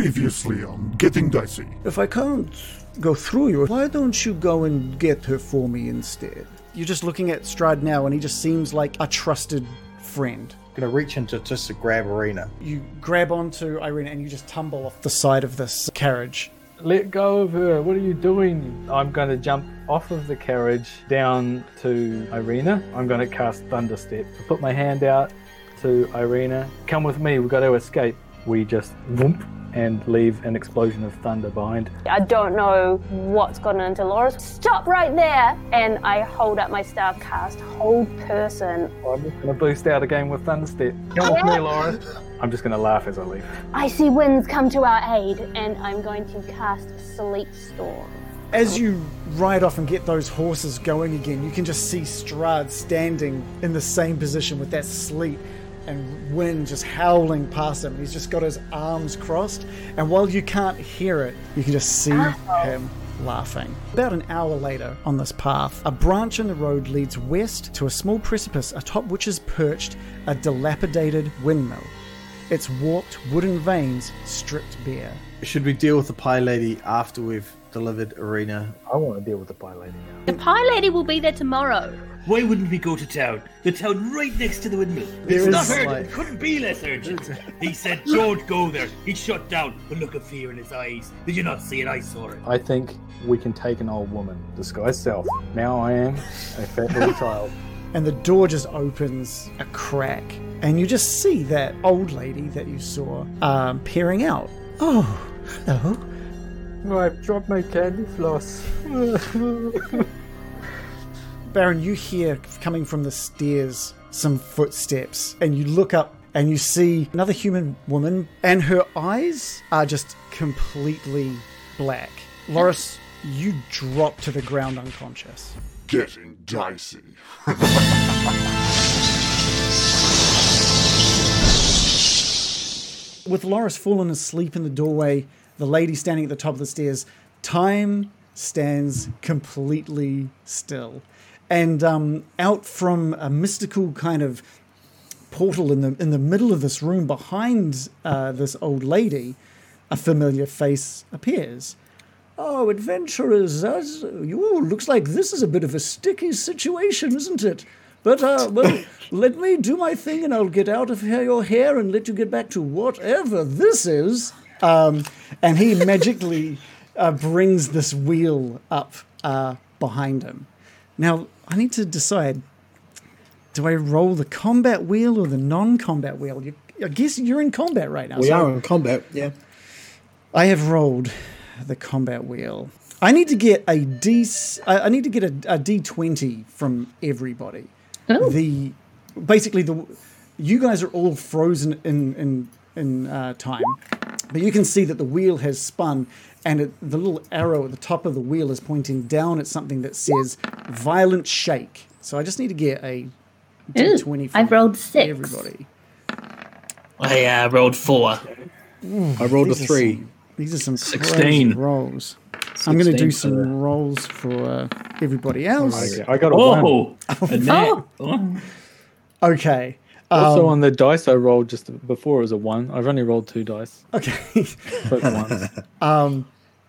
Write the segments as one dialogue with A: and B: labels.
A: Previously on Getting Dicey.
B: If I can't go through you, why don't you go and get her for me instead? You're just looking at Strad now, and he just seems like a trusted friend.
C: gonna reach into just to grab Arena.
B: You grab onto Irene and you just tumble off the side of this carriage.
D: Let go of her. What are you doing? I'm going to jump off of the carriage down to Irina. I'm going to cast Thunderstep. Put my hand out to Irina. Come with me. We've got to escape. We just whoomp and leave an explosion of thunder behind.
E: I don't know what's gotten into Laura's. Stop right there! And I hold up my staff, cast hold person.
D: I'm just going to boost out again with Thunderstep. Come with me, Laura. I'm just going to laugh as I leave.
E: I see winds come to our aid, and I'm going to cast sleep storm.
B: As you ride off and get those horses going again, you can just see Strad standing in the same position with that sleet and wind just howling past him. He's just got his arms crossed, and while you can't hear it, you can just see him laughing. About an hour later on this path, a branch in the road leads west to a small precipice atop which is perched a dilapidated windmill. Its warped wooden vanes stripped bare.
C: Should we deal with the pie lady after we've delivered Arena?
D: I want to deal with the pie lady now.
F: The pie lady will be there tomorrow.
G: Why wouldn't we go to town? The town right next to the windmill.
B: There
G: it's not
B: is,
G: urgent.
C: like-
G: It couldn't be less urgent. He said, "Don't go there." He shut down. The look of fear in his eyes. Did you not see it? I saw it.
D: I think we can take an old woman, disguise self. Now I am a fat little child.
B: and the door just opens a crack, and you just see that old lady that you saw um, peering out. Oh, hello.
D: I've dropped my candy floss.
B: Baron, you hear coming from the stairs some footsteps, and you look up and you see another human woman, and her eyes are just completely black. Loris, you drop to the ground unconscious.
A: Getting Dicey.
B: with Loris fallen asleep in the doorway, the lady standing at the top of the stairs, time stands completely still. And um, out from a mystical kind of portal in the in the middle of this room, behind uh, this old lady, a familiar face appears. Oh, adventurers! As you looks like this is a bit of a sticky situation, isn't it? But uh, well, let me do my thing, and I'll get out of here your hair and let you get back to whatever this is. Um, and he magically uh, brings this wheel up uh, behind him. Now I need to decide: do I roll the combat wheel or the non-combat wheel? You, I guess you're in combat right now.
H: We
B: so
H: are in combat, yeah.
B: I have rolled the combat wheel. I need to get a d. I I need to get a, a d twenty from everybody.
F: Oh.
B: The basically the you guys are all frozen in in in uh, time, but you can see that the wheel has spun, and it, the little arrow at the top of the wheel is pointing down at something that says "violent shake." So I just need to get a d twenty.
F: I've rolled six.
B: Everybody,
G: I uh, rolled four.
H: I rolled a
B: These are
H: three.
B: some- These are some 16 crazy
G: 16.
B: rolls. i I'm going to do
G: 16
B: some
G: for the-
B: rolls for uh, everybody else.
D: I got a one.
G: Oh, a net.
F: Oh.
G: Oh.
B: Okay. Um,
D: Also on the dice I rolled just before it was a one. I've only rolled two dice,
B: Okay.
D: but once.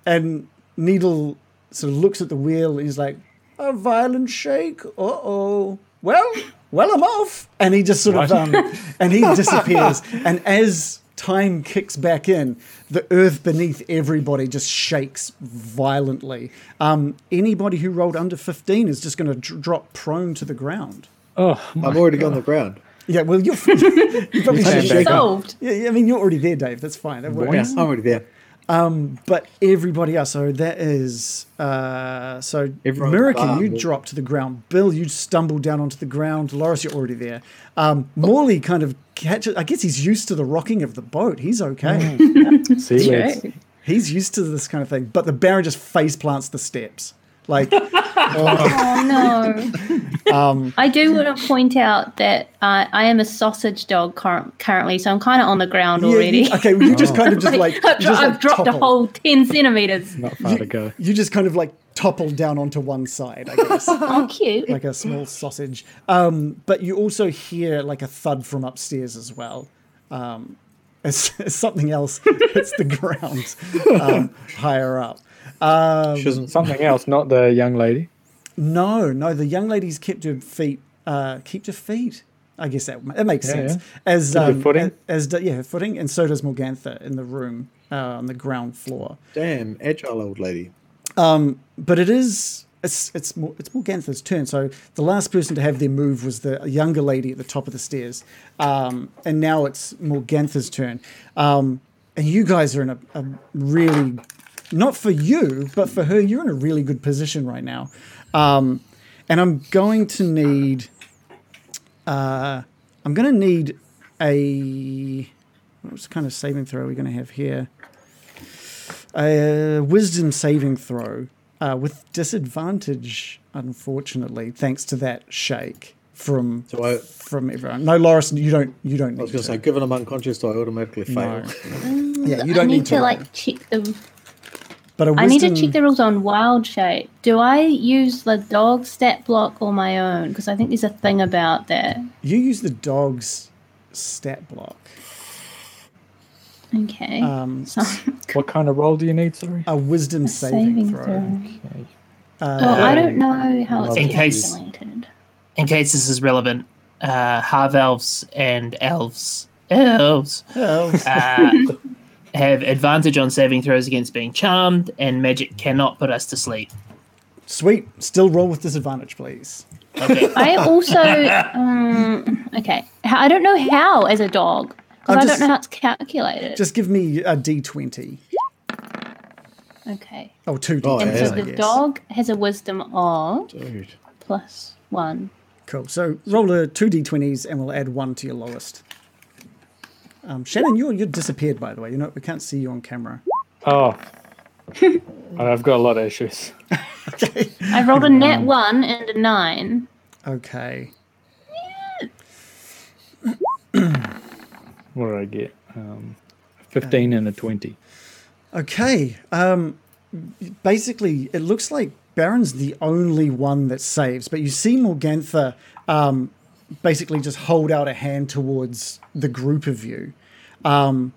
B: and Needle sort of looks at the wheel. He's like, a violent shake. Uh oh. Well, well, I'm off. And he just sort of, um, and he disappears. and as time kicks back in, the earth beneath everybody just shakes violently. Um, anybody who rolled under 15 is just going to dr- drop prone to the ground.
D: Oh, my
H: I've already on the ground.
B: Yeah, well, you're, you probably
D: can't
B: should.
D: back
H: up.
F: Solved.
B: Yeah, yeah, I mean, you're already there, Dave. That's fine. That works.
H: Yeah, I'm already there.
B: But everybody else, so that is uh, so.
H: Everyone-
B: American, you
H: Ah.
B: drop to the ground. Bill, you stumble down onto the ground. Loris, you're already there. Um, Morley kind of catches. I guess he's used to the rocking of the boat. He's okay.
D: sea legs.
F: True.
B: he's used to this kind of thing. But the Baron just face plants the steps. Like
F: Oh no.
B: Um,
F: I do want to point out that uh, I am a sausage dog cur- currently, so I'm kind of on the ground
B: yeah,
F: already.
B: you- okay, well, you just kind of just like,
F: I've,
B: you just,
F: I've
B: like,
F: dropped a
B: topple.
F: whole 10 centimeters.
D: Not far to go.
B: You just kind of like topple down onto one side. I guess.
F: Oh, cute.
B: like a small sausage. Um, but you also hear like a thud from upstairs as well. Um, as, as something else hits the ground um, higher up. Um,
C: She doesn't.
I: Something else, not the young lady.
B: no, no, the young lady's kept her feet. Uh, kept her feet. I guess that that makes
I: Yeah,
B: sense.
I: yeah.
B: As
I: her
B: um,
I: footing?
B: as, as yeah, her footing, and so does Morgantha in the room uh, on the ground floor.
C: Damn, agile old lady.
B: but it is it's it's Mor- it's Morgantha's turn. So the last person to have their move was the younger lady at the top of the stairs, um, and now it's Morgantha's turn. Um, and you guys are in a, a really not for you, but for her, you're in a really good position right now. Um, and I'm going to need. Uh, I'm going to need a. What kind of saving throw are we going to have here? a wisdom saving throw uh, with disadvantage, unfortunately, thanks to that shake from
C: So I, I
B: from everyone. No, Loris, you don't you don't need
C: was going to
B: to.
C: say, given I'm unconscious, I automatically fail.
B: yeah, you don't
F: Mm, I need, to,
B: roll.
F: like check the.
B: But a
F: I need to
B: wisdom-
F: check the rules on wild shape. Do I use the dog stat block or my own? Because I think there's a thing about that.
B: You use the dog's stat block.
F: Okay.
B: Um,
F: so,
I: What kind of roll do you need, sorry?
B: A wisdom saving,
F: saving
B: throw.
F: throw.
B: Uh,
F: Well, I don't know how it's
J: In case-
F: calculated.
J: In case this is relevant, uh, half elves and elves, elves
B: well,
J: uh, have advantage on saving throws against being charmed, and magic cannot put us to sleep.
B: sweet. Still roll with disadvantage, please.
J: Okay.
F: I also um, okay. How- I don't know how as a dog
B: I'm
F: because I
B: just-
F: don't know how it's calculated.
B: Just give me a d20.
F: okay.
B: Oh, two
C: Oh,
B: d20s.
F: And so
C: yeah.
B: I
F: the
B: guess.
F: dog has a wisdom of
C: Dude.
F: plus one.
B: Cool. So roll a two d20s, and we'll add one to your lowest. Um, Shannon, you're you're disappeared by the way. You know we can't see you on camera.
I: Oh. I've got a lot of issues.
F: I rolled
B: Hmm.
F: a net one and a nine.
B: Okay.
I: What did I get? Um, 15 and a 20.
B: Okay. Um, basically, it looks like Baron's the only one that saves, but you see Morgantha um, basically just hold out a hand towards the group of you. Um,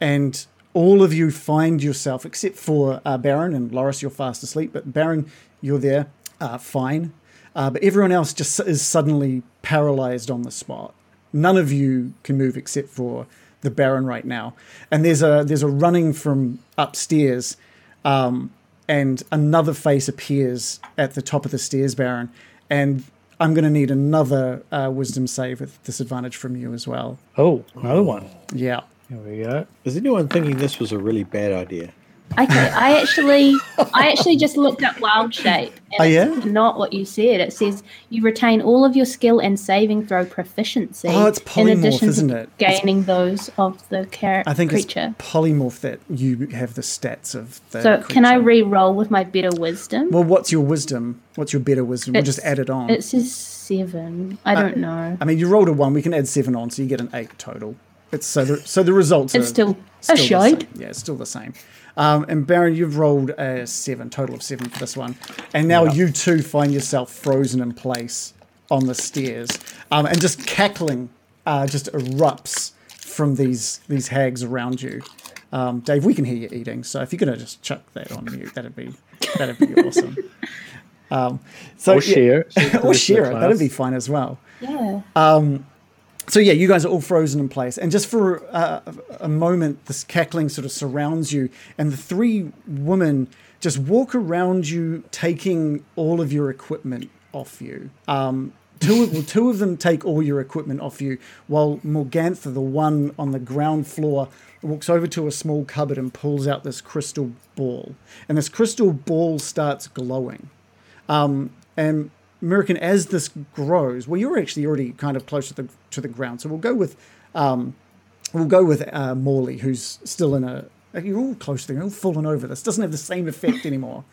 B: and all of you find yourself, except for uh, Baron and Loris, you're fast asleep, but Baron, you're there, uh, fine. Uh, but everyone else just is suddenly paralyzed on the spot. None of you can move except for the Baron right now. And there's a there's a running from upstairs, um, and another face appears at the top of the stairs, Baron. And I'm going to need another uh, Wisdom save with disadvantage from you as well.
I: Oh, another one.
B: Yeah.
I: Here we go.
C: Is anyone thinking this was a really bad idea?
F: Okay, I actually, I actually just looked up wild shape. And
B: Oh,
F: it's Not what you said. It says you retain all of your skill and saving throw proficiency.
B: Oh, it's
F: in
B: polymorph,
F: addition
B: isn't
F: to
B: it? It's-
F: Gaining those of the character
B: I think
F: creature.
B: it's polymorph that you have the stats of the.
F: So can I
B: creature.
F: re-roll with my better wisdom?
B: Well, what's your wisdom? What's your better wisdom? We'll just
F: It's-
B: add it on.
F: It says seven. I don't know.
B: I mean, you rolled a one. We can add seven on, so you get an eight total. It's so the so the results.
F: It's
B: are
F: still oh,
B: the
F: a shade.
B: same. Yeah, it's still the same. Um, and Baron, you've rolled a seven total of seven for this one, and now you too find yourself frozen in place on the stairs, um, and just cackling uh, just erupts from these these hags around you. Um, Dave, we can hear you eating, so if you're gonna just chuck that on mute, that'd be that'd be awesome. Um, so
I: Or
B: yeah-
I: share.
B: or share it. That'd be fine as well.
F: Yeah.
B: So yeah, you guys are all frozen in place, and just for uh, a moment, this cackling sort of surrounds you, and the three women just walk around you, taking all of your equipment off you. Um, two, of, well, two of them take all your equipment off you, while Morgantha, the one on the ground floor, walks over to a small cupboard and pulls out this crystal ball, and this crystal ball starts glowing. And American, as this grows, well, you're actually already kind of close to the to the ground, so we'll go with um, we'll go with uh, Morley, who's still in a. You're all close to the. You're all fallen over. This doesn't have the same effect anymore.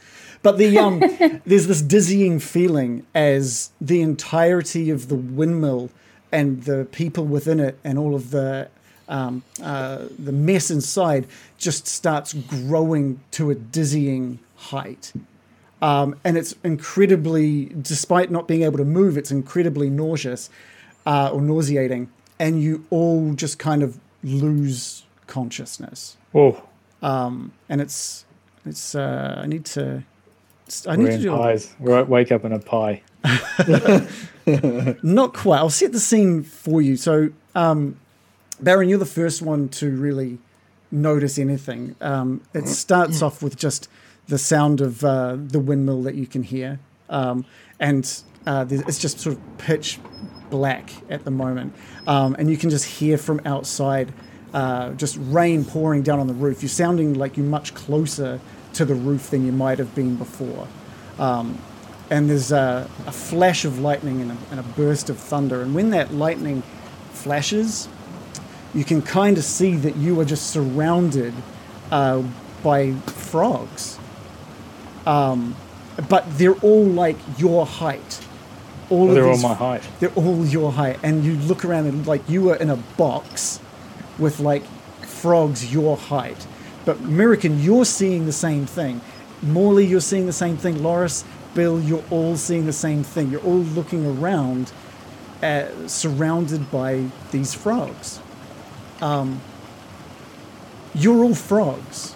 B: But the um, there's this dizzying feeling as the entirety of the windmill and the people within it and all of the um, uh, the mess inside just starts growing to a dizzying height um, and it's incredibly, despite not being able to move, it's incredibly nauseous uh, or nauseating, and you all just kind of lose consciousness.
I: Oh,
B: And it's it's uh, I need to I need
I: we're
B: to
I: in
B: do a-
I: pies. We're at wake up in a pie.
B: Not quite. I'll set the scene for you. So, um, Baron, you're the first one to really notice anything. Um, it starts off with just the sound of uh, the windmill that you can hear, um, and uh, there's- it's just sort of pitch black at the moment, um, and you can just hear from outside uh, just rain pouring down on the roof. You're sounding like you're much closer to the roof than you might have been before and there's a, a flash of lightning and a, and a burst of thunder. And when that lightning flashes, you can kind of see that you are just surrounded uh, by frogs. Um, but they're all like your height. All
I: They're all
B: these-
I: my height.
B: They're all your height. And you look around and like you were in a box with like frogs your height. But American, you're seeing the same thing. Morley, you're seeing the same thing. Loris, Bill, you're all seeing the same thing. You're all looking around, uh, surrounded by these frogs. Um, you're all frogs.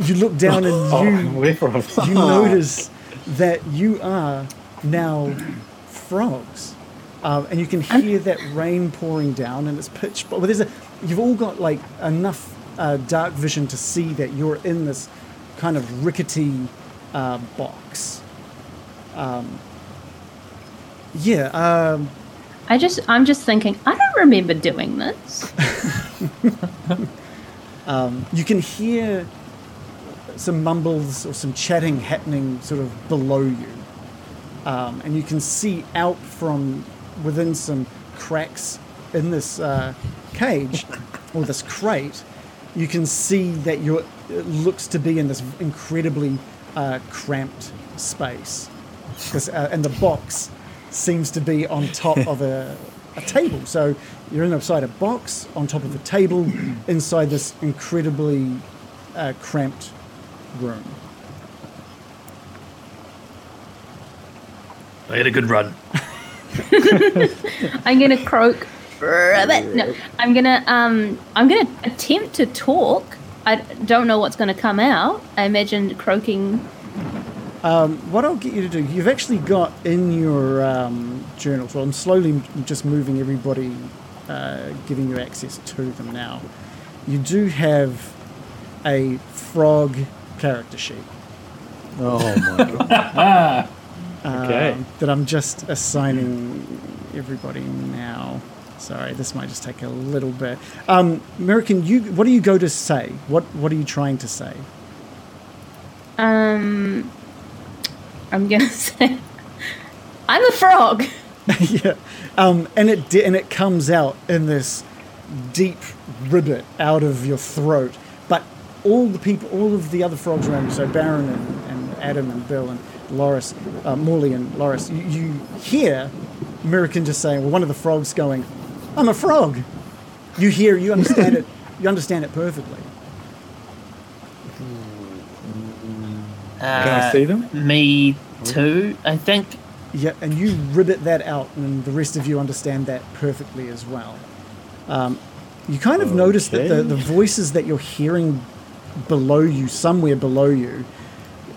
B: You look down and you
I: We're from
B: you notice that you are now frogs, um, and you can hear that rain pouring down, and it's pitch. But there's a, you've all got like enough uh, dark vision to see that you're in this kind of rickety uh, box. Um, yeah, um,
F: I just, I'm just thinking, I don't remember doing this.
B: you can hear some mumbles or some chatting happening sort of below you. Um, and you can see out from within some cracks in this uh, cage or this crate, you can see that you're, it looks to be in this incredibly uh, cramped space. This, uh, and the box seems to be on top of a, a table. So you're inside a box on top of a table inside this incredibly uh, cramped room.
K: I had a good run.
F: I'm gonna croak. Rabbit. No, I'm gonna um, I'm gonna attempt to talk. I don't know what's gonna come out. I imagine croaking.
B: What I'll get you to do, you've actually got in your um, journal, so I'm slowly m- just moving everybody, uh, giving you access to them now. You do have a frog character sheet
C: Oh my god.
I: Okay.
B: um, that I'm just assigning everybody now. Sorry, this might just take a little bit. Um, American, you, what do you go to say? What, what are you trying to say?
F: Um, I'm gonna say, I'm a frog.
B: yeah, um, and it di- and it comes out in this deep ribbit out of your throat. But all the people, all of the other frogs around you, so Baron and, and Adam and Bill and Loris, uh, Morley and Loris, you, you hear American just saying, well, one of the frogs going, "I'm a frog." You hear, you understand it, you understand it perfectly.
I: Can I
J: Uh,
I: see them?
J: me too, I think.
B: Yeah, and you ribbit that out, and the rest of you understand that perfectly as well. Um, you kind of notice that the,
C: Okay.
B: the voices that you're hearing below you, somewhere below you,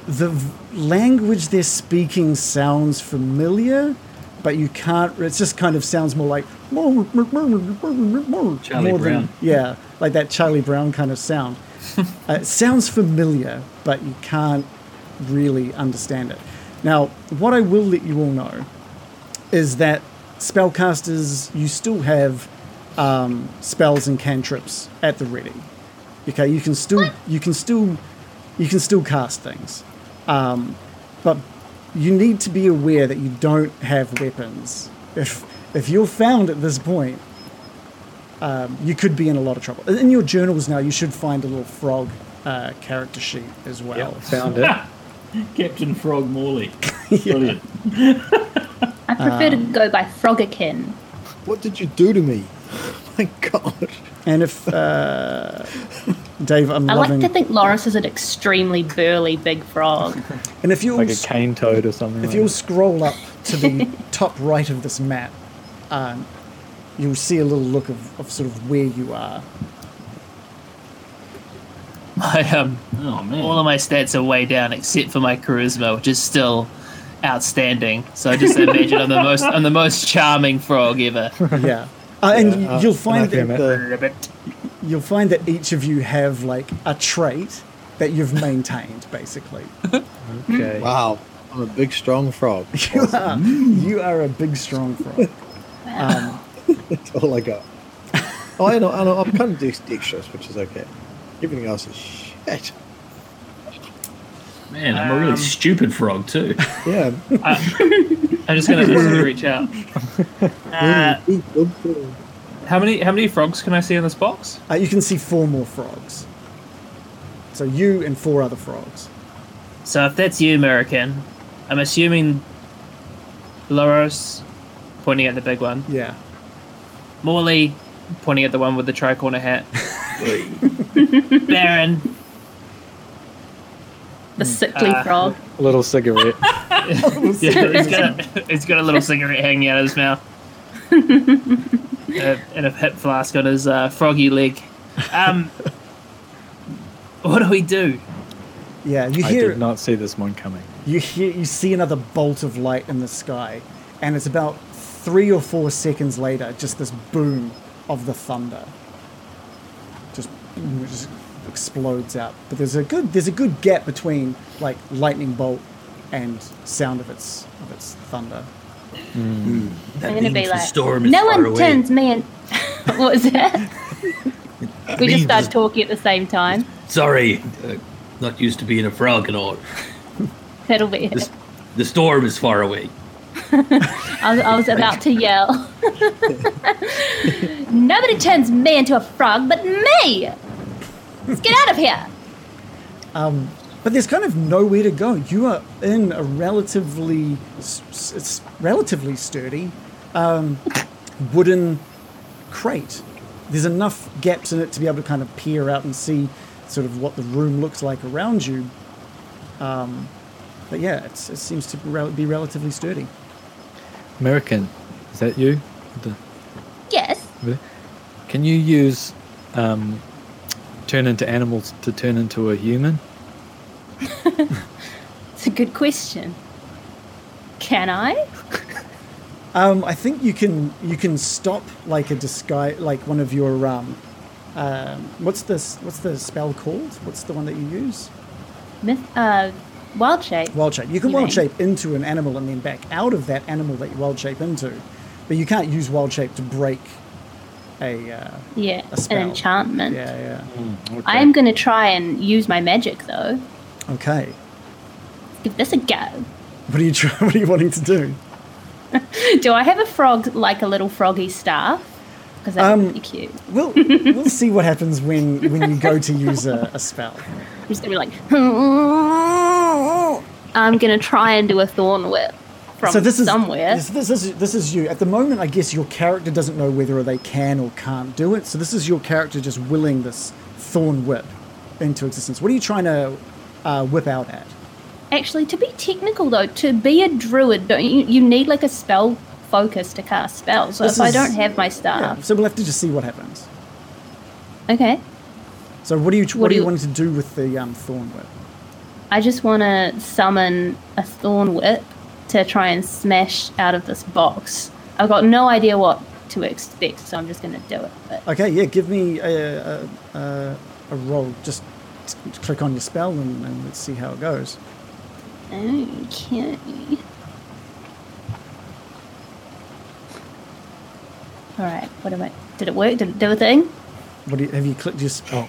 B: the v- language they're speaking sounds familiar, but you can't. It just kind of sounds more like Charlie
K: Brown.
B: yeah, like that Charlie Brown kind of sound. uh, it sounds familiar, but you can't really understand it. Now, what I will let you all know is that spellcasters, you still have um, spells and cantrips at the ready. Okay, you can still you can still you can still cast things, um, but you need to be aware that you don't have weapons. If if you're found at this point, um, you could be in a lot of trouble. In your journals now, you should find a little frog uh, character sheet as well.
L: Found it.
K: Captain Frog Morley. Brilliant.
F: I prefer to go by frogakin.
C: What did you do to me? my god.
B: And if uh, Dave, I'm
F: I
B: loving,
F: like to think Loris is an extremely burly big frog.
B: and if you all
I: Like a
B: s-
I: cane toad or something.
B: If
I: like
B: you'll
I: that.
B: scroll up to the top right of this map, um, you'll see a little look of, of sort of where you are.
J: My um,
G: Oh
J: all
G: man.
J: of my stats are way down except for my charisma, which is still outstanding. So I just imagine I'm the most I'm the most charming frog ever.
B: yeah. Uh, and
L: Yeah, uh,
B: you'll find
L: okay,
B: that
L: mate.
B: the, you'll find that each of you have like a trait that you've maintained basically.
L: Okay.
C: Wow, I'm a big strong frog.
B: You are you are a big strong frog.
C: That's all I got. Oh, I know, I know. I'm kind of dexterous, which is okay. Everything else is shit.
G: Man, I'm a really
F: Um,
G: stupid frog too.
C: Yeah.
J: I'm just gonna just gonna reach out. Uh,
C: really big, big frog.
J: how many how many frogs can I see in this box?
B: Uh, you can see four more frogs. So you and four other frogs.
J: So if that's you, American, I'm assuming Loros pointing at the big one.
B: Yeah.
J: Morley pointing at the one with the tricorner hat. Baron
F: The sickly
J: Uh,
F: frog.
I: A little cigarette.
J: Yeah, he's got, a, he's got a little cigarette hanging out of his mouth. Uh, and a pip flask on his uh, froggy leg. Um, what do we do?
B: Yeah. You
I: I did
B: hear
I: not see this one coming.
B: you hear you see another bolt of light in the sky, and it's about three or four seconds later, just this boom of the thunder. Just, boom, it just explodes out. But there's a good there's a good gap between like lightning bolt and sound of its of its thunder.
F: I'm gonna be
K: means the
F: like,
K: storm is
F: no
K: far
F: one
K: away."
F: turns me in. what was that? we just
K: means the-
F: started talking at the same time.
K: Sorry, uh, not used to being a frog and all.
F: That'll be
K: The, s-
F: it.
K: the storm is far away.
F: I was, I was about to yell. Nobody turns me into a frog but me! Let's get out of here!
B: But there's kind of nowhere to go. You are in a relatively, s- s- it's relatively sturdy um, wooden crate. There's enough gaps in it to be able to kind of peer out and see sort of what the room looks like around you. Um, but yeah, it's, it seems to rel- be relatively sturdy.
I: American, is that you? With the-
F: Yes.
I: with- Can you use um, turn into animals to turn into a human?
F: It's a good question. Can I?
B: Um, I think you can you can stop like a disguise like one of your um, um, what's this what's the spell called? What's the one that you use?
F: Myth, uh, wild shape.
B: wild shape. You can
F: You
B: wild
F: mean?
B: shape into an animal and then back out of that animal that you wild shape into, but you can't use wild shape to break a. Uh,
F: yeah,
B: a
F: an
B: spell.
F: enchantment.
B: yeah, yeah.
F: I am going to try and use my magic though.
B: Okay.
F: Give this a go.
B: What are you try- What are you wanting to do?
F: Do I have a frog like a little froggy staff? Because that
B: Um,
F: would be cute.
B: We'll we'll see what happens when when you go to use a, a spell.
F: I'm just gonna be like. I'm gonna try and do a thorn whip from
B: so this is
F: somewhere.
B: This, this is this is you. At the moment, I guess your character doesn't know whether they can or can't do it. So this is your character just willing this thorn whip into existence. What are you trying to uh, whip out at?
F: Actually, to be technical though, to be a druid, don't you, you need like a spell focus to cast spells. So
B: This
F: if I
B: is-
F: don't have my
B: Yeah,
F: staff,
B: so we'll have to just see what happens.
F: okay.
B: So what do you what,
F: What
B: do
F: do
B: you
F: you-
B: want to do with the um, thorn whip?
F: I just want to summon a thorn whip to try and smash out of this box. I've got no idea what to expect, so I'm just going to do it. But
B: Okay, yeah, give me a a, a, a roll. Just t- click on your spell and, and let's see how it goes.
F: okay. All right. What am I? Did it work? Did it do a thing?
B: What do you, have you clicked your spell?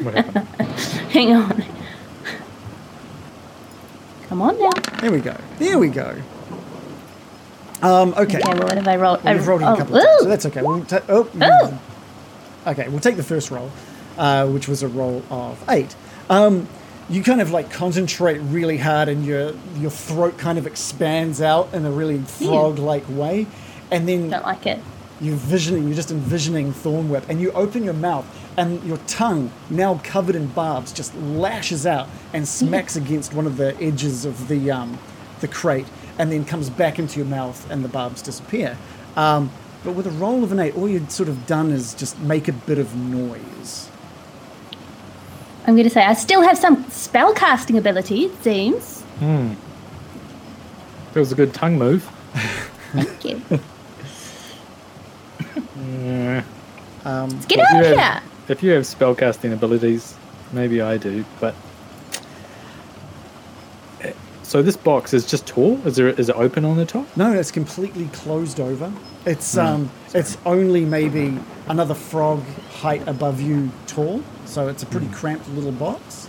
I: What happened?
F: Hang on. Come on now.
B: There we go. There we go. Um, okay.
F: Okay. Well, what have I rolled?
B: Well, you've rolled it
F: oh,
B: a couple of times, so
F: ooh,
B: that's okay. We'll ta- oh,
F: Ooh.
B: Okay, we'll take the first roll, uh, which was a roll of eight. Um, you kind of like concentrate really hard, and your your throat kind of expands out in a really
F: Hmm.
B: frog-like way, and then
F: Don't like it.
B: you're visioning, you're just envisioning Thornwhip, and you open your mouth, and your tongue, now covered in barbs, just lashes out and smacks against one of the edges of the um, the crate, and then comes back into your mouth, and the barbs disappear. Um, but with a roll of an eight, all you'd sort of done is just make a bit of noise.
F: I'm going to say I still have some spellcasting ability, it seems.
D: Hmm. That was a good tongue move.
F: Thank you.
D: Yeah.
B: Um,
F: Get
D: If
F: out
D: you
F: of here!
D: have- If you have spellcasting abilities, maybe I do, but. So this box is just tall. Is there is it open on the top?
B: No, it's completely closed over. It's um, it's only maybe another frog height above you tall. So it's a pretty cramped little box.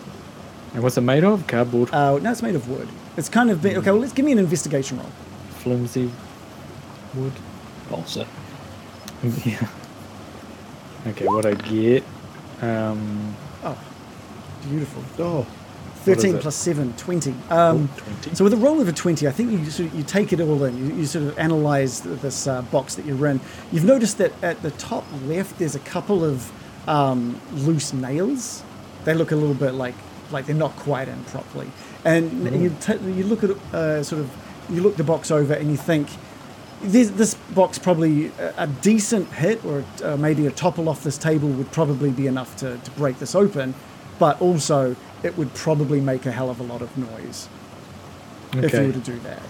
D: And what's it made of? Cardboard,
B: Uh, no, it's made of wood. It's kind of been, okay. Well, let's give me an investigation roll.
D: flimsy wood.
M: Bolster.
D: Yeah. Okay, what I get? Um,
B: Beautiful.
C: Oh,
D: What is
B: 13
D: it?
B: plus 7, 20. Um,
D: 20.
B: So with a roll of a 20, I think you sort of, you take it all in. You, you sort of analyze th- this uh, box that you're in. You've noticed that at the top left, there's a couple of um, loose nails. They look a little bit like like they're not quite in properly. And you, t- you look at uh, sort of you look the box over and you think this, this box probably a, a decent hit or uh, maybe a topple off this table would probably be enough to, to break this open, but also it would probably make a hell of a lot of noise if you
D: Okay.
B: were to do that.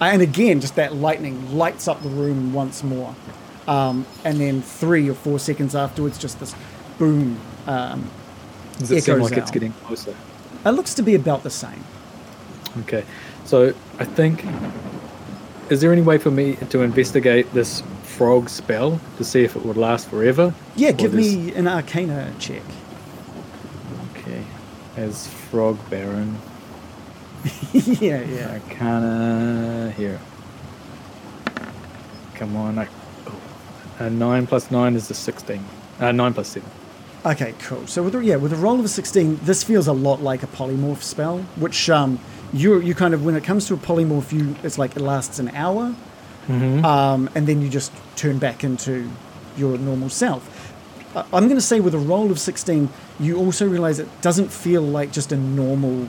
B: Uh, And again, just that lightning lights up the room once more. Um, and then three or four seconds afterwards, just this boom. Um,
D: Does it seem
B: echoes
D: like it's
B: out.
D: getting closer?
B: it looks to be about the same.
D: Okay, so I think is there any way for me to investigate this frog spell to see if it would last forever?
B: Yeah,
D: Or
B: give
D: this-
B: me an arcana check.
D: Okay, as frog baron.
B: yeah, yeah.
D: I kinda here. Come on, I, oh, a nine plus nine is a sixteen. Uh, nine plus seven.
B: Okay, cool. So with a, yeah, with a roll of a sixteen, this feels a lot like a polymorph spell, which um, you you kind of when it comes to a polymorph, you it's like it lasts an hour, um, and then you just turn back into your normal self. I- I'm going to say with a roll of sixteen, you also realize it doesn't feel like just a normal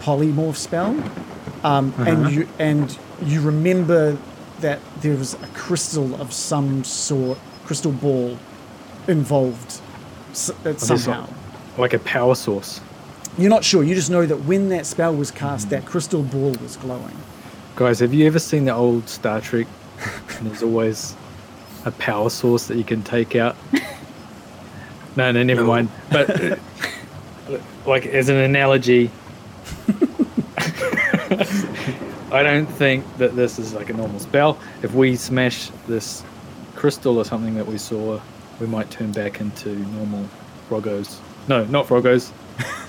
B: polymorph spell, um, and you and you remember that there was a crystal of some sort, crystal ball, involved s- uh,
D: there's
B: somehow.
D: Like a power source.
B: You're not sure. You just know that when that spell was cast, that crystal ball was glowing.
D: Guys, have you ever seen the old Star Trek? And there's always a power source that you can take out. No, no, never mind. But uh, like as an analogy, I don't think that this is like a normal spell. If we smash this crystal or something that we saw, we might turn back into normal frogos. No, not frogos.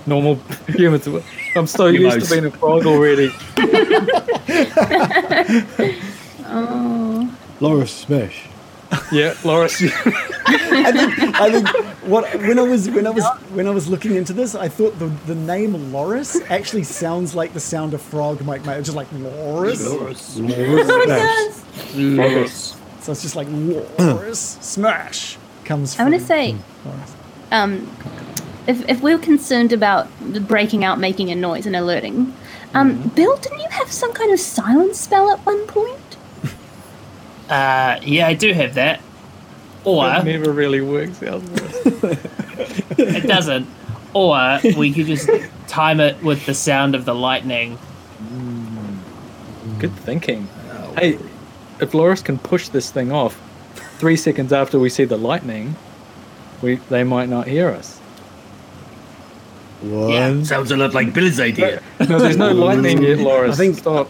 D: Normal humans. I'm so used
M: Humos.
D: to being a frog already.
F: Oh,
C: Laura Smash.
D: Yeah, Loris.
B: I think what when I was when I was when I was looking into this, I thought the, the name Loris actually sounds like the sound a frog might make. It's just like Loris.
F: Oh.
C: Laura Smash.
B: So it's just like Loris smash comes.
F: I want to
B: from
F: say,
B: Loris.
F: um, if, if we were concerned about breaking out, making a noise, and alerting, um,
B: Mm-hmm.
F: Bill, didn't you have some kind of silence spell at one point?
J: Uh, yeah, I do have that. Or
D: It never really works out.
J: it doesn't. Or we could just time it with the sound of the lightning.
D: Good thinking.
G: Oh.
D: Hey, if Loris can push this thing off, three seconds after we see the lightning, we they might not hear us.
C: One.
G: Sounds a lot like Bill's idea.
D: No, there's no lightning yet, Loris.
B: I think-
D: stop.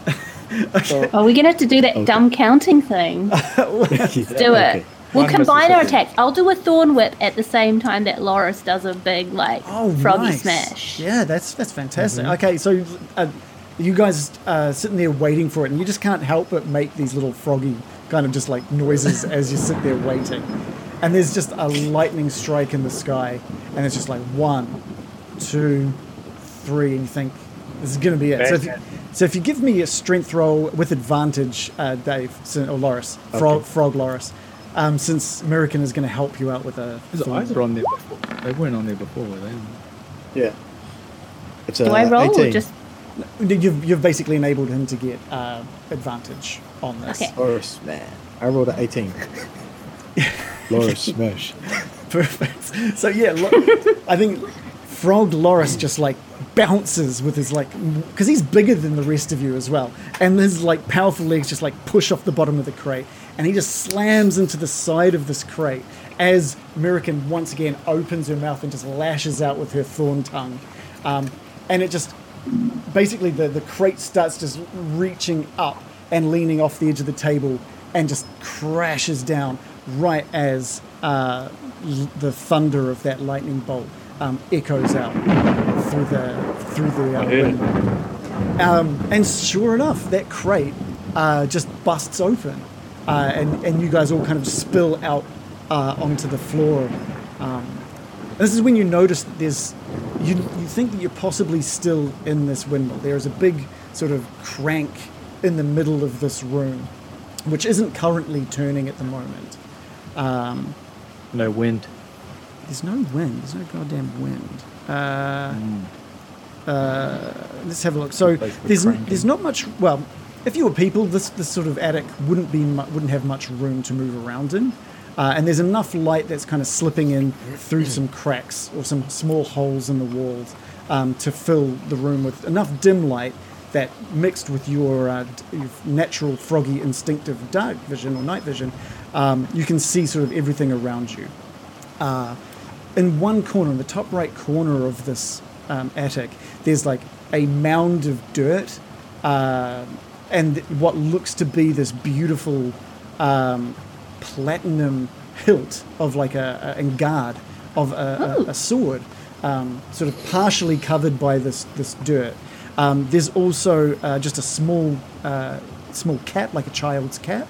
F: Are we going to Oh, have to do that dumb counting thing? do
C: Okay.
F: it.
D: One
F: We'll
D: was
F: combine
D: the
F: our
D: second.
F: attacks. I'll do a thorn whip at the same time that Loris does a big like
B: Oh,
F: froggy
B: nice.
F: smash.
B: Yeah, that's that's fantastic. Okay, so uh, you guys uh, sitting there waiting for it, and you just can't help but make these little froggy kind of just like noises as you sit there waiting. And there's just a lightning strike in the sky, and it's just like one, two, three, and you think this is going to be it. So if, you, so if you give me a strength roll with advantage, uh, Dave sin- or Loris, frog, frog Loris, um, since American is going to help you out with a.
D: His
B: thorn
D: eyes are on there before. They weren't on there before, were they?
C: Yeah. It's,
F: Do
C: uh,
F: I roll
C: 18.
F: or just
B: You've, you've basically enabled him to get uh, advantage on this.
F: Okay.
C: Laura Smash. I rolled an 18. Laura Smash.
B: Perfect. So yeah, lo- I think Frog Loris just like bounces with his like because he's bigger than the rest of you as well, and his like powerful legs just like push off the bottom of the crate, and he just slams into the side of this crate as Mirakin once again opens her mouth and just lashes out with her thorn tongue, um, and it just basically the, the crate starts just reaching up and leaning off the edge of the table and just crashes down right as uh, l- the thunder of that lightning bolt um, echoes out through the through the uh,
G: heard it.
B: window. Um, and sure enough, that crate uh, just busts open, uh, and and you guys all kind of spill out uh, onto the floor. Um, this is when you notice that there's, you, you think that you're possibly still in this windmill. There is a big sort of crank in the middle of this room, which isn't currently turning at the moment. Um,
I: No wind.
B: there's no wind. There's no goddamn wind. Uh, uh, let's have a look. So
I: Place for
B: there's
I: cranking.
B: there's not much. Well, if you were people, this this sort of attic wouldn't be mu- wouldn't have much room to move around in. Uh, and there's enough light that's kind of slipping in through some cracks or some small holes in the walls um, to fill the room with enough dim light that mixed with your, uh, d- your natural froggy instinctive dark vision or night vision, um, you can see sort of everything around you in one corner, in the top right corner of this um, attic, there's like a mound of dirt, uh, and what looks to be this beautiful um, platinum hilt of like a, a and guard of a, a, a sword, um, sort of partially covered by this this dirt. Um, there's also uh, just a small uh, small cap, like a child's cap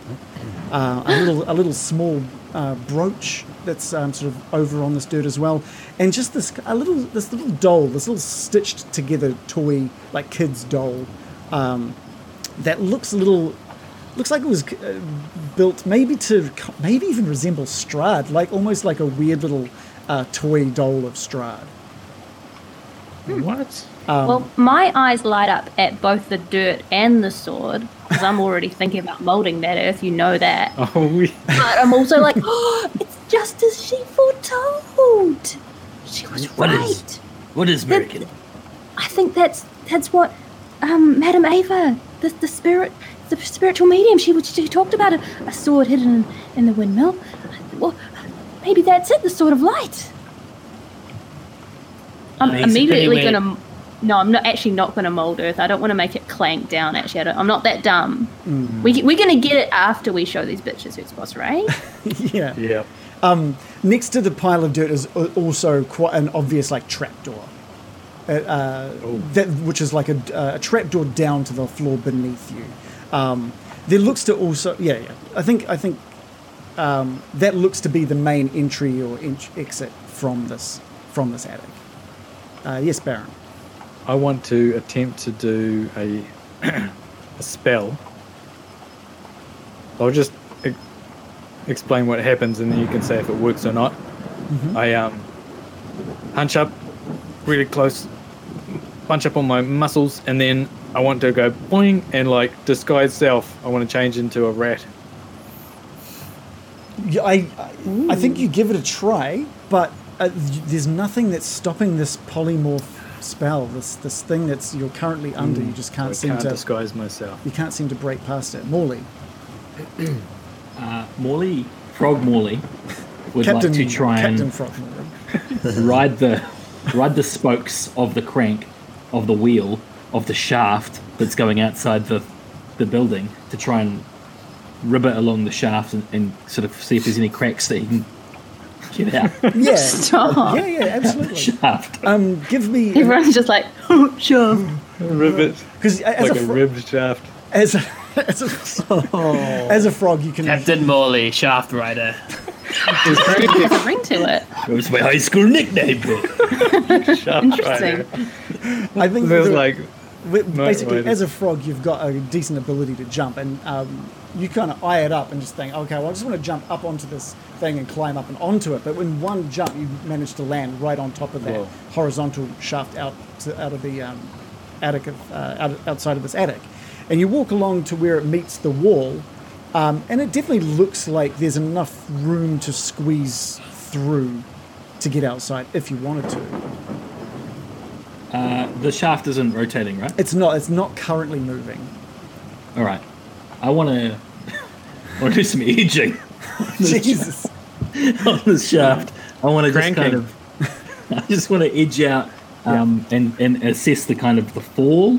B: uh, a little a little small uh, brooch that's um, sort of over on this dirt as well, and just this a little this little doll, this little stitched together toy like kids doll, um, that looks a little looks like it was uh, built maybe to co- maybe even resemble Strad, like almost like a weird little uh, toy doll of Strad.
G: What?
B: Um,
F: well, my eyes light up at both the dirt and the sword because I'm already thinking about molding that earth. You know that.
I: Oh, we.
F: But I'm also like, oh, it's just as she foretold. She was
K: What
F: right.
K: is- What is American?
F: I think that's that's what um, Madam Ava, the, the spirit, the spiritual medium, she was- she talked about a, a sword hidden in, in the windmill. Well, maybe that's it, the sword of light. I'm
J: Nice.
F: immediately
J: Anyway.
F: gonna. No, I'm not actually not gonna mold Earth. I don't want to make it clank down. Actually, I don't, I'm not that dumb. We, we're gonna get it after we show these bitches who's boss, right?
B: yeah.
I: Yeah.
B: Next to the pile of dirt is al- also quite an obvious like trapdoor, uh, uh, that which is like a, uh, a trapdoor down to the floor beneath you. Um, there looks to also yeah yeah I think I think um, that looks to be the main entry or ent- exit from this from this attic. Uh, yes, Baron.
I: I want to attempt to do a a spell. I'll just e- explain what happens, and then you can say if it works or not.
B: Mm-hmm.
I: I um, hunch up really close, bunch up all my muscles, and then I want to go boing and like disguise self. I want to change into a rat.
B: Yeah, I, I, I think you give it a try, but uh, y- there's nothing that's stopping this polymorph spell. This this thing that's you're currently under. You just can't
I: I
B: seem
I: can't
B: to
I: disguise myself.
B: you can't seem to break past it. Morley,
G: Uh, Morley, Frog Morley, would
B: Captain
G: like to try
B: Captain
G: and
B: Frog Morley.
G: ride the ride the spokes of the crank, of the wheel, of the shaft that's going outside the the building to try and ribbit along the shaft and, and sort of see if there's any cracks that he can get out.
B: Yeah,
F: Stop.
B: yeah, yeah, absolutely.
G: shaft.
B: Um, give me
F: Everyone's just like, oh, sure.
I: Rivet,
B: because as,
I: like
B: a
I: a
B: fro-
I: ribbed shaft.
B: as a as a as a frog, you can
J: Captain Morley, Shaft Rider.
F: It has a ring to it.
G: It was my high school nickname.
I: Shaft
F: Interesting.
B: I think
I: There's
B: the-
I: like
B: Wi- basically,
I: wait.
B: as a frog, you've got a decent ability to jump, and um, you kind of eye it up and just think, okay, well, I just want to jump up onto this thing and climb up and onto it. But in one jump, you manage to land right on top of that
I: Whoa.
B: horizontal shaft out to, out of the um, attic of, uh, out, outside of this attic, and you walk along to where it meets the wall, um, and it definitely looks like there's enough room to squeeze through to get outside if you wanted to.
G: the shaft isn't rotating, right?
B: It's not. It's not currently moving.
G: All right. I want to. I want to do some edging. Jesus. on the shaft. I want to just kind
I: Cranking.
G: of. I just want to edge out um, and and assess the kind of the fall,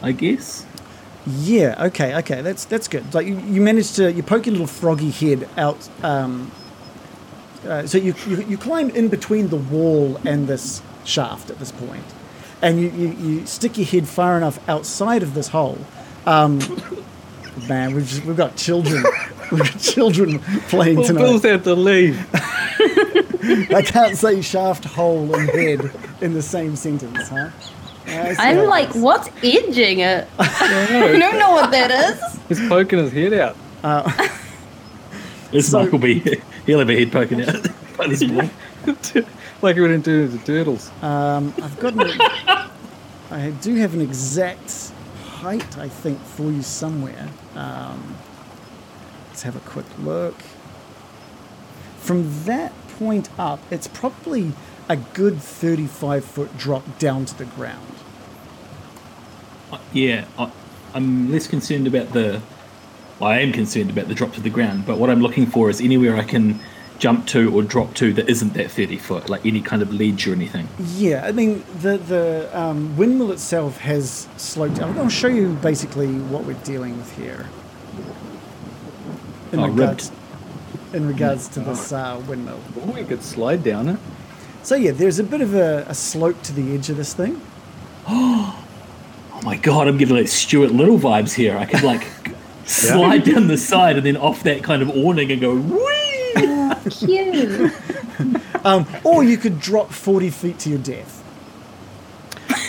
G: I guess.
B: Yeah. Okay. Okay. That's that's good. Like you, you managed to you poke your little froggy head out. Um, uh, so you, you you climb in between the wall and this shaft at this point, and you, you, you stick your head far enough outside of this hole. Um, man, we've just, we've got children. We've got children playing
I: Well,
B: tonight.
I: Bill's had to leave.
B: I can't say shaft, hole, and head in the same sentence, huh? Uh,
F: I'm
B: so-
F: like, what's edging it? I don't know what that is.
I: He's poking his head out.
G: This Michael be he'll have a head poking out by this ball.
I: like he wouldn't do to the turtles.
B: Um, I've got an, I do have an exact height, I think, for you somewhere. Um, let's have a quick look. From that point up, it's probably a good 35 foot drop down to the ground.
G: Yeah, I, I'm less concerned about the. Well, I am concerned about the drop to the ground, but what I'm looking for is anywhere I can jump to or drop to that isn't that 30 foot, like any kind of ledge or anything.
B: Yeah, I mean the the um, windmill itself has sloped. I'm going to show you basically what we're dealing with here. In
G: Oh,
B: regards, in regards to this uh, windmill.
I: Oh, he could slide down it.
B: So yeah, there's a bit of a, a slope to the edge of this thing.
G: Oh my god, I'm getting like Stuart Little vibes here. I could like slide down the side and then off that kind of awning and go, whee!
F: Cute.
B: Um, or you could drop 40 feet to your death.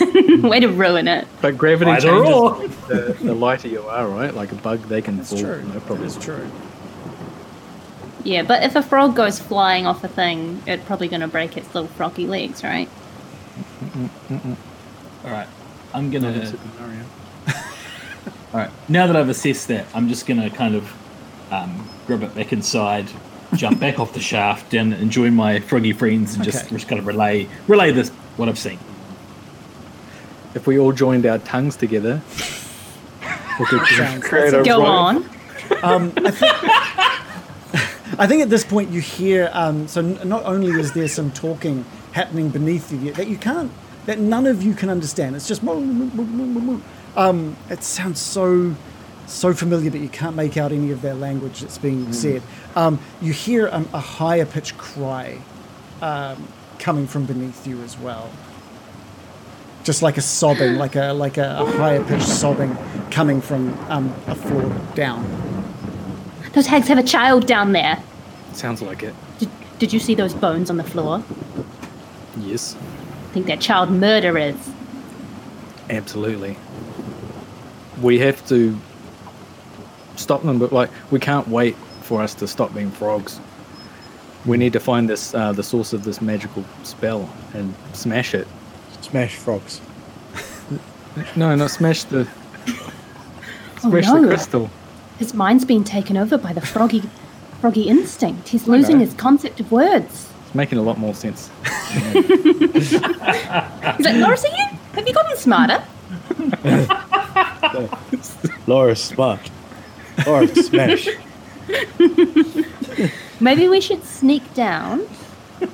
F: Way to ruin it.
I: But gravity
G: Either
I: changes
G: or.
I: the, the lighter you are, right? Like a bug, they can fall. No problem.
B: That's true.
F: Yeah, but if a frog goes flying off a thing, it's probably going to break its little froggy legs, right?
G: Alright, I'm
I: Not in
G: gonna.
I: Super Mario.
G: Alright, now that I've assessed that, I'm just gonna kind of um, grab it back inside, jump back off the shaft, and enjoy my froggy friends and just,
B: Okay.
G: just kind of relay relay this what I've seen.
I: If we all joined our tongues together, we could
B: Sounds-
I: create a
F: Go
I: rope.
F: on.
B: I think at this point you hear. Um, so n- not only is there some talking happening beneath you that you can't, that none of you can understand. It's just. moo, moo, moo, moo, moo, moo. Um, it sounds so, so familiar, but you can't make out any of their language that's being said. Um, you hear um, a higher pitched cry, um, coming from beneath you as well. Just like a sobbing, like a like a, a higher pitched sobbing coming from um, a floor down.
F: Those hags have a child down there.
I: Sounds like it.
F: Did, did you see those bones on the floor?
I: Yes,
F: I think they're child murderers.
I: absolutely. We have to stop them, but like we can't wait for us to stop being frogs. We need to find this uh, the source of this magical spell and smash it.
C: Smash frogs.
I: No, not smash the
B: Oh,
I: smash
F: Oh, no.
I: the crystal.
F: His mind's been taken over by the froggy, froggy instinct. He's losing his concept of words.
I: It's making a lot more sense.
F: He's like, Laura, see you? Have you gotten smarter?
C: Laura smart. Laura smash.
F: Maybe we should sneak down.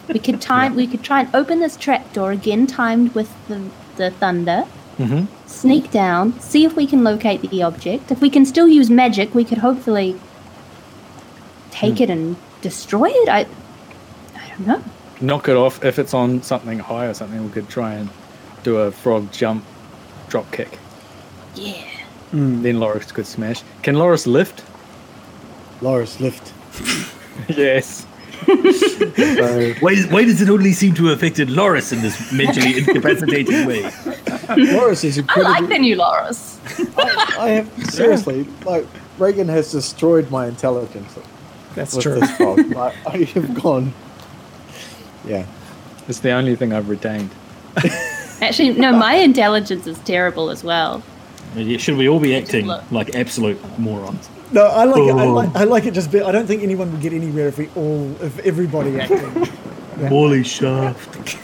F: We could time. We could try and open this trap door again, timed with the, the thunder. Mm-hmm.
I: Mhm.
F: Sneak down. See if we can locate the object. If we can still use magic, we could hopefully take it and destroy it. I, I don't know.
I: knock it off if it's on something high or something. We could try and do a frog jump, drop kick.
F: Yeah.
I: Then Loris could smash. Can Loris lift?
C: Laura's lift.
I: yes.
G: Why, is- why does it only seem to have affected Loris in this mentally incapacitating way?
C: Laura's is
F: Oh, I
C: incredible.
F: like the new Loras.
C: I have seriously like Reagan has destroyed my intelligence
B: That's
C: with
B: true.
C: this frog. Like, I have gone. Yeah,
I: It's the only thing I've retained.
F: Actually, no, my intelligence is terrible as well.
G: Yeah, Should we all be acting
F: Look.
G: like absolute morons?
B: No, I like it. I
G: Oh.
B: like, I like it just. Be, I don't think anyone would get anywhere if we all, if everybody acted.
G: Morley Shaft.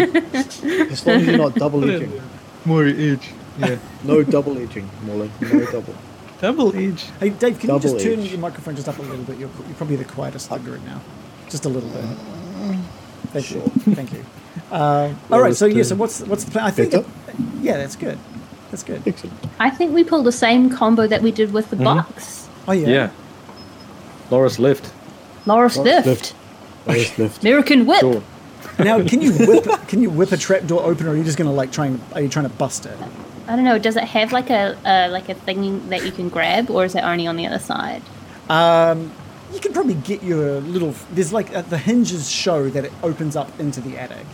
C: As long as you're not double edging.
L: More edge. Yeah.
C: No double edging, Molly. No double.
L: Double edge.
B: Hey, Dave, can you
C: Double
B: just turn
C: edge.
B: your microphone just up a little bit? You're, you're probably the quietest of the group now. Just a little bit. Thank you. Thank you. Uh, all right, so, yeah, so what's, what's the plan? I think.
C: Better?
B: yeah, that's good. That's good.
C: Excellent.
F: I think we pulled the same combo that we did with the box.
B: Oh, yeah.
G: Yeah. Laura's left.
F: Laura Stift,
C: lift. Lowest lift.
F: American Whip.
G: Sure.
B: Now, can you whip, can you whip a trapdoor open, or are you just going to, like, try and, are you trying to bust it?
F: I don't know. Does it have like a uh, like a thing that you can grab, or is it only on the other side?
B: You can probably get your little, there's like, uh, the hinges show that it opens up into the attic.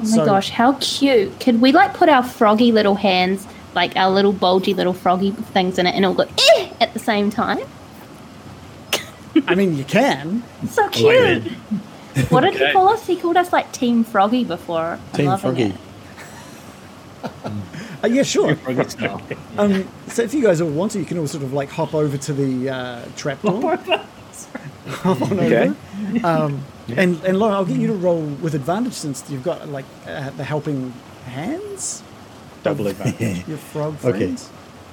F: Oh my gosh, how cute! Could we like put our froggy little hands, like our little bulgy little froggy things in it, and all go eh at the same time?
B: I mean, you can.
F: So cute. What did he call us? He called us like Team Froggy before. I'm
C: Team
F: loving
C: Froggy.
F: it.
B: Uh, yeah, sure.
G: Froggy style.
B: Um, so if you guys all want to, you can all sort of like hop over to the uh, trapdoor. hop on
G: Okay.
B: over. Um, and and Lauren, I'll get you to roll with advantage since you've got like uh, the helping hands.
C: Double advantage.
B: Your frog
C: Okay.
B: friends.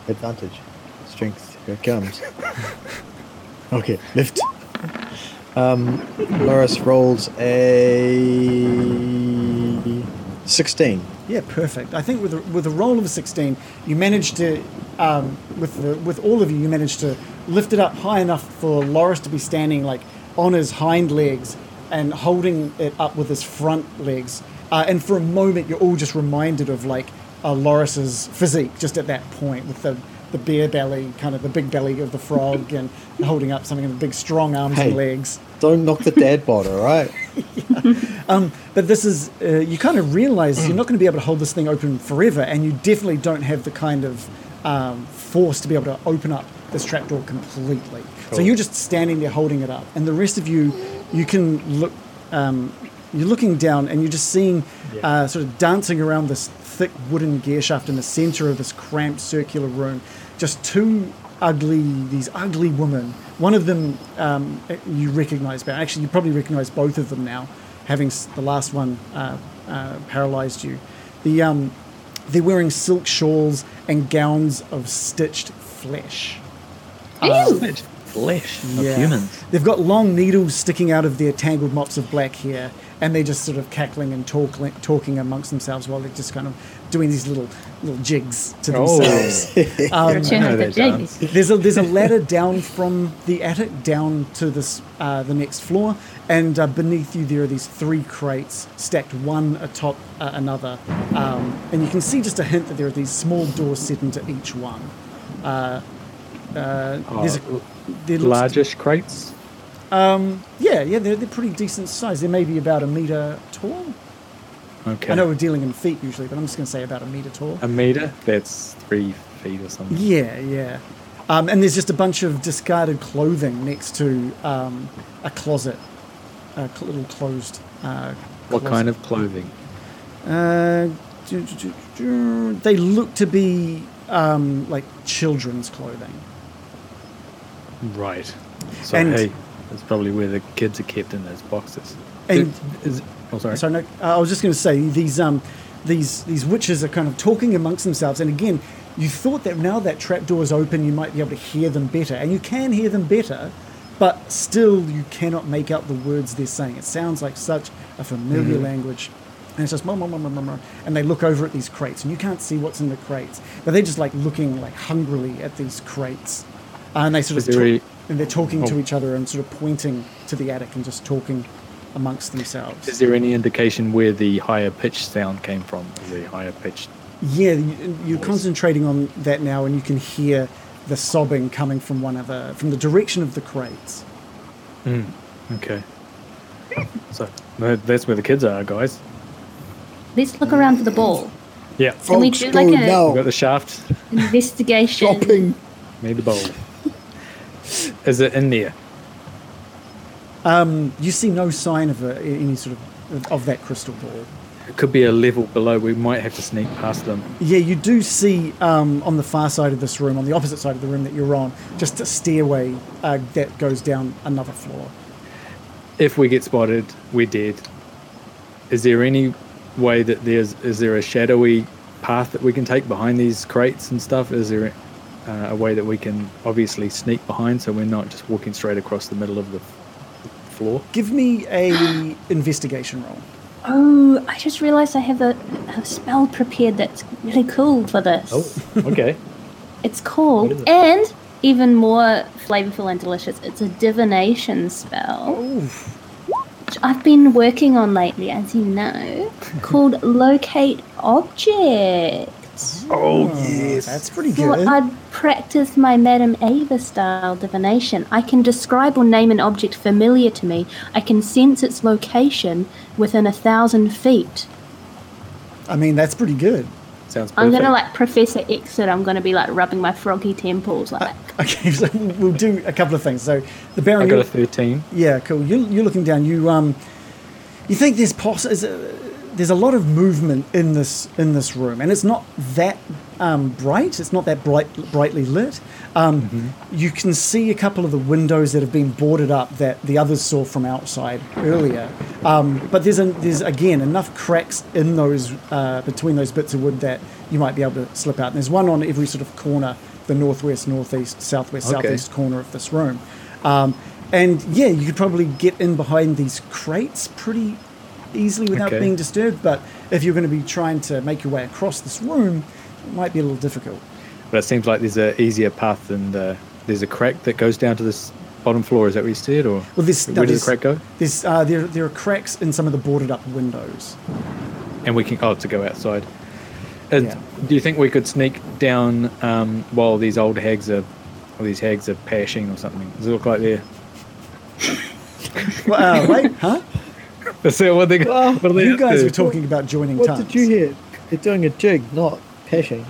C: advantage. Strength. Here it comes. Okay. Lift. Um, Loris rolls a 16.
B: Yeah, perfect. I think with a, with a roll of a sixteen, you managed to um, with the, with all of you, you managed to lift it up high enough for Loris to be standing like on his hind legs and holding it up with his front legs. Uh, and for a moment, you're all just reminded of like uh, Loris's physique just at that point with the the bare belly, kind of the big belly of the frog, and holding up something with big strong arms and
C: Hey.
B: legs.
C: Don't knock the dad bod, all right?
B: But this is, uh, you kind of realize you're not going to be able to hold this thing open forever, and you definitely don't have the kind of um, force to be able to open up this trapdoor completely. So you're just standing there holding it up, and the rest of you, you can look, um, you're looking down and you're just seeing uh, sort of dancing around this thick wooden gear shaft in the center of this cramped circular room, just two ugly, these ugly women. One of them um, you recognize, but actually you probably recognize both of them now having s- the last one uh, uh, paralyzed you. The um, they're wearing silk shawls and gowns of stitched flesh.
G: Flesh of
B: Yeah.
G: humans.
B: They've got long needles sticking out of their tangled mops of black hair, and they're just sort of cackling and talk, talking amongst themselves while they're just kind of doing these little little jigs to
D: Oh.
L: Oh.
B: themselves.
I: Oh.
F: Turn up the jigs.
B: there's a there's a ladder down from the attic down to this uh, the next floor, and uh, beneath you there are these three crates stacked one atop uh, another, um, and you can see just a hint that there are these small doors set into each one. Uh, uh, there's a, there looks-
I: Largish crates.
B: yeah, yeah, they're, they're pretty decent size. They're maybe about a meter tall.
I: Okay.
B: I know we're dealing in feet usually, but I'm just going to say about a meter tall.
I: A meter? That's three feet or something.
B: Yeah, yeah. Um, and there's just a bunch of discarded clothing next to um, a closet, a cl- little closed. Uh,
I: What kind of clothing?
B: Uh, ju- ju- ju- ju- they look to be um, like children's clothing.
I: Right. So
B: And-
I: hey, that's probably where the kids are kept in those boxes.
B: And-
I: is, is- oh, sorry.
B: So no, uh, I was just going to say these um, these these witches are kind of talking amongst themselves, and again, you thought that now that trapdoor is open, you might be able to hear them better, and you can hear them better, but still you cannot make out the words they're saying. It sounds like such a familiar
I: Mm-hmm.
B: language. And it's just mum, mum, mum, mum, mum, mum, and they look over at these crates, and you can't see what's in the crates, but they're just like looking like hungrily at these crates, Uh, and they sort
I: Is
B: of
I: there Oh.
B: talk,
I: a-
B: and they're talking to each other and sort of pointing to the attic and just talking amongst themselves.
I: Is there any indication where the higher pitch sound came from? The higher pitch.
B: Yeah, you, you're concentrating on that now, and you can hear the sobbing coming from one other, from the direction of the crates.
I: Okay. So no, that's where the kids are, guys.
F: Let's look around for the ball.
I: Yeah.
F: Can we
C: Folks,
F: do like
C: go
F: a
C: now.
I: We've got the shaft.
F: investigation?
C: Shopping.
I: Made the bowl. Is it in there?
B: You see no sign of a, any sort of of that crystal ball.
I: It could be a level below. We might have to sneak past them.
B: Yeah, you do see um, on the far side of this room, on the opposite side of the room that you're on, just a stairway uh, that goes down another floor.
I: If we get spotted, we're dead.
D: Is there any way that there's is there a shadowy path that we can take behind these crates and stuff? Is there uh, a way that we can obviously sneak behind so we're not just walking straight across the middle of the f- floor?
B: Give me a investigation roll.
F: Oh, I just realised I have a, a spell prepared that's really cool for this.
C: Oh.
D: okay.
F: It's called,
D: What is it?
F: and even more flavorful and delicious, it's a divination spell. Which I've been working on lately, as you know, called Locate Object.
B: Oh, yes. That's pretty
F: Thought
B: good.
F: I'd practice my Madame Ava style divination. I can describe or name an object familiar to me. I can sense its location within a thousand feet.
B: I mean, that's pretty good.
D: Sounds
F: I'm gonna like Professor Exit. I'm gonna be like rubbing my froggy temples. Like,
B: Okay, so we'll do a couple of things. So the
D: I
B: Baron.
D: got a thirteen.
B: Yeah, cool. You, you're looking down. You um, you think there's poss- is a, there's a lot of movement in this in this room, and it's not that um, bright. It's not that bright brightly lit. Um, You can see a couple of the windows that have been boarded up that the others saw from outside earlier. Um, but there's a, there's again enough cracks in those uh, between those bits of wood that you might be able to slip out. And there's one on every sort of corner: the northwest, northeast, southwest,
D: Okay.
B: southeast corner of this room. Um, and yeah, you could probably get in behind these crates pretty easily without
D: Okay.
B: being disturbed. But if you're going to be trying to make your way across this room, it might be a little difficult.
D: But it seems like there's a easier path than the there's a crack that goes down to this bottom floor. Is that what you said, or
B: Well, this
D: where
B: no,
D: did the
B: there's-
D: crack go?
B: There's, uh, there, there are cracks in some of the boarded up windows.
D: And we can oh to go outside. And
B: Yeah.
D: Do you think we could sneak down um, while these old hags are, or these hags are pashing or something? Does it look like they're?
B: Well, uh, wait, huh?
D: Is that what they? what are they
B: You
D: up
B: guys
D: to?
B: were talking about joining
C: What
B: tongues.
C: did you hear? They're doing a jig, not pashing.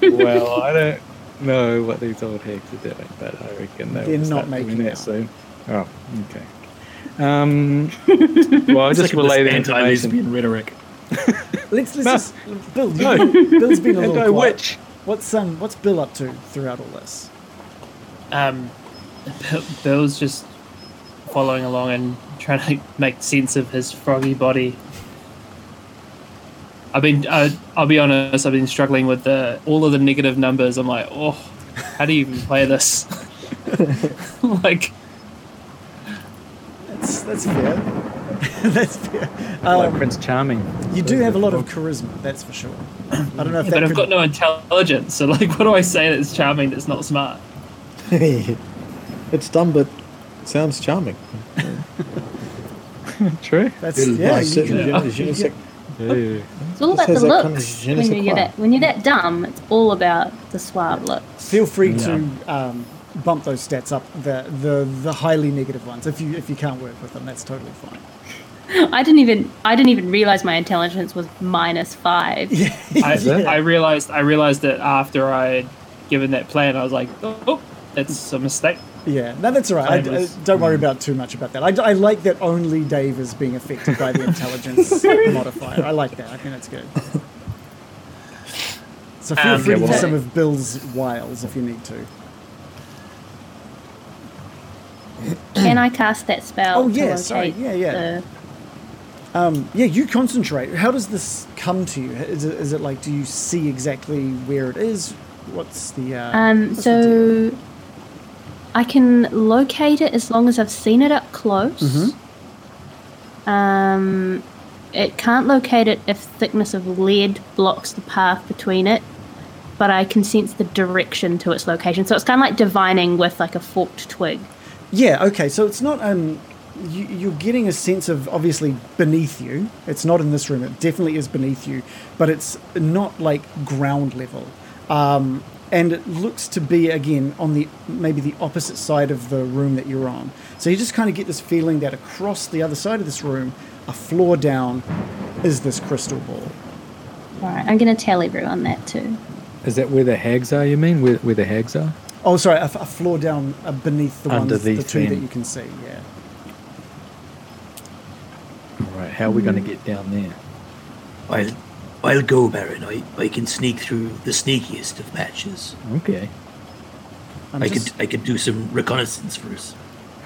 D: well, I don't know what these old hags are doing, but I reckon they
B: They're
D: will
B: not
D: start doing
B: making
D: that
B: out.
D: soon. Oh, okay. Um, well, I just
N: Sick of this
D: relay the information.
N: anti-lesbian rhetoric.
B: Let's, let's
D: No.
B: just, Bill, you,
D: No.
B: Bill's been a little
D: Anti
B: quiet.
D: witch.
B: What's um, what's Bill up to throughout all this?
J: Um, Bill- Bill's just following along and trying to make sense of his froggy body. I've been, I, I'll be honest, I've been struggling with the, all of the negative numbers. I'm like, oh, how do you even play this? like,
B: That's that's fair. that's fair.
D: like
B: Um,
D: Prince Charming.
B: you do have a lot of charisma, that's for sure. I don't know if that
J: yeah, but I've
B: could-
J: got no intelligence. So, like, what do I say that's charming that's not smart?
C: it's dumb, but it sounds charming.
D: True.
B: That's yeah.
C: Nice,
B: You
C: certainly
B: can,
C: generous, generous, like-
D: Yeah.
F: it's
C: This
F: all about the
C: has that kind of
F: looks.
C: je ne sais
F: when you're
C: quoi.
F: that when you're that dumb, it's all about the suave looks.
B: feel free to um, bump those stats up. The, the the highly negative ones. If you if you can't work with them, that's totally fine.
F: I didn't even I didn't even realize my intelligence was minus five.
J: I,
D: Yeah.
J: I realized, I realized that after I had given that plan, I was like, oh, that's a mistake.
B: Yeah, no, that's all right. I- I,
J: Fabulous.
B: don't
D: mm.
B: worry about too much about that. I, I like that only Dave is being affected by the intelligence modifier. I like that. I think that's good. So feel
J: Um,
B: free
D: yeah,
B: to do
D: well-
B: some of Bill's wiles if you need to.
F: Can I cast that spell?
B: Oh,
F: to
B: yeah, sorry.
F: locate
B: Yeah, yeah.
F: the-
B: Yeah, you concentrate. How does this come to you? Is it, is it like, do you see exactly where it is? What's the. Uh,
F: Um,
B: what's the deal?
F: so I can locate it as long as I've seen it up close.
B: Mm-hmm.
F: Um, it can't locate it if thickness of lead blocks the path between it, but I can sense the direction to its location. So it's kind of like divining with like a forked twig.
B: Yeah, okay, so it's not. Um, you, you're getting a sense of obviously beneath you. It's not in this room, it definitely is beneath you, but it's not like ground level. Um, and it looks to be, again, on the maybe the opposite side of the room that you're on. So you just kind of get this feeling that across the other side of this room, a floor down, is this crystal ball.
F: All right, I'm going to tell everyone that too.
D: Is that where the hags are? You mean where, where the hags are?
B: Oh, sorry, a, f- a floor down uh, beneath the ones, the
D: Underneath
B: two that
D: them.
B: you can see. Yeah.
D: All right. How are we going to get down there?
G: I'll, I'll go, Baron. I, I can sneak through the sneakiest of matches.
D: Okay.
B: I'm
G: I
B: just,
G: could I could do some reconnaissance first.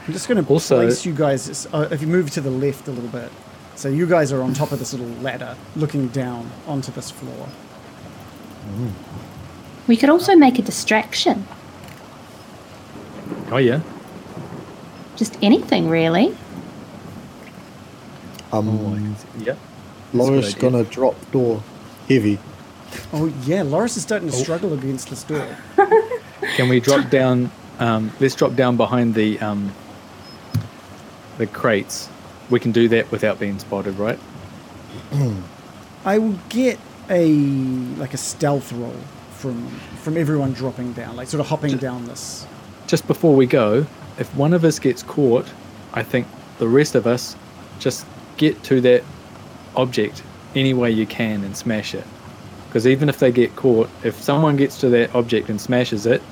B: I'm just going to
D: Also-
B: place you guys. Uh, if you move to the left a little bit, So you guys are on top of this little ladder looking down onto this floor.
F: We could also make a distraction.
G: Oh yeah.
F: Just anything, really.
C: Um,
G: yeah.
C: Laura's
G: good idea.
C: gonna drop door heavy.
B: Oh, yeah, Loris is starting to struggle against this door.
D: Can we drop down? Um, let's drop down behind the um, the crates. We can do that without being spotted, right?
B: I will get a like a stealth roll from from everyone dropping down, like sort of hopping down this.
D: Just before we go, if one of us gets caught, I think the rest of us just get to that object any way you can and smash it. Because even if they get caught, if someone gets to that object and smashes it,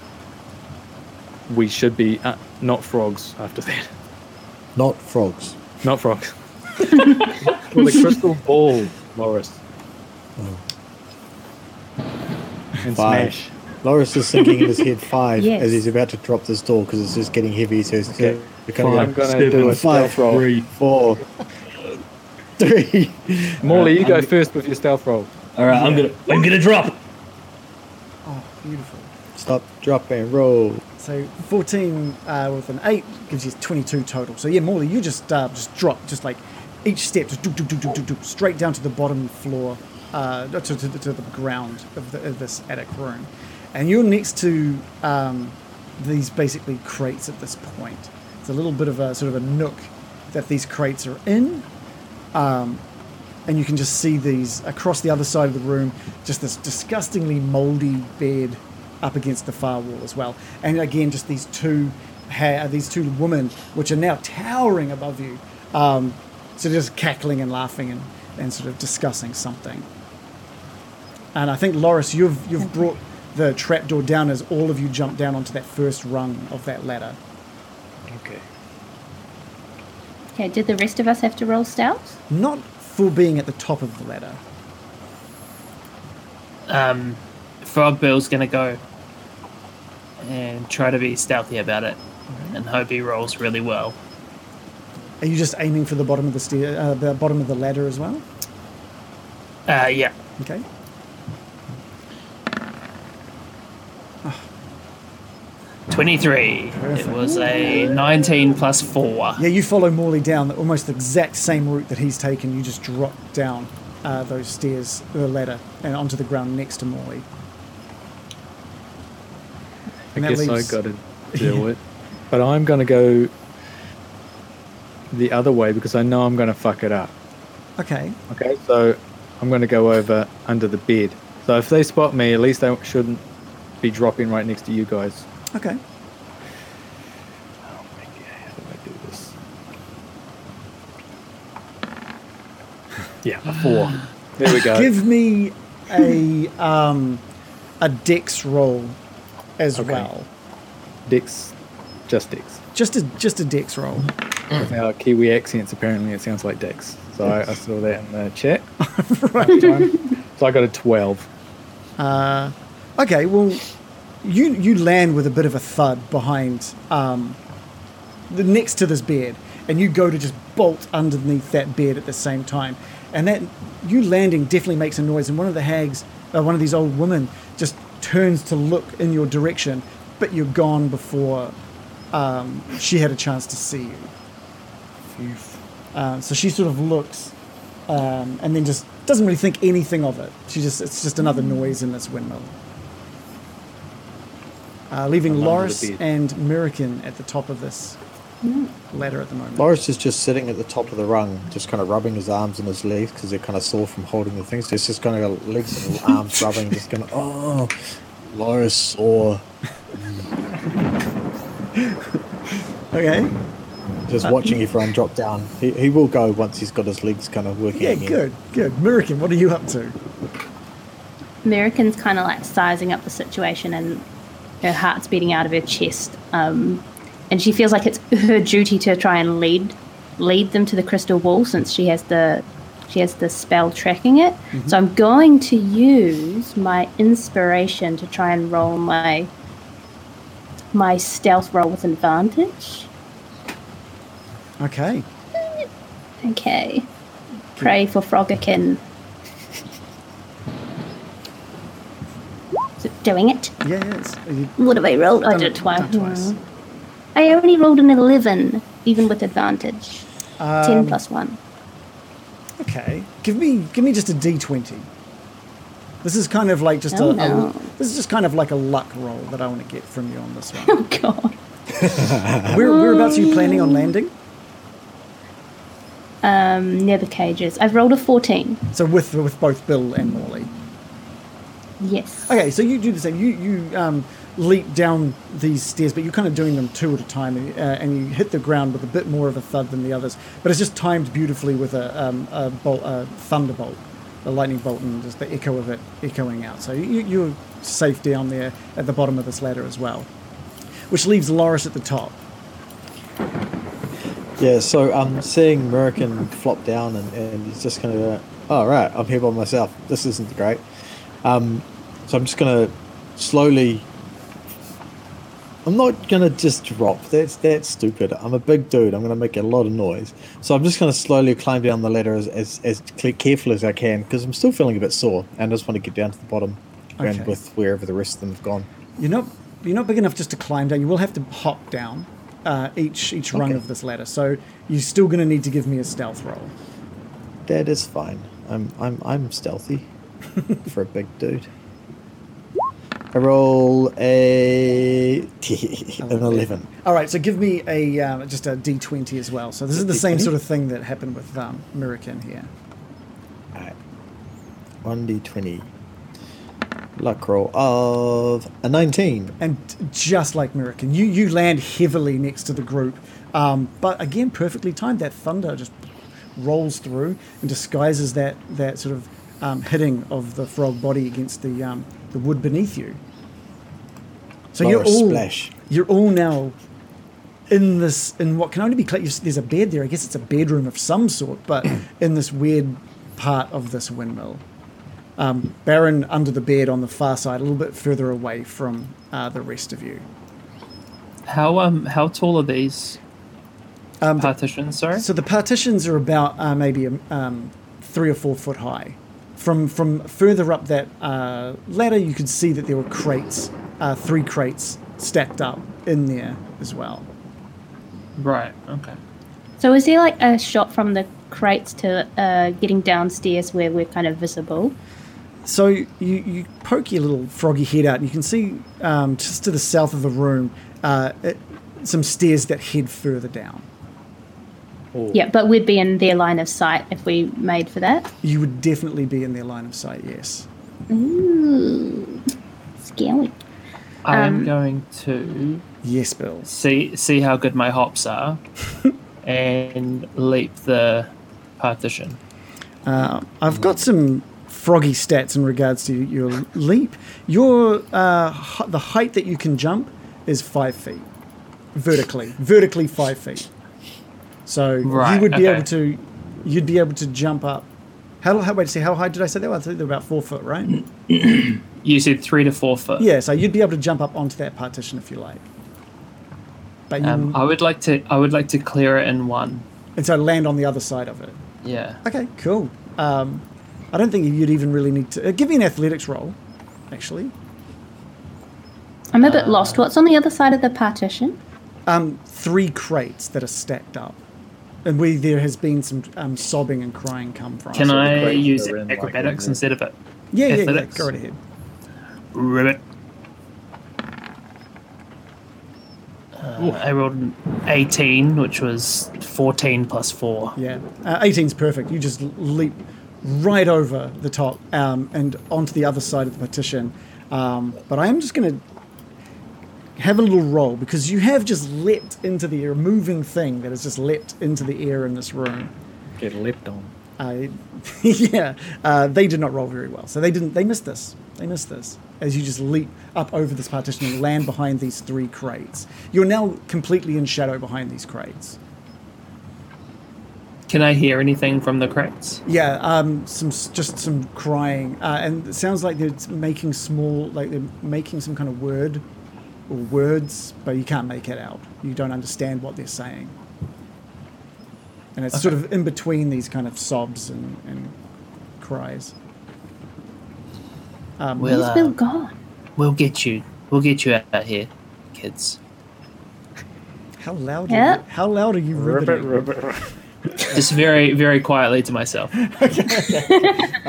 D: we should be uh, not frogs after that.
C: Not frogs.
D: Not frogs. well, the crystal ball, Morris. And
C: Five.
D: smash.
C: Loris is thinking in his head five
F: Yes.
C: as he's about to drop this door because it's just getting heavy. So he's
D: Okay.
C: we're kinda
D: Five,
C: like,
D: seven,
C: do a
D: stealth
C: stealth roll.
G: three.
C: Four, three.
D: Morley, you
G: I'm
D: go
G: g-
D: first with your stealth roll.
G: All right, I'm gonna
O: I'm gonna drop.
B: Oh, beautiful.
C: Stop, drop, and roll.
B: So 14 uh, with an 8 gives you 22 total. So yeah, Morley, you just uh, just drop, just like each step, just doop, doop, doop, doop, doop, doop, straight down to the bottom floor, uh, to, to, to, to the ground of, the, of this attic room. And you're next to um, these basically crates at this point. It's a little bit of a sort of a nook that these crates are in and you can just see these across the other side of the room, just this disgustingly moldy bed up against the far wall as well. And again, just these two, ha- uh, these two women, which are now towering above you, um, so they're just cackling and laughing and, and sort of discussing something. And I think Loris, you've you've brought the trapdoor down as all of you jump down onto that first rung of that ladder.
C: Okay.
F: Okay, did the rest of us have to roll stealth?
B: Not for being at the top of the ladder.
J: Um, Frog Bill's gonna go and try to be stealthy about it, and hope he rolls really well.
B: Are you just aiming for the bottom of the stair, uh, the bottom of the ladder as well?
J: Uh, yeah.
B: Okay.
J: Twenty-three. It was a nineteen plus four.
B: Yeah, you follow Morley down the almost the exact same route that he's taken. You just drop down uh, those stairs, the ladder, and onto the ground next to Morley.
D: I
B: And that
D: guess
B: leaves-
D: I got to deal with. But I'm going to go the other way because I know I'm going to fuck it up.
B: Okay.
D: Okay. So I'm going to go over under the bed. So if they spot me, at least they shouldn't be dropping right next to you guys.
B: Okay.
D: Oh my god, how do I do this? Yeah, a four. There we go.
B: Give me a um, a dex roll as well.
D: Dicks, just dicks.
B: Just a just a dex roll.
D: With our Kiwi accents, apparently it sounds like dicks. So I, I saw that in the chat. So I got a 12.
B: Okay, well, you you land with a bit of a thud behind um, the next to this bed, and you go to just bolt underneath that bed at the same time, and that you landing definitely makes a noise. And one of the hags, uh, one of these old women, just turns to look in your direction, but you're gone before um, she had a chance to see you. Um, so she sort of looks um, and then just doesn't really think anything of it. She just it's just another
D: Hmm.
B: noise in this windmill. Uh, leaving
D: under the
B: Loris
D: bed.
B: and Mirakin at the top of this ladder at the moment.
C: Loris is just sitting at the top of the rung, just kind of rubbing his arms and his legs because they're kind of sore from holding the things. So he's just kind of got legs and arms rubbing, just going, oh, Loris sore.
B: Okay.
C: Just
B: Uh,
C: watching everyone drop down. He, he will go once he's got his legs kind of working
B: Yeah,
C: again.
B: good, good. Mirakin, what are you up to?
F: American's kind of like sizing up the situation and her heart's beating out of her chest. Um, and she feels like it's her duty to try and lead lead them to the crystal wall since she has the she has the spell tracking it. So I'm going to use my inspiration to try and roll my my stealth roll with advantage.
B: Okay.
F: Okay. Pray for Frogakin. Is it doing it?
B: Yeah, yeah. It's, you-
F: What have I rolled? I
B: Done
F: did
B: it-
F: it twice. Hmm.
B: done twice.
F: I already rolled an 11, even with advantage.
B: Um,
F: 10 plus 1.
B: Okay, give me give me just a d twenty. This is kind of like just
F: Oh,
B: a, a-
F: no.
B: this is just kind of like a luck roll that I want to get from you on this one.
F: Oh, God.
B: Where, whereabouts are you planning on landing?
F: Um, never cages. I've rolled a 14.
B: So with with both Bill and Morley.
F: Yes.
B: Okay, so you do the same. You you um, leap down these stairs, but you're kind of doing them two at a time, and, uh, and you hit the ground with a bit more of a thud than the others. But it's just timed beautifully with a um, a, bolt, a thunderbolt, a lightning bolt, and just the echo of it echoing out. So you, you're safe down there at the bottom of this ladder as well, which leaves Loris at the top.
C: Yeah, so I'm um, seeing Merkin flop down and, and he's just going to, oh, right, I'm here by myself. This isn't great. Um, so I'm just going to slowly. I'm not going to just drop. That's that's stupid. I'm a big dude. I'm going to make a lot of noise. So I'm just going to slowly climb down the ladder as, as, as cle- careful as I can because I'm still feeling a bit sore and I just want to get down to the bottom
B: Okay.
C: and with wherever the rest of them have gone.
B: You're not you're not big enough just to climb down. You will have to hop down uh, each each rung
C: Okay.
B: of this ladder. So you're still going to need to give me a stealth roll.
C: That is fine. I'm I'm I'm stealthy for a big dude. I roll a an eleven.
B: All right, so give me a um, just a D twenty as well. So this is the same
C: D20?
B: sort of thing that happened with um, Murican here.
C: One d twenty. Luck roll of a nineteen.
B: And just like Murican, you you land heavily next to the group, um, but again perfectly timed. That thunder just rolls through and disguises that that sort of um, hitting of the frog body against the um, the wood beneath you. So you're
C: Loris
B: all
C: splash.
B: you're all now in this in what can only be cla- there's a bed there. I guess it's a bedroom of some sort, but in this weird part of this windmill. Um, Baron under the bed on the far side, a little bit further away from uh, the rest of you.
J: How um how tall are these partitions? Sorry.
B: Um, So the partitions are about uh, maybe um, three or four foot high. From from further up that uh, ladder, you could see that there were crates, uh, three crates stacked up in there as well.
J: right.
B: Um,
J: Okay.
F: So is there like a shot from the crates to uh, getting downstairs where we're kind of visible?
B: So you, you poke your little froggy head out, and you can see um, just to the south of the room uh, it, some stairs that head further down.
F: Yeah, but we'd be in their line of sight if we made for that.
B: You would definitely be in their line of sight. Yes.
F: Ooh, Hmm. scary.
J: I am
F: Um,
J: going to
B: Yes, Bill.
J: see see how good my hops are, and leap the partition.
B: Uh, I've got some froggy stats in regards to your leap. Your uh, hu- the height that you can jump is five feet vertically. vertically five feet. So you
J: Right,
B: would be
J: okay.
B: able to, you'd be able to jump up. How, how wait to see how high did I say that? was? I think they're about four foot,
J: Mm.
B: right?
J: You said three to four foot.
B: Yeah, so you'd be able to jump up onto that partition if you like. But you,
J: Um, I would like to I would like to clear it in one.
B: and so land on the other side of it.
J: Yeah.
B: Okay, cool. Um, I don't think you'd even really need to uh, give me an athletics roll, actually.
F: I'm a bit lost. What's on the other side of the partition?
B: Um, three crates that are stacked up, and where there has been some um, sobbing and crying come from.
J: Can
B: So-
J: I
C: crates
J: use
C: are in, like,
J: acrobatics
C: in
J: instead of it?
B: Yeah, yeah, yeah.
J: athletics?
B: Go right ahead.
J: Ribbit. Uh, I rolled an 18, which was 14 plus 4.
B: Yeah, uh, 18's perfect. You just l- leap right over the top um, and onto the other side of the partition. Um, but I am just going to have a little roll because you have just leapt into the air, a moving thing that has just leapt into the air in this room.
L: Get leapt on.
B: Uh, yeah, uh, they did not roll very well, so they didn't. They missed this. They missed this as you just leap up over this partition and land behind these three crates. You're now completely in shadow behind these crates.
J: Can I hear anything from the crates?
B: Yeah, um, some s- just some crying, uh, and it sounds like they're making small, like they're making some kind of word or words, but you can't make it out. You don't understand what they're saying. and it's sort of in between these kind of sobs and, and cries. Um,
F: Where's
J: uh,
F: Bill gone?
J: We'll get you. We'll get you out here, kids.
B: How loud? Are
F: Yeah.
B: you, how loud are you?
I: Ribbit,
B: ribbiting?
I: ribbit.
J: Just very, very quietly to myself.
B: All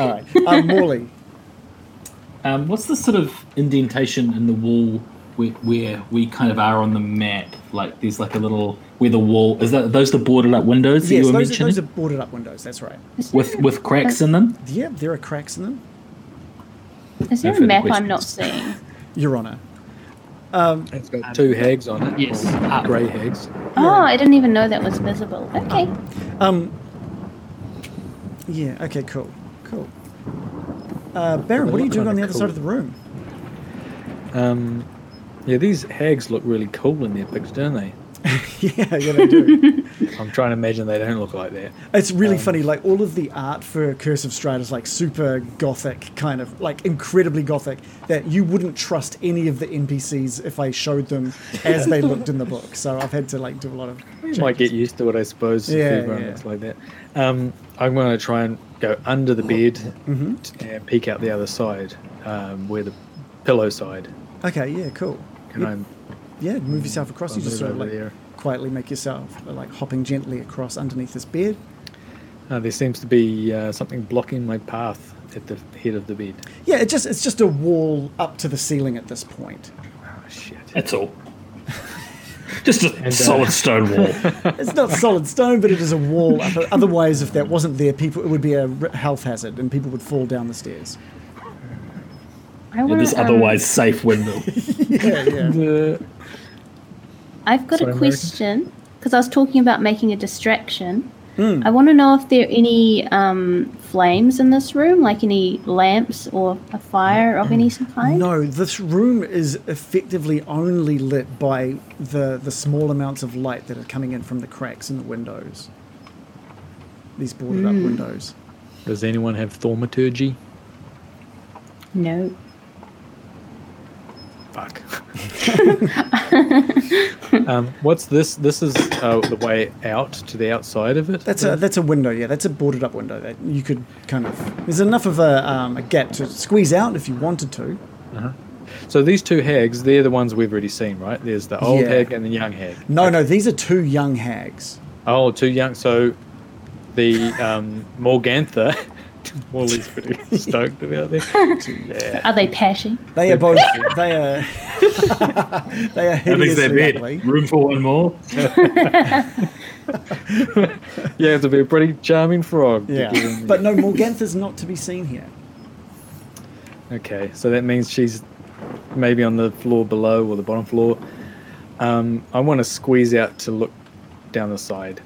B: right, um, Morley.
G: Um, what's the sort of indentation in the wall where, where we kind of are on the map? Like, there's like a little where the wall is that those the boarded up windows that
B: Yes,
G: you were
B: those are,
G: mentioning
B: those are boarded up windows. That's right.
G: with with cracks in them.
B: Yeah, there are cracks in them,
F: Is there
G: No
F: a
G: further
F: map I'm not seeing?
B: Your Honor.
D: It's got two hags on it.
J: Yes.
D: or Grey hags.
F: Oh, I didn't even know that was visible. Okay.
B: Um. Yeah. Okay. Cool. Cool. Uh, Baron,
D: They
B: what are you
D: look
B: doing on the
D: kinda
B: other
D: cool.
B: side of the room?
D: Um, yeah, these hags look really cool in their pics, don't they?
B: yeah, yeah, they do. Um,
D: I'm trying to imagine they don't look like that.
B: It's really funny. Like all of the art for Curse of Strahd is like super gothic, kind of like incredibly gothic. That you wouldn't trust any of the NPCs if I showed them as they looked in the book. So I've had to like do a lot of.
D: You might get used to it, I suppose.
B: Yeah,
D: if everyone
B: yeah.
D: looks like that. Um, I'm going to try and go under the bed t- and peek out the other side, um, where the pillow side.
B: Okay. Yeah. Cool.
D: Can
B: Yep.
D: I
B: Yeah, move yourself across. You
D: Mm. I'll
B: just
D: move
B: sort of
D: over
B: like
D: there.
B: quietly make yourself uh, like hopping gently across underneath this bed.
D: Uh, there seems to be uh, something blocking my path at the head of the bed.
B: Yeah, it just it's just a wall up to the ceiling at this point.
D: Oh, shit.
G: That's all. Just a solid stone wall.
B: It's not solid stone, but it is a wall. up- Otherwise, if that wasn't there, people it would be a r- health hazard, and people would fall down the stairs.
F: I
G: in
F: wanna,
G: this
F: um,
G: otherwise safe window.
B: Yeah, yeah.
F: I've got
D: Sorry,
F: a
D: Mary.
F: question because I was talking about making a distraction. I want to know if there are any um, flames in this room, like any lamps or a fire of any kind.
B: No, this room is effectively only lit by the the small amounts of light that are coming in from the cracks in the windows. These boarded
D: Hmm.
B: up windows.
D: Does anyone have thaumaturgy?
F: No.
D: Fuck. um, what's this? This is uh, the way out to the outside of it.
B: That's a that's a window, yeah. That's a boarded up window that you could kind of. There's enough of a, um, a gap to squeeze out if you wanted to.
D: so these two hags, they're the ones we've already seen, right? There's the old
B: Yeah.
D: hag and the young hag.
B: No, no, these are two young hags.
D: Oh, two young. So the um, Morgantha. Wally's pretty stoked about this. Yeah.
F: Are they patchy?
B: They are both. they are. they are hideously ugly.
G: Room for one more.
D: You have to be a pretty charming frog. to get
B: Yeah,
D: in
B: but no, Morgantha's not to be seen here.
D: Okay, so that means she's maybe on the floor below or the bottom floor. Um, I want to squeeze out to look down the side.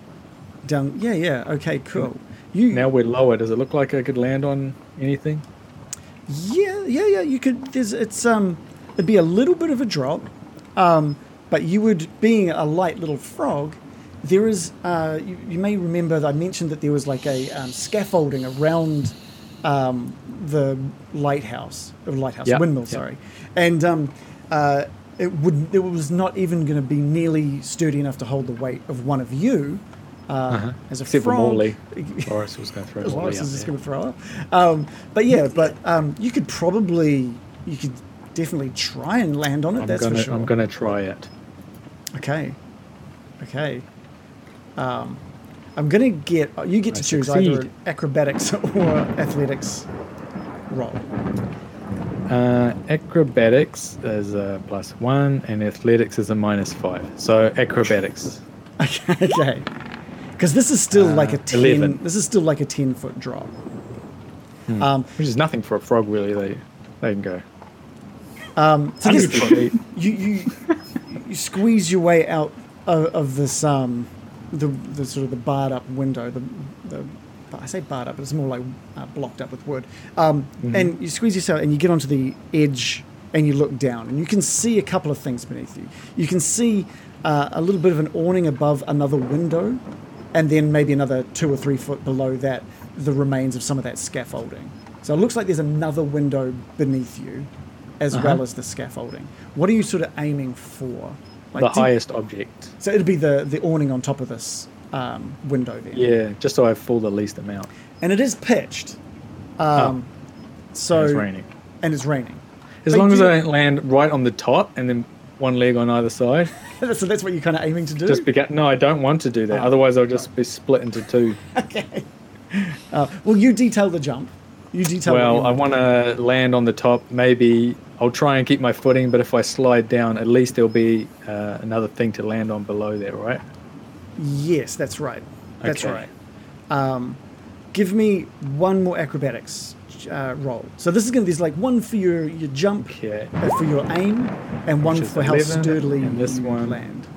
B: Down. Yeah, yeah. Okay, cool. You.
D: Now we're lower. Does it look like I could land on anything?
B: Yeah, yeah, yeah. You could. There's. It's um. It'd be a little bit of a drop, um. But you would, being a light little frog, there is. Uh, you, you may remember that I mentioned that there was like a um, scaffolding around, um, the lighthouse, or lighthouse
D: Yeah,
B: windmill.
D: yeah.
B: Sorry, and um, uh, it would. It was not even going to be nearly sturdy enough to hold the weight of one of you. Uh, As a
D: Uh-huh. Except for
B: frog,
D: Morley. Boris was going to throw Morley
B: Lawrence
D: out
B: is just going
D: there.
B: to throw up. Um, but yeah, but um, you could probably, you could definitely try and land on it.
D: I'm
B: that's
D: gonna,
B: for sure.
D: I'm going to try it.
B: Okay, okay. Um, I'm gonna get. You get to
D: I
B: choose either
D: succeed.
B: acrobatics or athletics roll.
D: Uh, acrobatics is a plus one, and athletics is a minus five. So acrobatics.
B: Okay, okay. Because this is still like a
D: Uh,
B: ten.
D: 11.
B: This is still like a ten foot drop. Um,
D: Which is nothing for a frog, really. They, they can go.
B: so this,
D: Hundred feet.
B: you you you squeeze your way out of, of this um the the sort of the barred up window the the I say barred up, but it's more like uh, blocked up with wood. Um, And you squeeze yourself, and you get onto the edge, and you look down, and you can see a couple of things beneath you. You can see uh, a little bit of an awning above another window, and then maybe another two or three foot below that, the remains of some of that scaffolding. So it looks like there's another window beneath you,
D: Uh-huh.
B: as well as the scaffolding. What are you sort of aiming for? Like,
D: The
B: do-
D: highest object.
B: So it'd be the the awning on top of this um, window there.
D: Yeah, just so I fall the least amount.
B: And it is pitched.
D: Oh.
B: Um, So
D: And it's raining.
B: And it's raining.
D: As
B: But
D: long as
B: you-
D: I don't land right on the top and then one leg on either side.
B: so that's what you're kind of aiming to do.
D: Just beca- no, I don't want to do that.
B: Oh,
D: Otherwise, I'll just be split into two.
B: Uh, well, you detail the jump. You detail. what you
D: well, I want to land on the top. Maybe I'll try and keep my footing, but if I slide down, at least there'll be uh, another thing to land on below there, right?
B: Yes, that's right. That's
D: Okay.
B: right. Um, give me one more acrobatics uh, roll. So this is going to there's like one for your your jump, uh, for your aim, and one
D: Which is
B: for how
D: 11,
B: sturdily
D: and this
B: you
D: one-
B: land.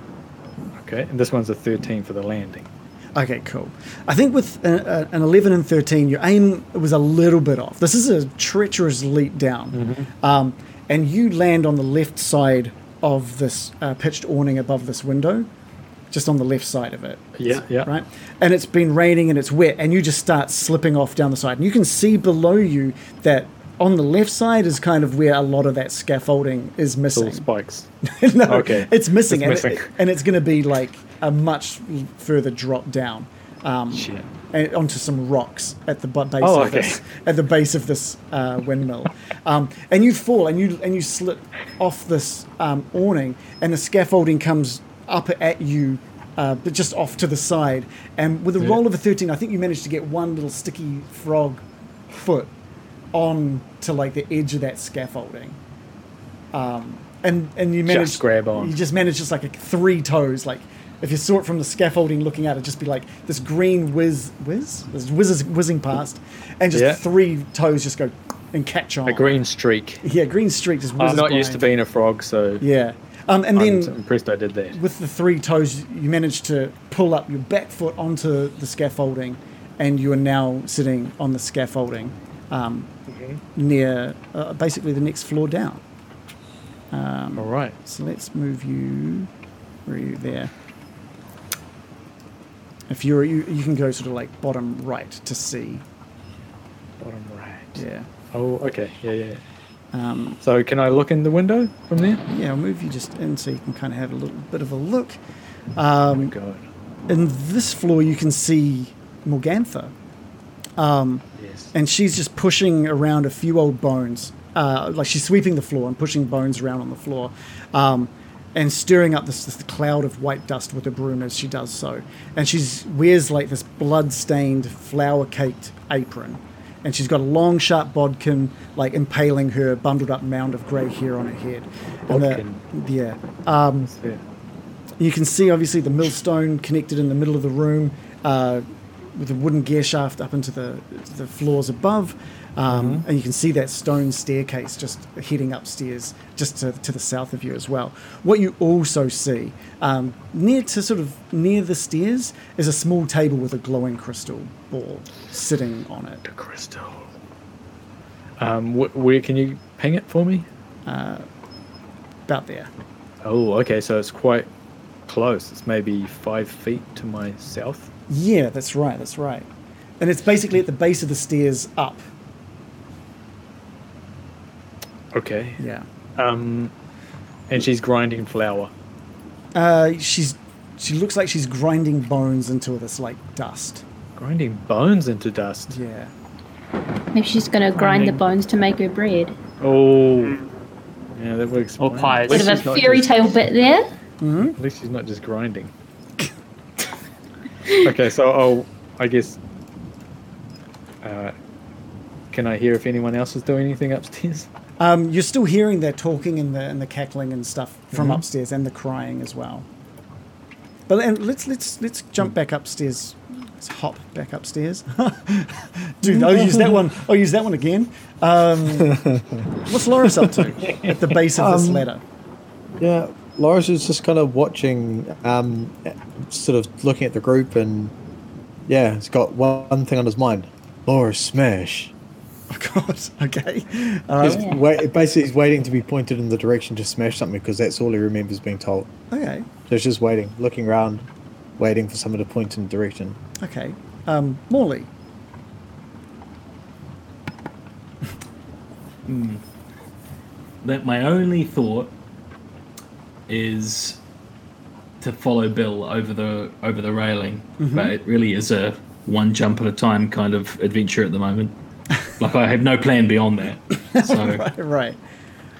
D: Okay. And this one's a 13 for the landing.
B: Okay, cool. I think with a, a, an 11 and 13, your aim was a little bit off. This is a treacherous leap down. Um, and you land on the left side of this uh, pitched awning above this window, just on the left side of it.
D: Yeah, yeah.
B: Right? And it's been raining and it's wet, and you just start slipping off down the side. And you can see below you that on the left side is kind of where a lot of that scaffolding is
D: It's all
B: missing.
D: spikes.
B: no,
D: Okay.
B: it's missing,
D: It's
B: and, it-
D: missing.
B: and it's going to be like a much l- further drop down, um, and onto some rocks at the bu- base
D: Oh,
B: of
D: okay.
B: this, at the base of this uh, windmill, um, and you fall and you and you slip off this um, awning, and the scaffolding comes up at you. Uh, but just off to the side, and with a
D: Yeah.
B: roll of a thirteen, I think you managed to get one little sticky frog foot on to like the edge of that scaffolding, um, and and you
D: Just
B: manage
D: grab on.
B: You just manage just like a, three toes. Like if you saw it from the scaffolding looking out, it'd just be like this green whiz whiz this whiz is whizzing past, and just
D: Yeah.
B: three toes just go and catch on.
D: A green streak.
B: yeah, green streak just whizzes
D: I'm not used to
B: by.
D: being a frog, so
B: Yeah, um, and
D: I'm
B: then
D: impressed I did that.
B: with the three toes, you manage to pull up your back foot onto the scaffolding, and you are now sitting on the scaffolding um, near uh, basically the next floor down. Um,
D: All right.
B: So let's move you. Where are you there? If you're, you you can go sort of like bottom right to see.
D: Bottom right.
B: Yeah.
D: Oh, okay. Yeah, yeah.
B: Um,
D: so can I look in the window from there?
B: Yeah, I'll move you just in so you can kind of have a little bit of a look. Um,
D: God.
B: In this floor, you can see Morgantha. Um,
D: Yes.
B: And she's just pushing around a few old bones. Uh, like she's sweeping the floor and pushing bones around on the floor um, and stirring up this, this cloud of white dust with a broom as she does so. And she's wears like this blood stained, flour caked apron. And she's got a long, sharp bodkin, like impaling her bundled up mound of grey hair on her head. And the- yeah. Um, you can see obviously the millstone connected in the middle of the room uh, with a wooden gear shaft up into the, the floors above. Um, And you can see that stone staircase just heading upstairs, just to, to the south of you as well. What you also see um, near to sort of near the stairs is a small table with a glowing crystal ball sitting on it. The
D: crystal. Um, wh- where can you ping it for me?
B: Uh, about there.
D: Oh, okay. So it's quite close. It's maybe five feet to my south.
B: Yeah, that's right. That's right. And it's basically at the base of the stairs up.
D: Okay.
B: Yeah.
D: Um, and she's grinding flour.
B: Uh, she's she looks like she's grinding bones into this like dust.
D: Grinding bones into dust.
B: Yeah.
F: Maybe she's going to grind the
D: Grinding.
F: bones to make her bread.
D: Oh. Yeah, that would explain. Or
F: pies. Bit of a fairy tale bit there.
D: At least she's not just grinding. okay, so I'll, I guess. Uh, can I hear if anyone else is doing anything upstairs?
B: Um, you're still hearing their talking and the and the cackling and stuff from
D: Mhm.
B: upstairs and the crying as well. But and let's let's let's jump back upstairs. Let's hop back upstairs. Dude, I'll use that one. I'll use that one again. Um, what's Loris up to at the base of this
C: Um,
B: ladder?
C: Yeah, Loris is just kind of watching, um, sort of looking at the group, and yeah, he's got one thing on his mind: Loris smash.
B: Oh God! Okay. Um,
C: He's
B: Alright.
C: wait, basically he's waiting to be pointed in the direction to smash something because that's all he remembers being told.
B: Okay.
C: So he's just waiting, looking around, waiting for someone to point in the direction.
B: Okay. Um, Morley.
G: Hmm. That my only thought is to follow Bill over the over the railing,
B: Mhm.
G: but it really is a one jump at a time kind of adventure at the moment. like I have no plan beyond that. So
B: right, right.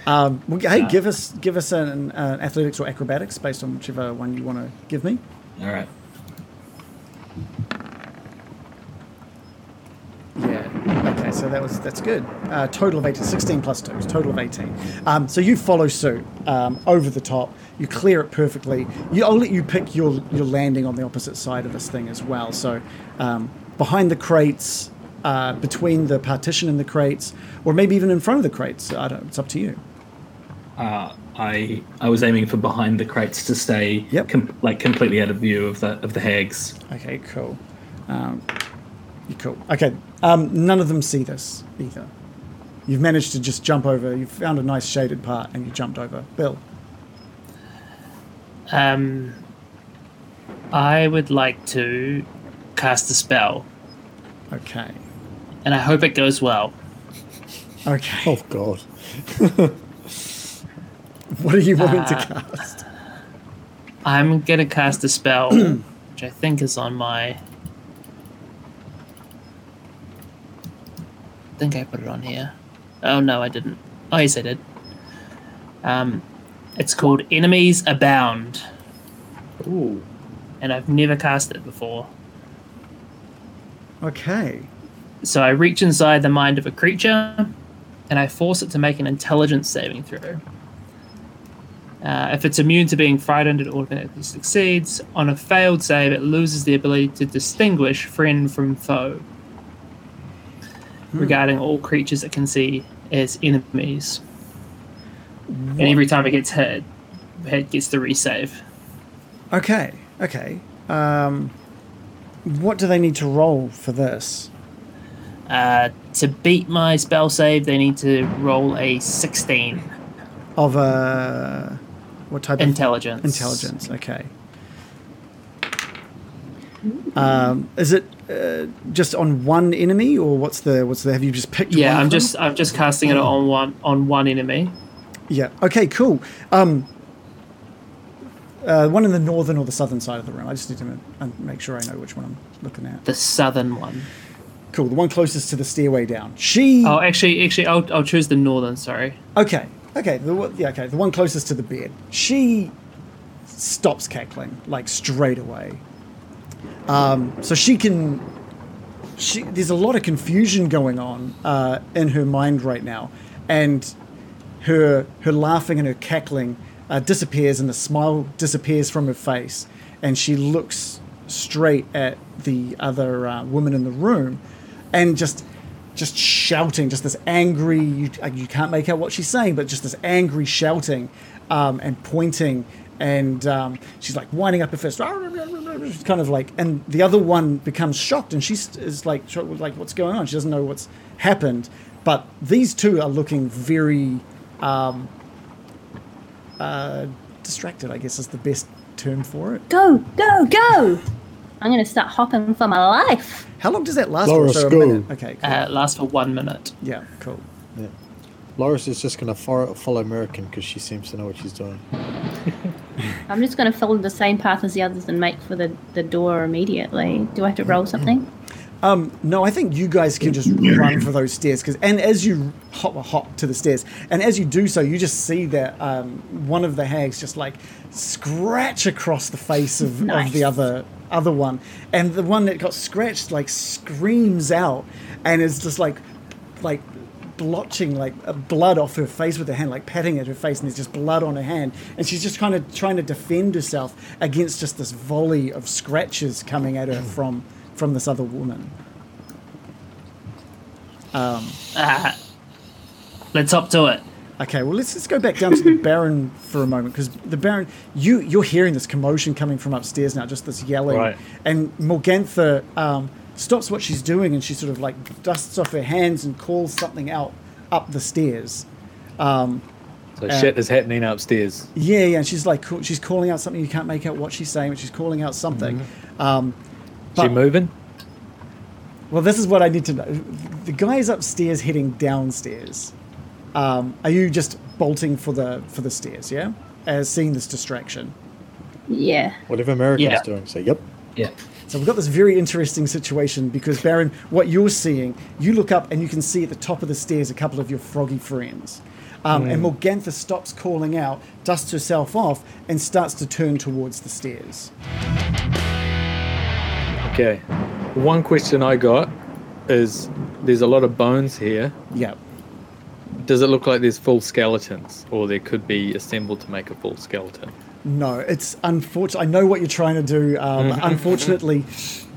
B: Um, well, hey,
G: Nah.
B: give us give us an, uh, athletics or acrobatics based on whichever one you want to give me.
G: all right.
B: Yeah. Okay, so that was that's good. Uh, total of 18, 16 plus two, it's a total of 18. Um, so you follow suit um, over the top. You clear it perfectly. You, I'll let you pick your your landing on the opposite side of this thing as well. So um, behind the crates, uh, between the partition and the crates, or maybe even in front of the crates. I don't. It's up to you.
G: Uh, I I was aiming for behind the crates to stay com- like completely out of view of the of the hags.
B: Okay, cool. Um, cool. Okay, um, none of them see this either. You've managed to just jump over. You've found a nice shaded part and you jumped over. Bill.
J: Um, I would like to cast a spell,
B: Okay.
J: and I hope it goes well.
B: Okay.
C: Oh god.
B: What are you wanting to
J: Uh,
B: cast?
J: I'm gonna cast a spell, which I think is on my. I think I put it on here. Oh no, I didn't. Oh yes, I did. Um, it's called Enemies Abound.
G: Ooh.
J: And I've never cast it before.
B: Okay.
J: So I reach inside the mind of a creature, and I force it to make an intelligence saving throw. Uh, if it's immune to being frightened, it automatically succeeds. On a failed save, it loses the ability to distinguish friend from foe, regarding all creatures it can see as enemies. And every time it gets hit, it gets the resave.
B: Okay. Okay. Um, what do they need to roll for this?
J: Uh, to beat my spell save, they need to roll a 16.
B: Of uh, what type
J: Intelligence.
B: of intelligence? Okay. Um, is it uh, just on one enemy, or what's the what's the? Have you just picked?
J: Yeah,
B: one
J: I'm
B: of them?
J: just I'm just casting it on one on one enemy.
B: Yeah. Okay. Cool. Um, uh, one in the northern or the southern side of the room. I just need to ma- uh, make sure I know which one I'm looking at.
J: The southern one.
B: Cool. The one closest to the stairway down. She.
J: Oh, actually, actually, I'll, I'll choose the northern. Sorry.
B: Okay. Okay. The one- yeah. Okay. The one closest to the bed. She stops cackling like straight away. Um, so she can. She, there's a lot of confusion going on uh, in her mind right now, and her her laughing and her cackling uh, disappears, and the smile disappears from her face, and she looks straight at the other uh, woman in the room, and just just shouting, just this angry. You, uh, you can't make out what she's saying, but just this angry shouting um, and pointing, and um, she's like winding up her fist. She's kind of like, and the other one becomes shocked, and she is like, shocked, like, what's going on? She doesn't know what's happened. But these two are looking very um, uh, distracted. I guess is the best term for it.
F: Go, go, go! I'm gonna start hopping for my life.
B: How long does that last?
C: Laura,
B: for? So a
C: go.
B: minute. Okay. Cool.
J: Uh, it lasts for one minute.
B: yeah. Cool.
C: Yeah. Loris is just going to follow, follow Merkin because she seems to know what she's doing.
F: I'm just gonna follow the same path as the others and make for the, the door immediately. Do I have to roll something?
B: Um, no, I think you guys can just run for those stairs because, and as you hop hop to the stairs, and as you do so, you just see that um, one of the hags just like scratch across the face of, of the other other one, and the one that got scratched like screams out and is just like like blotching like uh, blood off her face with her hand, like patting at her face, and there's just blood on her hand, and she's just kind of trying to defend herself against just this volley of scratches coming at her from from this other woman. Um,
J: Ah, let's hop to it.
B: Okay, well let's let's go back down to the Baron for a moment because the Baron, you you're hearing this commotion coming from upstairs now, just this yelling,
D: Right.
B: and Morgantha um, stops what she's doing and she sort of like dusts off her hands and calls something out up the stairs. Um,
D: So
B: uh,
D: shit is happening upstairs.
B: yeah, yeah. And she's like, ca- she's calling out something. You can't make out what she's saying, but she's calling out something. Um,
D: Is she
B: but-
D: moving?
B: well, this is what I need to know. The guy's upstairs heading downstairs. Um, are you just bolting for the for the stairs? Yeah, as seeing this distraction.
F: Yeah.
C: Whatever American's
B: Yeah.
C: doing. So, yep.
G: Yeah.
B: So we've got this very interesting situation because Baron, what you're seeing, you look up and you can see at the top of the stairs a couple of your froggy friends. Um,
C: Mm.
B: And Morgantha stops calling out, dusts herself off, and starts to turn towards the stairs.
D: Okay. One question I got is there's a lot of bones here.
B: Yeah.
D: Does it look like there's full skeletons or there could be assembled to make a full skeleton?
B: No, it's unfortunate. I know what you're trying to do. Um,
D: Mhm.
B: unfortunately,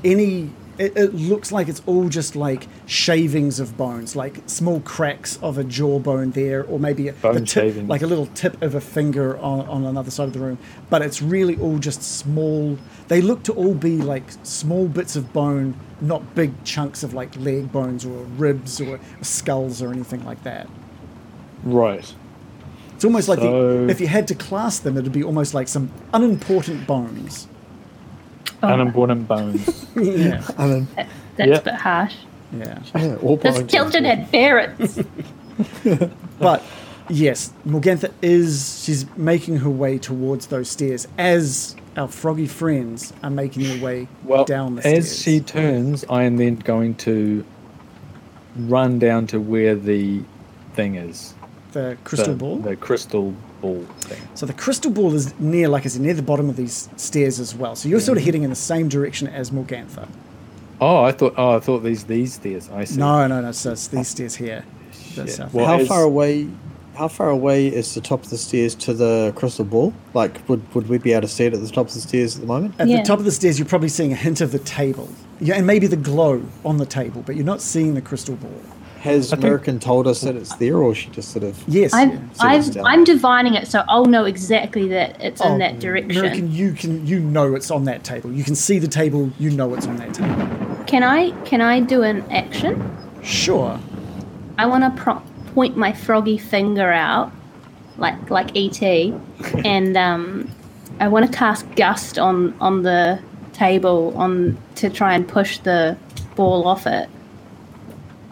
B: any it, it looks like it's all just like shavings of bones, like small cracks of a jawbone there, or maybe a,
D: Bone
B: the tip,
D: shavings.
B: like a little tip of a finger on, on another side of the room. But it's really all just small. They look to all be like small bits of bone, not big chunks of like leg bones or ribs or skulls or anything like that.
D: Right.
B: It's almost like
D: So-
B: the, if you had to class them, it'd be almost like some unimportant bones.
D: Unimportant bones.
B: yeah.
F: That's
D: Yeah.
F: a bit harsh.
B: Yeah.
F: The skeleton had ferrets.
B: But yes, Morgantha is she's making her way towards those stairs as our froggy friends are making their way
D: Well,
B: down the stairs.
D: as she turns, I am then going to run down to where the thing is.
B: The crystal
D: The-
B: ball?
D: The crystal ball thing.
B: So the crystal ball is near, like I said, near the bottom of these stairs as well. So you're sort of heading in the same direction as Morgantha.
D: Oh, I thought. Oh, I thought these these stairs. I see.
B: No, no, no. So it's these stairs here. The
D: Shit.
B: south-
D: Well,
C: how
D: is-
C: far away? How far away is the top of the stairs to the crystal ball? Like, would would we be able to see it at the top of the stairs at the moment?
B: At the top of the stairs, you're probably seeing a hint of the table. Yeah, and maybe the glow on the table, but you're not seeing the crystal ball.
C: Has
B: I think-
C: American told us that it's there, or she just sort of
B: Yes.
F: I've,
C: So it's
F: I've,
C: down.
F: I'm divining it, so I'll know exactly that it's
B: Oh,
F: in that direction.
B: American, you can you know it's on that table. You can see the table. You know it's on that table.
F: Can I can I do an action?
B: Sure.
F: I want to pro- point my froggy finger out, like like ET, and um, I want to cast gust on on the table on to try and push the ball off it.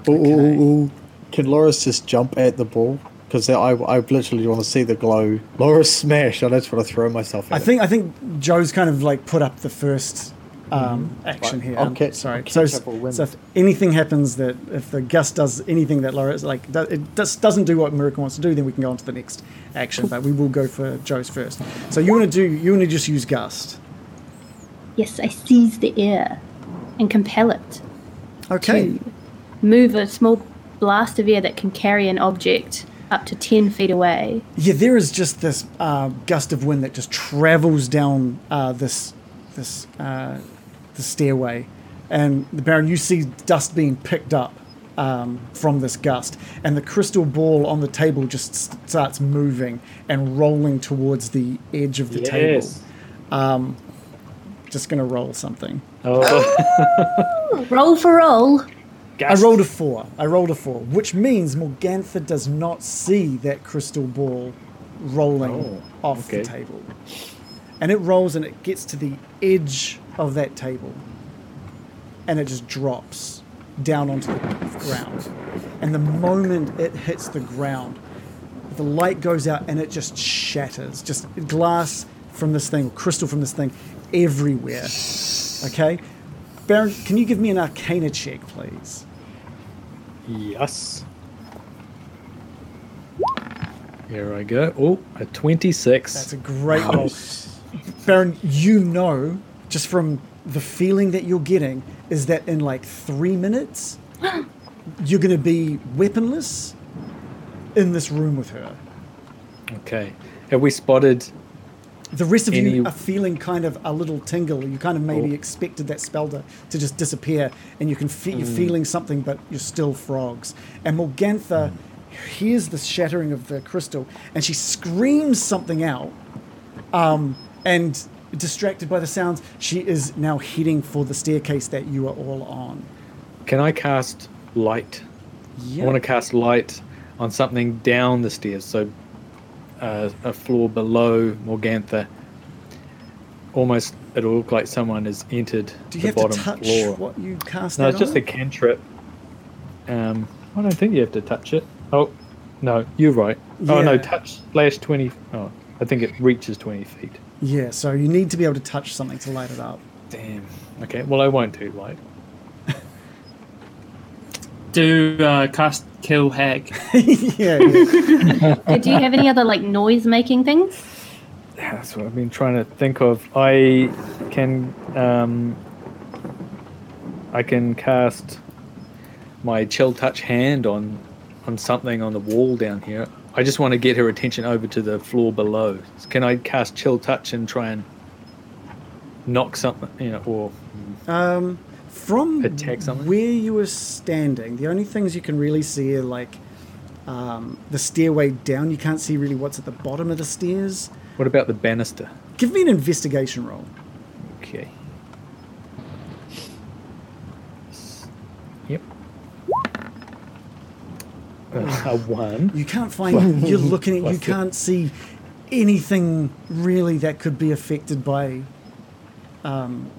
C: Ooh, ooh, ooh, ooh. Can Loris just jump at the ball? Because I, I literally want to see the glow. Loris smash! Oh, I just want to throw myself. At
B: I
C: it.
B: think I think Joe's kind of like put up the first um, action
C: Mm-hmm. Right,
B: here.
C: I'll
B: I'm
C: catch-
B: sorry.
C: I'll
B: So,
C: catch up or win.
B: so if anything happens that if the gust does anything that Laura is like do- it just doesn't do what Miracle wants to do, then we can go on to the next action. But we will go for Joe's first. So you want to do you want to just use gust.
F: Yes, I seize the air and compel it.
B: Okay.
F: to move a small blast of air that can carry an object up to 10 feet away.
B: Yeah, there is just this uh, gust of wind that just travels down uh, this this uh, the stairway, and the Baron, you see dust being picked up um, from this gust, and the crystal ball on the table just s- starts moving and rolling towards the edge of the
D: Yes.
B: table. Um, just gonna roll something.
D: Oh,
F: Roll for roll.
B: I rolled a four. I rolled a four, which means Morgantha does not see that crystal ball rolling off the
D: okay.
B: table. And it rolls and it gets to the edge of that table. And it just drops down onto the ground. And the moment it hits the ground, the light goes out and it just shatters. Just glass from this thing, crystal from this thing, everywhere. Okay? Baron, can you give me an arcana check, please?
D: Yes. Here I go. Oh, a 26.
B: That's a great roll. Baron, you know, just from the feeling that you're getting, is that in like three minutes, you're going to be weaponless in this room with her.
D: Okay. Have we spotted?
B: The rest of
D: Any-
B: you are feeling kind of a little tingle. You kind of maybe
D: Oh.
B: expected that spell to, to just disappear, and you can feel you're
D: Mm.
B: feeling something, but you're still frogs. And
D: Hmm.
B: Morgantha hears the shattering of the crystal, and she screams something out. Um, and distracted by the sounds, she is now heading for the staircase that you are all on.
D: Can I cast light?
B: Yeah.
D: I want to cast light on something down the stairs, so uh, a floor below Morgantha. Almost, it'll look like someone has entered
B: Do you
D: the
B: have to
D: bottom
B: touch
D: floor.
B: what you cast?
D: No,
B: that
D: it's just
B: on?
D: a cantrip. Um, I don't think you have to touch it. Oh, no, you're right. Oh no,
B: Yeah.
D: touch slash twenty. Oh, I think it reaches twenty feet.
B: Yeah, so you need to be able to touch something to light it up.
D: Damn. Okay, well, I won't do light.
J: Do uh, cast kill hag.
B: yeah.
F: Do you have any other like noise making things?
D: Yeah, That's what I've been trying to think of. I can um, I can cast my chill touch hand on on something on the wall down here. I just want to get her attention over to the floor below. Can I cast chill touch and try and knock something, you know, or
B: Um, from
D: Attack something?
B: where you were standing, the only things you can really see are like um, the stairway down. You can't see really what's at the bottom of the stairs.
D: what about the banister?
B: Give me an investigation roll.
D: Okay. Yep. Uh, a one.
B: You can't find. you're looking at. You
D: What's the-
B: can't see anything really that could be affected by um,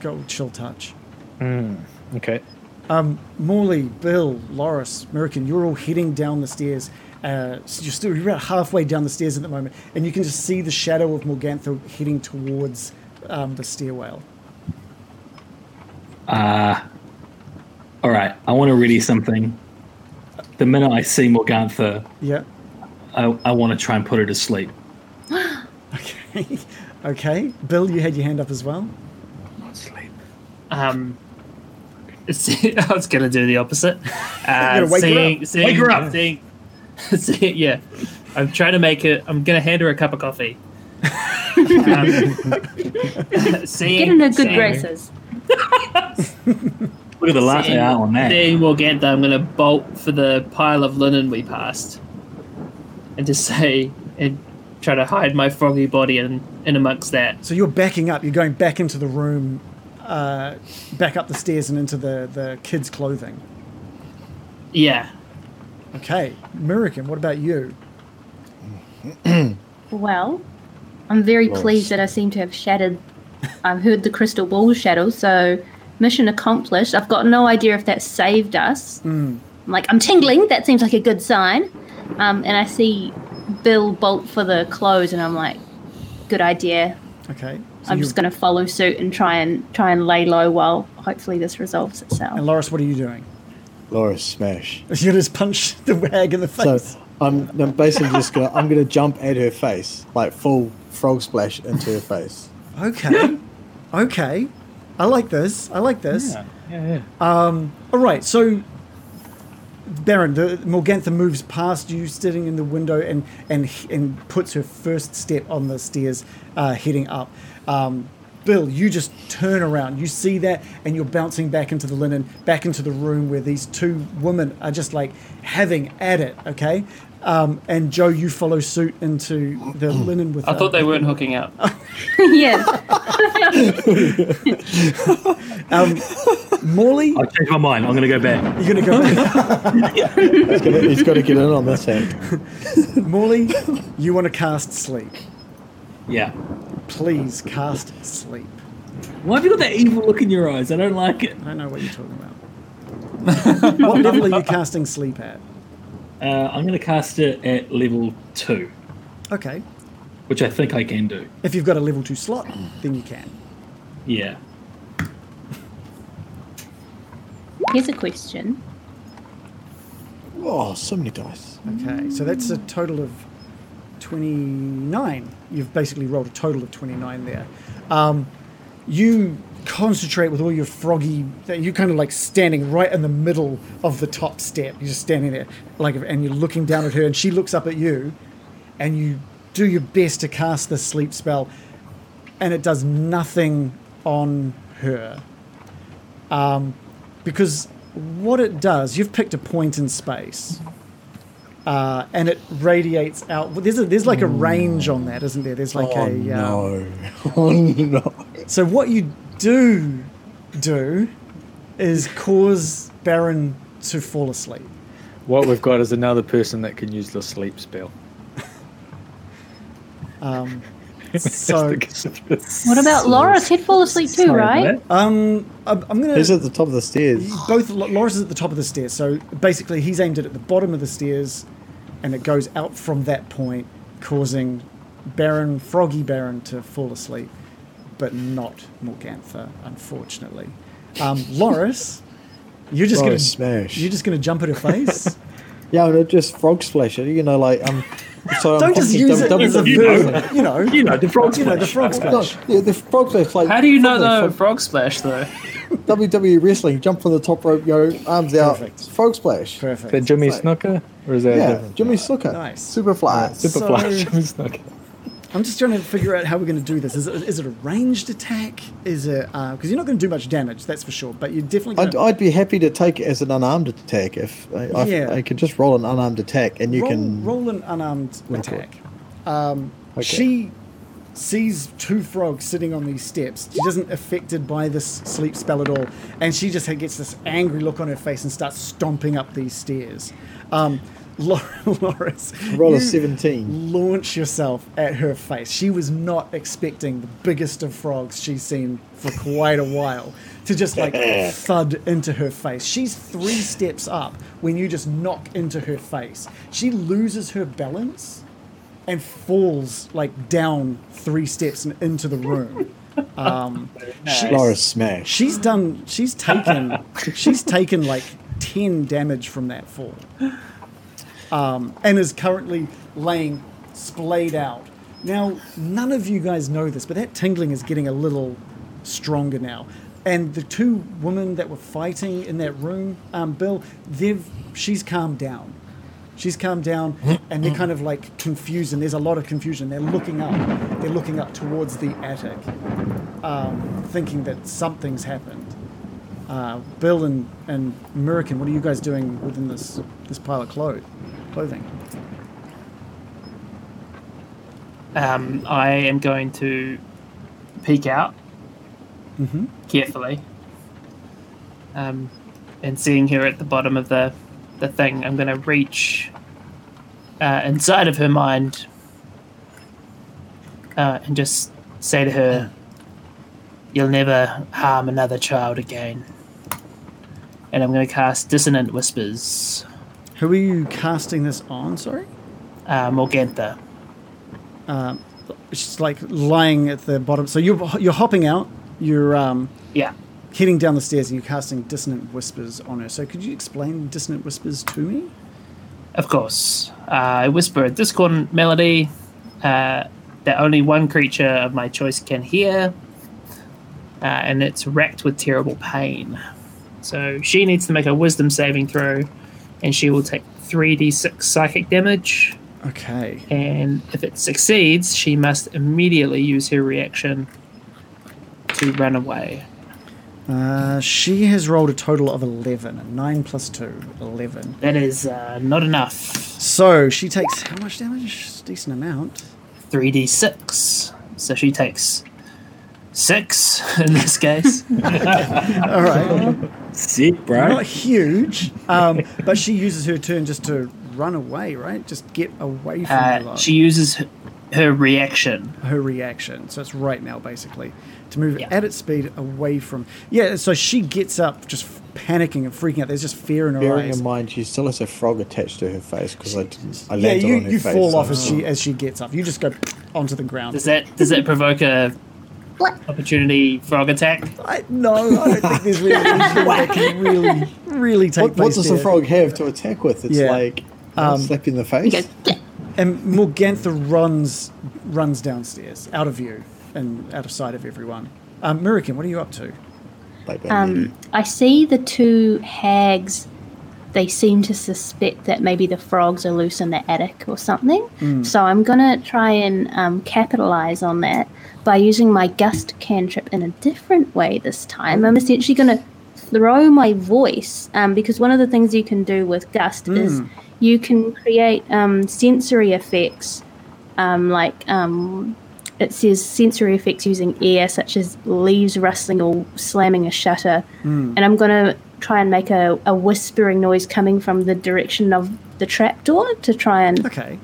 B: gold chill touch.
D: Mm, okay.
B: Um, Morley, Bill, Loris, Merkin, you're all heading down the stairs. Uh, so you're still you're about halfway down the stairs at the moment, and you can just see the shadow of Morgantha heading towards um, the stairwell.
G: Uh, all right, I want to ready something. The minute I see Morgantha,
B: Yeah.
G: I, I want to try and put her to sleep.
B: okay. Okay. Bill, you had your hand up as well.
G: Not sleep. Um, see, I was gonna do the opposite. Uh,
B: You're gonna wake her
G: seeing,
B: up.
G: seeing,
B: Wake her up.
G: Seeing, seeing- yeah, I'm trying to make it. I'm gonna hand her a cup of coffee. um, seeing,
F: Get in her good
G: seeing-
F: graces.
G: Look at the latte
J: Seeing-
G: out on that.
J: Seeing Morgantha, I'm going to bolt for the pile of linen we passed, and just say and try to hide my froggy body in, in amongst that.
B: So you're backing up. You're going back into the room, uh, back up the stairs and into the the kids' clothing.
J: Yeah.
B: Okay. Merkin, what about you?
F: Well, I'm very
B: Nice.
F: pleased that I seem to have shattered. I've heard the crystal ball shadow, so mission accomplished. I've got no idea if that saved us.
B: Mm.
F: I'm like, I'm tingling. That seems like a good sign. Um, and I see Bill bolt for the clothes, and I'm like, good idea.
B: Okay. so
F: I'm
B: you-
F: just going to follow suit and try and try and lay low while hopefully this resolves itself.
B: And Loris, what are you doing?
C: Laura, smash.
B: You just punch the hag in the face.
C: So I'm, I'm basically just gonna I'm gonna jump at her face, like full frog splash into her face.
B: Okay. okay. I like this. I like this.
D: Yeah,
B: Um, all right. So, Baron, the Morgantha moves past you, sitting in the window, and and and puts her first step on the stairs, uh, heading up. Um, Bill, you just turn around. You see that, and you're bouncing back into the linen, back into the room where these two women are just like having at it. Okay. Um, and Joe, you follow suit into the linen with. uh,
J: I thought
B: her.
J: they weren't hooking up.
F: yeah.
B: Um, Morley,
G: I've changed my mind. I'm gonna go back.
B: you're gonna go.
C: He's gonna, he's gotta get in on this hand.
B: Morley, you want to cast sleep.
G: Yeah.
B: Please cast sleep.
G: Why have you got that evil look in your eyes? I don't like it.
B: I don't know what you're talking about. what level are you casting sleep at?
G: Uh, I'm gonna cast it at level two,
B: Okay.
G: which I think I can do.
B: If you've got a level two slot, then you can.
G: Yeah.
F: Here's a question.
C: Oh, so many dice.
B: Okay. So that's a total of 29. You've basically rolled a total of 29 there. Um, you concentrate with all your froggy that you kind of like standing right in the middle of the top step you're just standing there like and you're looking down at her and she looks up at you and you do your best to cast the sleep spell and it does nothing on her um, because what it does you've picked a point in space uh, and it radiates out well, there's a, there's like a range on that isn't there there's like
C: Hmm. oh,
B: a um,
C: no. Oh no.
B: so what you do do is cause Baron to fall asleep.
D: What we've got is another person that can use the sleep spell.
B: Um,
D: Oh.
B: so
F: What about Laura? She'd fall asleep too, right?
D: Uh,
B: um, I'm, I'm gonna.
C: He's at the top of the stairs.
B: both Lo- Loris is at the top of the stairs, so basically he's aimed it at the bottom of the stairs, and it goes out from that point, causing Baron, Froggy Baron, to fall asleep, but not Morgantha, unfortunately. Um, Loris, you're just
C: Loris
B: gonna
C: smash.
B: You're just gonna jump at her face.
C: Yeah, I'm gonna just frog splash it. You know, like um. So I'm
B: Don't just
C: constantly
B: use it
C: double-
B: as a
C: double-
B: verb. You know,
G: you know the frog
B: You know, the frog
C: No,
B: splash.
C: yeah, the frog splash. Like,
J: How do you know
C: from the
J: the frog splash though?
C: fro- WWE E wrestling? Jump from the top rope, you know, arms out,
B: Perfect.
C: frog splash.
B: Perfect.
D: that Jimmy
C: Like-
D: Snooker? Or is that a
C: Yeah,
D: different?
C: Jimmy Snooker,
B: Nice.
C: Superfly.
D: Super
B: So-
D: Flash, Jimmy Snooker.
B: I'm just trying to figure out how we're going to do this. Is it, is it a ranged attack? Is it because you're not going to do much damage, that's for sure. But you're definitely going
C: I'd,
B: to
C: I'd be happy to take it as an unarmed attack if I, I,
B: Yeah.
C: I can just roll an unarmed attack and you
B: roll,
C: can
B: roll an unarmed attack. Um,
C: Okay.
B: She sees two frogs sitting on these steps. She isn't affected by this sleep spell at all, and she just gets this angry look on her face and starts stomping up these stairs. Um, Lau- Loris,
C: roll a
B: you-
C: 17.
B: launch yourself at her face. She was not expecting the biggest of frogs she's seen for quite a while to just like thud into her face. She's three steps up when you just knock into her face. She loses her balance and falls like down three steps and into the room. Um, she-
C: Loris smash.
B: she's done. She's taken. she's taken like ten damage from that fall, um, and is currently laying splayed out. Now, none of you guys know this, but that tingling is getting a little stronger now. And the two women that were fighting in that room, um, Bill, they've she's calmed down. She's calmed down, and they're kind of like confused, and there's a lot of confusion. They're looking up. They're looking up towards the attic um, thinking that something's happened. Uh, Bill and, and American, what are you guys doing within this, this pile of clo- clothing?
J: Um, I am going to peek out
B: Mm-hmm.
J: carefully. Um, and seeing her at the bottom of the, the thing, I'm going to reach uh, inside of her mind uh, and just say to her, You'll never harm another child again. And I'm going to cast Dissonant Whispers,
B: Who are you casting this on? Sorry?
J: uh, Morgantha.
B: Um, she's like lying at the bottom. So you're, you're hopping out, you're um,
J: Yeah.
B: heading down the stairs, and you're casting Dissonant Whispers on her. So could you explain Dissonant Whispers to me?
J: Of course. Uh, I whisper a discordant melody uh, that only one creature of my choice can hear, uh, and it's racked with terrible pain. So she needs to make a wisdom saving throw, and she will take 3d6 psychic damage.
B: Okay.
J: And if it succeeds, she must immediately use her reaction to run away.
B: Uh, she has rolled a total of 11. 9 plus 2, 11.
J: That is uh, not enough.
B: So she takes how much damage? Decent amount.
J: 3d6. So she takes six in this case.
B: All right,
G: Sick, bro.
B: not huge, um, but she uses her turn just to run away, right? Just get away from the
J: Uh,
B: lot.
J: she uses her, her reaction.
B: her reaction. So it's right now, basically, to move
J: Yeah.
B: at its speed away from. Yeah, so she gets up, just panicking and freaking out. There's just fear in her
C: Bearing
B: eyes.
C: in mind, she still has a frog attached to her face because I didn't. I
B: yeah,
C: landed
B: you,
C: on her
B: you
C: face. oh.
B: fall off
C: so-
B: as she as she gets up. You just go onto the ground.
J: Does that does that provoke a opportunity frog attack?
B: I, no, I don't think there's really anything that can really, really take
C: What,
B: place.
C: what does
B: there.
C: the frog have to attack with? It's
B: Yeah.
C: like um, slap you in the
F: He
C: face.
F: goes, "Yeah."
B: And Morgantha runs runs downstairs, out of view and out of sight of everyone. Um, Murican, what are you up to?
C: Like,
F: Um, I see the two hags. They seem to suspect that maybe the frogs are loose in the attic or something. So I'm gonna try and um, capitalize on that by using my gust cantrip in a different way this time. I'm essentially gonna throw my voice um, because one of the things you can do with gust is you can create um, sensory effects, um, like um, it says sensory effects using air, such as leaves rustling or slamming a shutter.
B: Hmm.
F: And I'm going to try and make a, a whispering noise coming from the direction of the trapdoor to try and
B: Okay.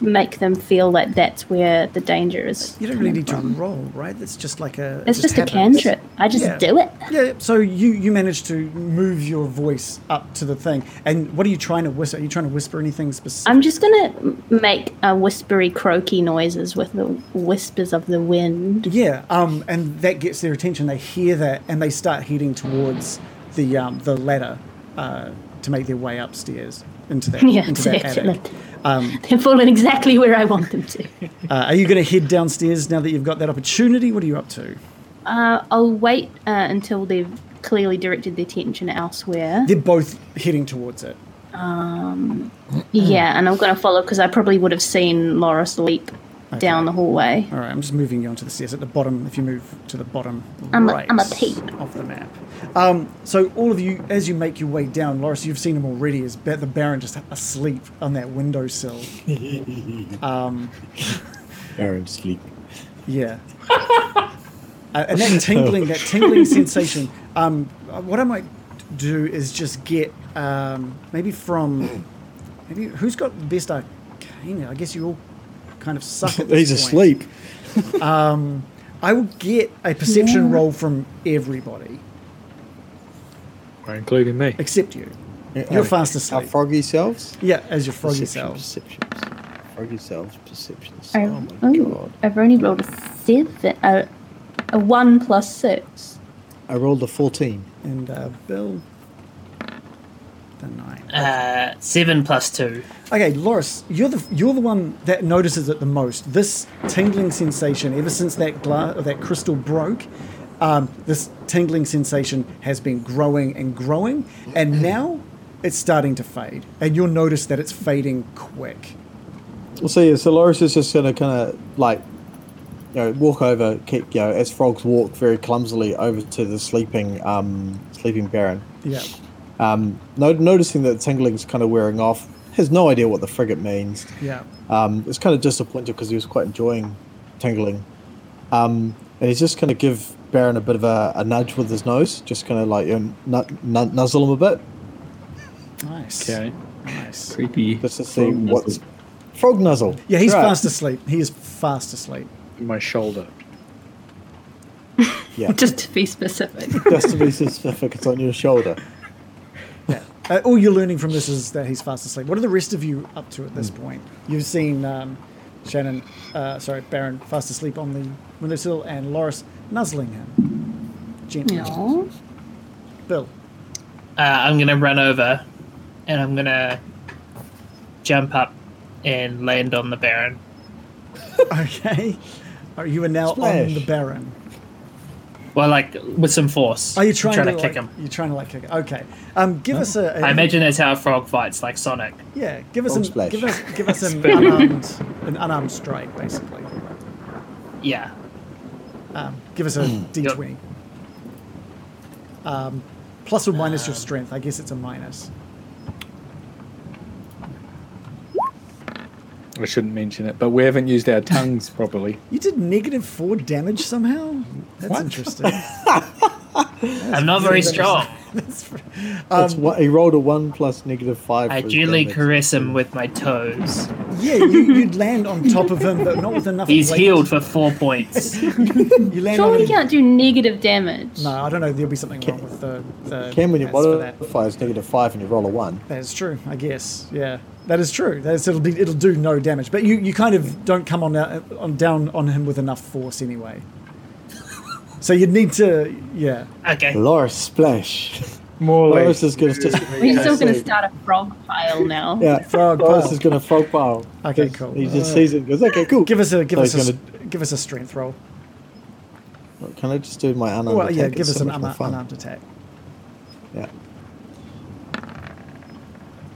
F: make them feel like that's where the danger is.
B: You don't really
F: coming
B: need to
F: from.
B: roll, right? That's just like a. it
F: It's just a
B: happens.
F: cantrip. I just
B: Yeah.
F: do it.
B: Yeah. So you you manage to move your voice up to the thing, and what are you trying to whisper? Are you trying to whisper anything specific?
F: I'm just gonna m- make uh, whispery, croaky noises with the whispers of the wind.
B: Yeah, um, and that gets their attention. They hear that, and they start heading towards the um, the ladder uh, to make their way upstairs into that
F: Yeah,
B: into that
F: definitely.
B: attic. Um,
F: They're falling exactly where I want them to.
B: uh, are you going to head downstairs now that you've got that opportunity? What are you up to?
F: Uh, I'll wait uh, until they've clearly directed their attention elsewhere.
B: They're both heading towards it.
F: Um,
C: Mm.
F: yeah, and I'm gonna follow because I probably would have seen Loris leap down the hallway.
B: All right, I'm just moving you onto the stairs at the bottom. If you move to the bottom
F: I'm a-
B: right
F: I'm a peep.
B: of the map. Um, so all of you, as you make your way down, Loris, you've seen him already. Is ba- the Baron just asleep on that windowsill? um,
C: Baron sleep.
B: Yeah. Uh, and that tingling, that tingling sensation. Um, what I might do is just get um, maybe from maybe who's got the best arcana. I guess you all kind of suck at this
C: He's
B: point.
C: asleep.
B: Um, I will get a perception
C: Yeah.
B: roll from everybody
D: including me.
B: except you.
C: Yeah,
B: You're
C: okay.
B: fast asleep.
C: Our froggy selves?
B: Yeah, as your froggy
C: Perception,
B: selves.
C: Perceptions. Froggy selves, perceptions.
F: I,
C: Oh my
F: ooh,
C: god.
F: I've only rolled a seven, a, a one plus six.
C: I rolled a 14.
B: And uh, Bill, the nine.
J: Uh, seven plus two.
B: Okay, Loris, you're the you're the one that notices it the most. This tingling sensation, ever since that glass that crystal broke, um, this tingling sensation has been growing and growing, and now it's starting to fade. And you'll notice that it's fading quick.
C: Well, so yeah, so Loris is just going to kind of like, you know, walk over, keep, you know, as frogs walk very clumsily over to the sleeping, um, sleeping Baron.
B: Yeah.
C: Um, no, noticing that the tingling's kind of wearing off, has no idea what the frigate means.
B: Yeah.
C: Um, it's kind of disappointed because he was quite enjoying tingling. Um, and he's just going to give Baron a bit of a, a nudge with his nose, just kind of like you know, nu- nu- nuzzle him a bit,
B: Nice.
G: Okay.
B: Nice.
G: Creepy.
C: just to see what's frog nuzzle.
B: Yeah, he's
C: Right.
B: fast asleep. He is fast asleep.
D: My shoulder.
C: Yeah,
F: Just to be specific.
C: just to be specific, it's on your shoulder.
B: Uh, all you're learning from this is that he's fast asleep. What are the rest of you up to at this point? You've seen um, Shannon, uh, sorry, Baron, fast asleep on the windowsill, and Loris nuzzling him gently.
F: Aw.
B: Bill,
J: Uh, I'm gonna run over, and I'm gonna jump up and land on the Baron.
B: okay, are you are now on
J: Splash.
B: the Baron.
J: Well, like with some force.
B: Are you
J: I'm
B: trying,
J: trying to,
B: like,
J: kick him?
B: You're trying to like kick him. Okay, um, give us a. a-
J: I imagine that's how a frog fights, like Sonic.
B: Yeah, give us
C: Frog
B: an,
C: splash.
B: give us give us an
J: Spin.
B: unarmed an unarmed strike basically.
J: Yeah.
B: Um, give us a d20. Um, plus or minus your strength. I guess it's a minus.
D: I shouldn't mention it, but we haven't used our tongues properly.
B: You did negative four damage somehow. That's
D: What?
B: interesting.
J: I'm not very
B: That's-
J: strong.
B: That's,
C: That's
B: um,
C: what he rolled a one plus negative five.
J: I
C: for his
J: gently
C: damage.
J: caress him with my toes.
B: yeah, you, you'd land on top of him, but not with enough.
J: He's
B: weight.
J: healed for four points.
B: You land on
F: Surely
B: him.
F: you can't do negative damage.
B: No, I don't know. There'll be something wrong with the. the
C: Can when your
B: stats for that.
C: modifier is negative five and you roll a one.
B: That's true, I guess. Yeah, that is true. That's, it'll be, it'll do no damage, but you, you kind of don't come on, uh, on down on him with enough force anyway. So you'd need to, yeah.
J: Okay.
C: Loris splash.
D: More like
C: Loris is going to just.
F: We're still gonna start a frog pile now.
C: Yeah,
B: Frog
C: Loris
B: pile.
C: is going to frog pile.
B: Okay,
C: Just-
B: cool.
C: He just sees it and goes, okay, cool.
B: Give us a give
C: So
B: us a,
C: he's
B: s- give us a strength roll.
C: gonna- Can I just do my unarmed
B: Well,
C: attack?
B: yeah,
C: It's
B: give us an
C: so much more
B: unarmed,
C: fun.
B: unarmed attack.
C: Yeah.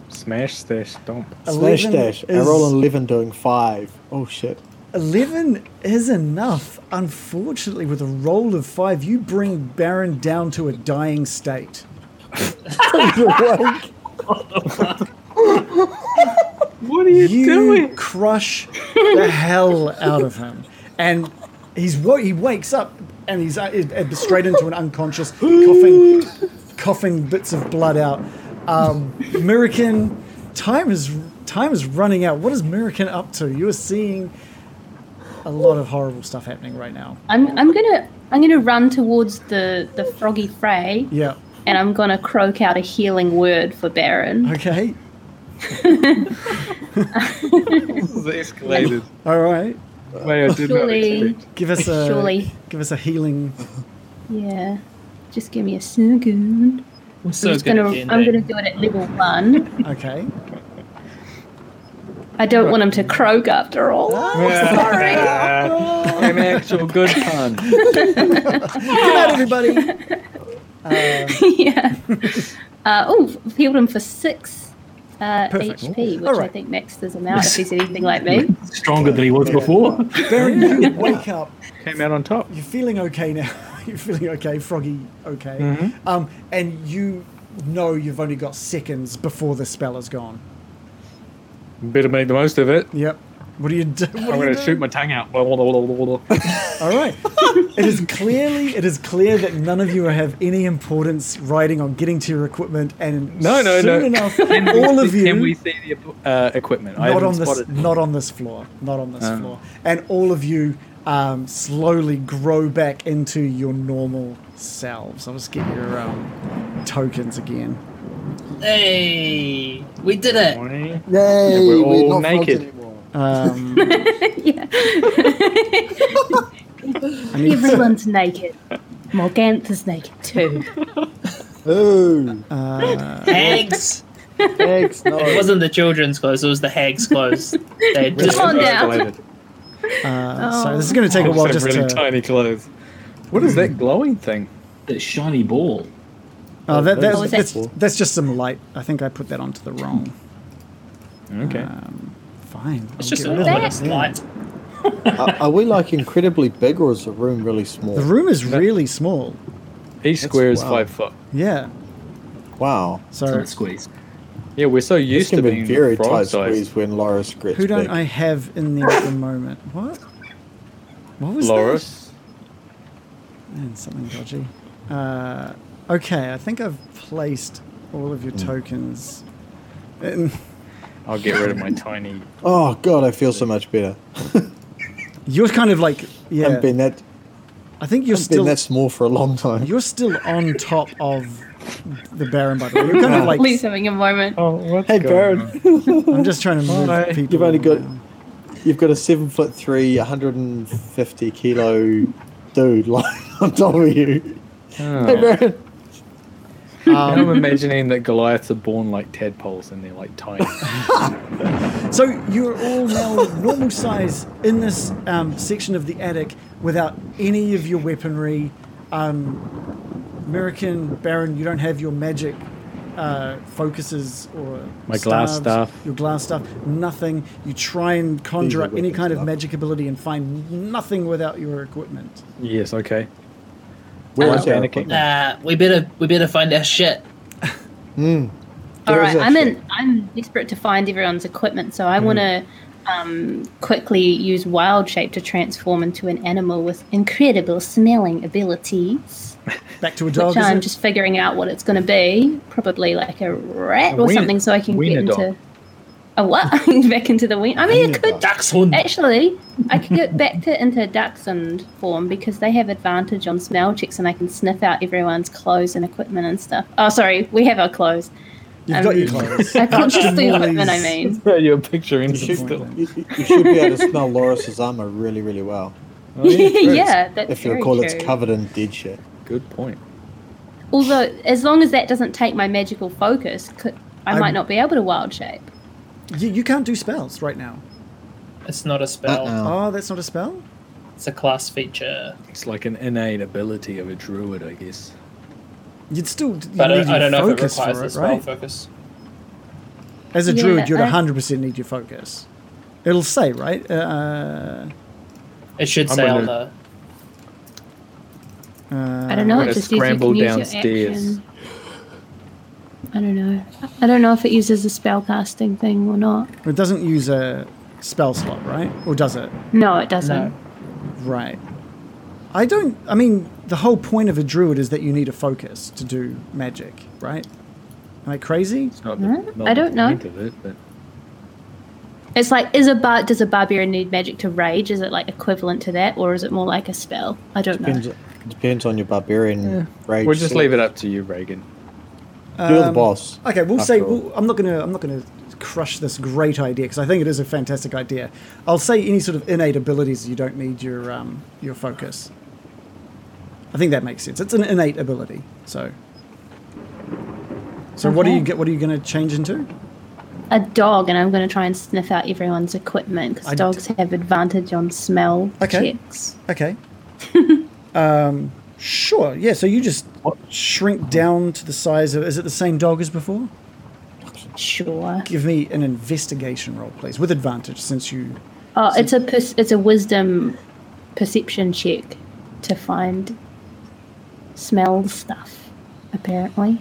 D: smash, slash, stomp.
C: Slash
B: 11
C: dash. I
B: is-
C: roll an 11 doing five. Oh, shit.
B: 11 is enough. Unfortunately, with a roll of 5, you bring Baron down to a dying state.
D: What are you,
B: you
D: doing?
B: crush the hell out of him, and he's wo- he wakes up and he's uh, uh, straight into an unconscious, coughing, coughing bits of blood out. Um, American, time is time is running out. What is Merrican up to? You are seeing a lot of horrible stuff happening right now.
F: I'm, I'm gonna I'm gonna run towards the the froggy fray,
B: Yeah.
F: and I'm gonna croak out a healing word for Baron.
B: Okay.
D: This is escalated.
B: All right.
D: Way I did not
F: Surely.
D: expect.
B: Give us a
F: Surely.
B: give us a healing.
F: Yeah, just give me a second.
J: We're
F: I'm
J: so
F: just
J: good
F: gonna
J: at D&D.
F: I'm gonna do it at level one.
B: Okay.
F: I don't want him to croak after all.
B: Oh,
D: Ah, an actual good pun.
B: Good night, everybody.
F: yeah. Uh, oh, I've healed him for six uh,
B: Perfect.
F: HP, which
B: All
F: I
B: right.
F: think maxes him out if he's anything like me.
G: Stronger than he was before.
B: Baron, you wake up.
D: Came out on top.
B: You're feeling okay now. You're feeling okay, Froggy. Okay.
D: Mm-hmm.
B: Um, and you know you've only got seconds before the spell is gone.
D: Better make the most of it.
B: Yep. What do you do? What
D: I'm
B: do you
D: going
B: do?
D: to shoot my tongue out. Blah, blah, blah, blah, blah.
B: All right. it is clearly it is clear that none of you have any importance riding on getting to your equipment, and
D: No, no,
B: soon
D: no.
B: enough, all of you
D: Can we see the uh, equipment? I
B: not
D: haven't
B: on this
D: spotted.
B: not on this floor, not on this
D: Oh.
B: floor, and all of you um, slowly grow back into your normal selves. I'll just get your um, tokens again.
J: Hey, we did it.
D: Morning.
P: Yay, we're,
D: all
P: not frogs
D: naked.
P: anymore.
B: Um,
F: yeah.
B: I need to-
F: Everyone's naked. Morganth is naked too.
P: Ooh,
J: Hags.
P: eggs, no.
J: It wasn't the children's clothes, it was the hags' clothes. They
F: Come on now.
B: uh, So this is going to take a
D: Just
B: while
D: have
B: just
D: Oh. really
B: to.
D: tiny clothes. What is that glowing thing?
G: That shiny ball.
B: Oh, that,
F: What
B: that's,
F: was that?
B: that's, that's just some light. I think I put that onto the wrong.
D: Okay.
B: Fine. I'll
J: It's just a
B: get rid
J: little
B: of
J: bit
B: it.
J: of slight.
C: are, are we like incredibly big or is the room really small?
B: The room is really small.
D: Each square is
C: wow.
D: E five foot.
B: Yeah.
C: Wow.
B: So
G: Don't squeeze.
D: Yeah, we're so
C: This
D: used
C: can
D: to
C: be
D: being
C: very
D: frog
C: tight
D: size.
C: squeeze when Loris gets
B: who don't
C: big.
B: I have in there at the moment? What? What was
D: Loris.
B: that? Man, something dodgy. Uh, okay, I think I've placed all of your
C: Mm.
B: tokens. Um, In.
D: I'll get rid of my tiny.
C: Oh god, I feel so much better.
B: You're kind of like
C: I
B: yeah.
C: haven't been that
B: I think you're
C: I've been
B: still
C: that small for a long time.
B: you're still on top of the Baron. By the way, you're kind of like
F: Please having a moment.
D: Oh, what's
C: Hey
D: going
C: Baron,
B: I'm just trying to move
D: Hi.
B: people.
C: You've only got-
B: around.
C: you've got a seven foot three, 150 kilo dude lying on top of you.
D: on?
C: Hey Baron,
D: Now Ah, I'm imagining that Goliaths are born like tadpoles and they're like tiny.
B: So you're all now normal size in this um, section of the attic without any of your weaponry. Um, American Baron, you don't have your magic uh, focuses or
D: My glass
B: staves,
D: staff.
B: Your glass stuff, nothing. You try and conjure
C: are
B: up any
C: weapons,
B: kind of
C: love.
B: magic ability and find nothing without your equipment.
D: yes, okay.
C: where
J: Uh,
C: is our
D: Anakin.
C: equipment?
J: Nah, we better we better find our shit.
C: Mm.
F: All
C: There is
F: right, I'm
C: actually-
F: in. I'm desperate to find everyone's equipment, so I want to um, quickly use wild shape to transform into an animal with incredible smelling abilities,
B: Back to a
F: which
B: dog. is
F: I'm
B: it?
F: just figuring out what it's going to be. Probably like a rat
D: A
F: or
D: wiener-
F: something, so I can get
D: wiener dog.
F: into a what back into the wing. I mean,
C: Wiener
F: it could
C: dog.
J: Dachshund.
F: Eh, Actually, I could get back to into dachshund form because they have advantage on smell checks, and I can sniff out everyone's clothes and equipment and stuff. Oh, sorry, we have our clothes.
B: You've got your
F: um,
B: clothes.
F: I can just the equipment. I
B: Nice.
F: mean,
D: Yeah, you're picturing
C: You should,
D: still.
C: you, you should be able to smell Loris's armor really, really well.
D: Oh,
F: yeah, that's
C: Oh, if you
F: very
C: recall,
F: true.
C: it's covered in dead shit.
D: Good point.
F: Although, as long as that doesn't take my magical focus, could, I
B: I'm-
F: might not be able to wild shape.
B: You, you can't do spells right now.
J: It's not a spell.
C: Uh-oh.
B: Oh, that's not a spell?
J: It's a class feature.
D: It's like an innate ability of a druid, I guess.
B: You'd still you
J: But I,
B: need
J: I
B: your
J: don't know if it
B: focus
J: requires
B: for
J: the
B: it,
J: spell
B: right?
J: focus.
B: As a
F: Yeah,
B: druid, you'd
F: I-
B: 100% need your focus. It'll say, right? Uh,
J: It should
D: I'm
J: say on
D: gonna-
J: the.
B: uh,
F: I don't know.
D: We're
F: It
D: gonna
F: just uses you
D: scramble
F: can use your
D: downstairs.
F: action. I don't know. I don't know if it uses a spellcasting thing or not.
B: it doesn't use a spell slot, right? Or does it?
F: No, it doesn't.
J: No.
B: Right. I don't. I mean, the whole point of a druid is that you need a focus to do magic, right? Am I crazy?
D: It's not
F: Huh?
D: the, not
F: I
D: the
F: don't know.
D: point of it, but
F: It's like, is a bar- does a barbarian need magic to rage? Is it like equivalent to that, or is it more like a spell? I don't
C: Depends,
F: know.
C: depends on your barbarian rage.
D: We'll just
C: sort.
D: leave it up to you, Reagan.
C: You're
F: Um,
C: the boss.
B: Okay, we'll
C: after
B: say
C: all.
B: we'll, I'm not going to I'm not going to crush this great idea because I think it is a fantastic idea. I'll say any sort of innate abilities you don't need your um, your focus. I think that makes sense. It's an innate ability. So, so what do you
F: Okay.
B: get? What are you going to change into?
F: A dog, and I'm going to try and sniff out everyone's equipment
B: I
F: because
B: d-
F: dogs have advantage on smell
B: Okay.
F: checks.
B: Okay. um, sure. Yeah. So you just shrink down to the size of. Is it the same dog as before?
F: Sure.
B: Give me an investigation roll, please, with advantage, since you
F: Oh, it's a per- it's a wisdom perception check to find smell stuff, apparently.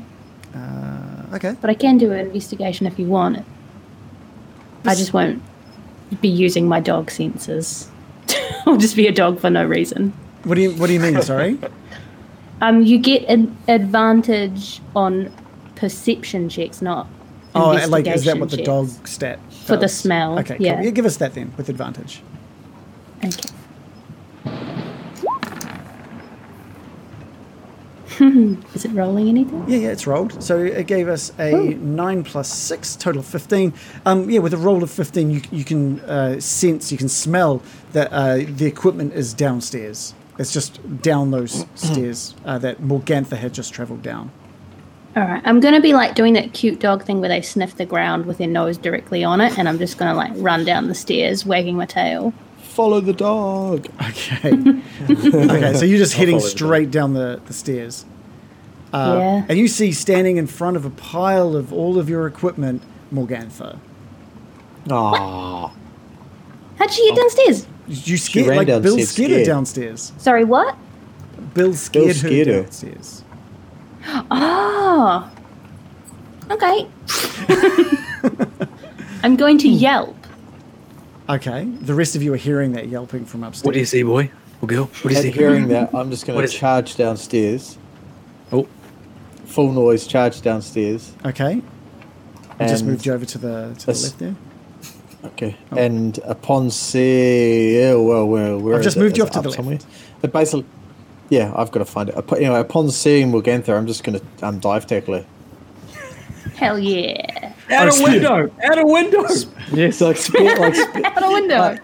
B: Uh, okay.
F: But I can do an investigation if you want it. I just won't be using my dog senses. I'll just be a dog for no reason.
B: What do you What do you mean? Sorry.
F: Um, you get an advantage on perception checks, not
B: oh, like is that
F: investigation
B: what the
F: checks.
B: dog stat
F: For the
B: does?
F: smell,
B: Okay.
F: yeah.
B: Cool. Give us that then with advantage.
F: Okay. is it rolling anything?
B: Yeah, yeah, it's rolled. So it gave us a nine plus six, total of fifteen. Um, yeah, with a roll of fifteen, you you can uh, sense, you can smell that uh, the equipment is downstairs. It's just down those stairs uh, that Morgantha had just travelled down.
F: All right, I'm gonna be like doing that cute dog thing where they sniff the ground with their nose directly on it, and I'm just gonna like run down the stairs, wagging my tail.
C: Follow the dog.
B: Okay. okay, so you're just
C: I'll
B: heading
C: follow the
B: straight down the, the stairs. Uh,
F: Yeah.
B: And you see standing in front of a pile of all of your equipment, Morgantha.
C: Aww.
F: How'd she
B: Oh.
F: get downstairs?
B: You scared,
C: ran
B: like Bill
C: downstairs
B: scared, her
C: scared.
B: downstairs.
F: Sorry, what?
B: Bill scared,
C: scared
B: her
C: her.
B: downstairs.
F: Oh. Okay. I'm going to yelp.
B: Okay, the rest of you are hearing that yelping from upstairs.
C: What do you see,
B: boy?
C: Well, girl,
B: what is
C: and
B: it?
C: hearing that, I'm just going
B: What
C: to
B: is it?
C: charge downstairs. Oh, full noise! Charge downstairs.
B: Okay. I just
C: And-
B: moved you over to the to the
C: That's-
B: left there.
C: Okay.
B: Oh.
C: And upon see, yeah, well, well, where
B: I've
C: is
B: just
C: it?
B: moved you
C: Is
B: off to
C: it
B: the
C: up
B: left.
C: somewhere? But basically, yeah, I've got to find it. Up- Anyway, upon seeing Morgantha, I'm just going to um, dive tackle her.
F: Hell yeah.
C: Out
G: Oh,
C: a window!
F: Out a window!
C: Yes, like, spit, like spit.
F: Out a window!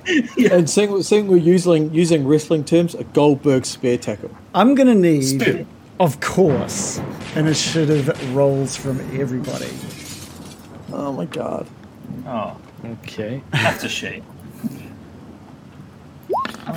C: and seeing, seeing we're using using wrestling terms, a Goldberg spear tackle.
B: I'm gonna need, of course, initiative rolls from everybody.
C: Oh my god.
G: Oh, okay. That's a shame.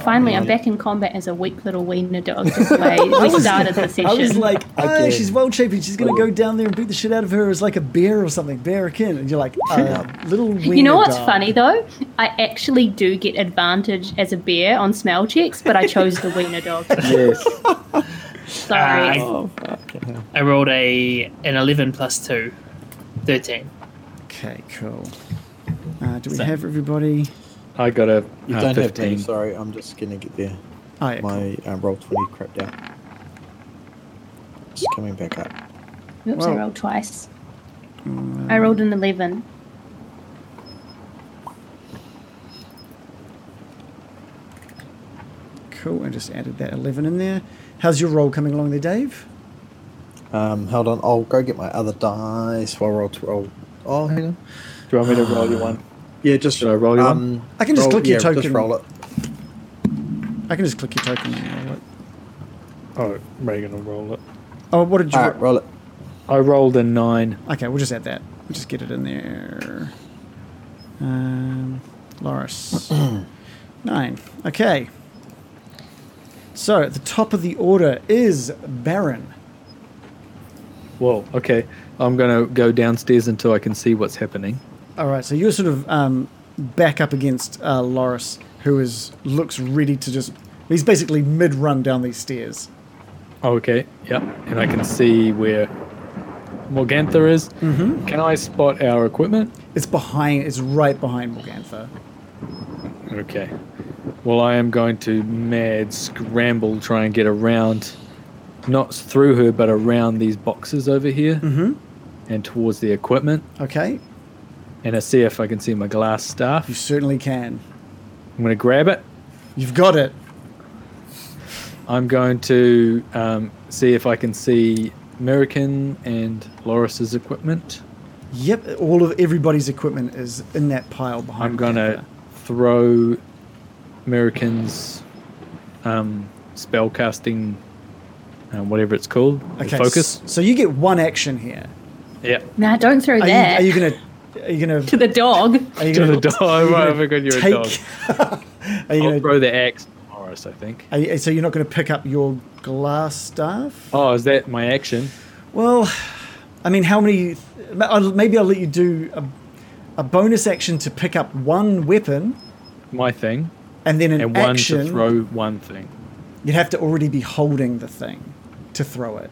F: Finally, I'm back in combat as a weak little wiener dog. Just the way we started the session.
B: I was like, oh,
F: Again.
B: she's well shaped. She's going to go down there and beat the shit out of her as like a bear or something, bearkin. And you're like, uh, little wiener
F: You know what's
B: dog.
F: funny though? I actually do get advantage as a bear on smell checks, but I chose the wiener dog.
D: Yes.
F: Sorry.
B: Ah.
J: Uh, I rolled a an 11 plus 2. 13.
B: Okay, cool. Uh, do we
J: So-
B: have everybody?
D: I got a
C: You
D: uh,
C: don't have
D: 15.
C: to, sorry. I'm just going to get there.
B: Oh, yeah,
C: my um, roll 20 crept out. Just coming back up.
F: Oops, I
C: Well.
F: rolled twice. I rolled an 11.
B: Cool. I just added that 11 in there. How's your roll coming along there, Dave?
C: Um, hold on. I'll go get my other dice while I roll to roll. Oh, hang on.
D: Do you want me to roll you one?
C: Yeah, just
D: Should I roll you
C: um,
D: one?
B: I can just
C: roll-
B: click your
C: yeah,
B: token.
C: Just roll it.
B: I can just click your token and roll it.
D: Oh, Reagan will roll it.
B: Oh, what did you
D: Alright,
C: roll it.
D: I rolled a nine.
B: Okay, we'll just add that. We'll just get it in there. Um, Loris. Nine. Okay. So, at the top of the order is Baron.
D: Whoa. Okay. I'm gonna go downstairs until I can see what's happening.
B: All right, so you're sort of um, back up against uh, Loris, who is looks ready to just. He's basically mid run down these stairs.
D: Okay. Yep. And I can see where Morgantha is. Mm-hmm. Can I spot our equipment?
B: It's behind. It's right behind Morgantha.
D: Okay. Well, I am going to mad scramble, try and get around, not through her,
C: Mm-hmm.
D: but around these boxes over here,
B: Mhm.
D: and towards the equipment.
B: Okay.
D: and I see if I can see my glass staff. You
B: certainly can.
D: I'm going to grab it.
B: You've got it.
D: I'm going to um, see if I can see American and Loris's equipment.
B: Yep, all of everybody's equipment is in that pile behind.
D: I'm going to throw American's um, spell casting, um, whatever it's called, the
B: Okay,
D: focus.
B: s- So you get one action here.
D: Yeah.
F: Nah, don't throw
B: Are you,
F: that.
B: are you gonna? Are you gonna?
F: to the dog.
B: Are you
D: To
B: gonna
D: the dog.
B: are you
D: Well,
B: gonna
D: Oh, I forgot you were a
B: take-
D: dog. Oh,
B: Are you
D: I'll
B: gonna?
D: throw the axe at Loris, I think.
B: Are you, so you're not going to pick up your glass staff?
D: Oh, is that my action?
B: Well, I mean, how many? ma- I'll- Maybe I'll let you do a, a bonus action to pick up one weapon,
D: My thing.
B: and then an
D: and one
B: action.
D: to throw one thing.
B: You'd have to already be holding the thing to throw it.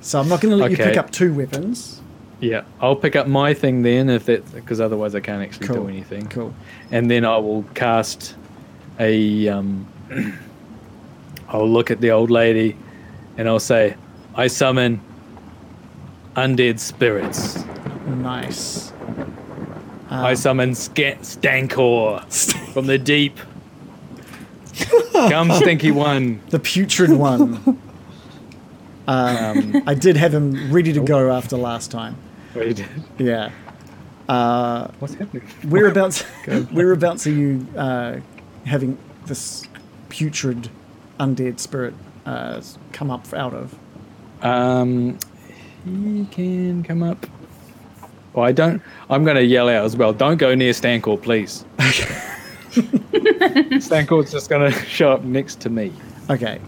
B: So I'm not going to let you
D: Okay.
B: pick up two weapons.
D: Yeah, I'll pick up my thing then, if that because otherwise I can't actually
B: Cool,
D: do anything.
B: Cool.
D: And then I will cast a. Um, I'll look at the old lady, and I'll say, "I summon undead spirits.
B: Nice.
D: I summon Sca- Stankor from the deep. Come, stinky one.
B: The putrid one. Um, I did have him ready to go after last time.
D: Wait.
B: Yeah. Uh,
D: What's happening?
B: Whereabouts? whereabouts are you uh, having this putrid undead spirit uh, come up out of?
D: Um, he can come up. Well, I don't. I'm going to yell out as well. Don't go near Stancor, please. Stancor's just going to show up next to me,
B: Okay.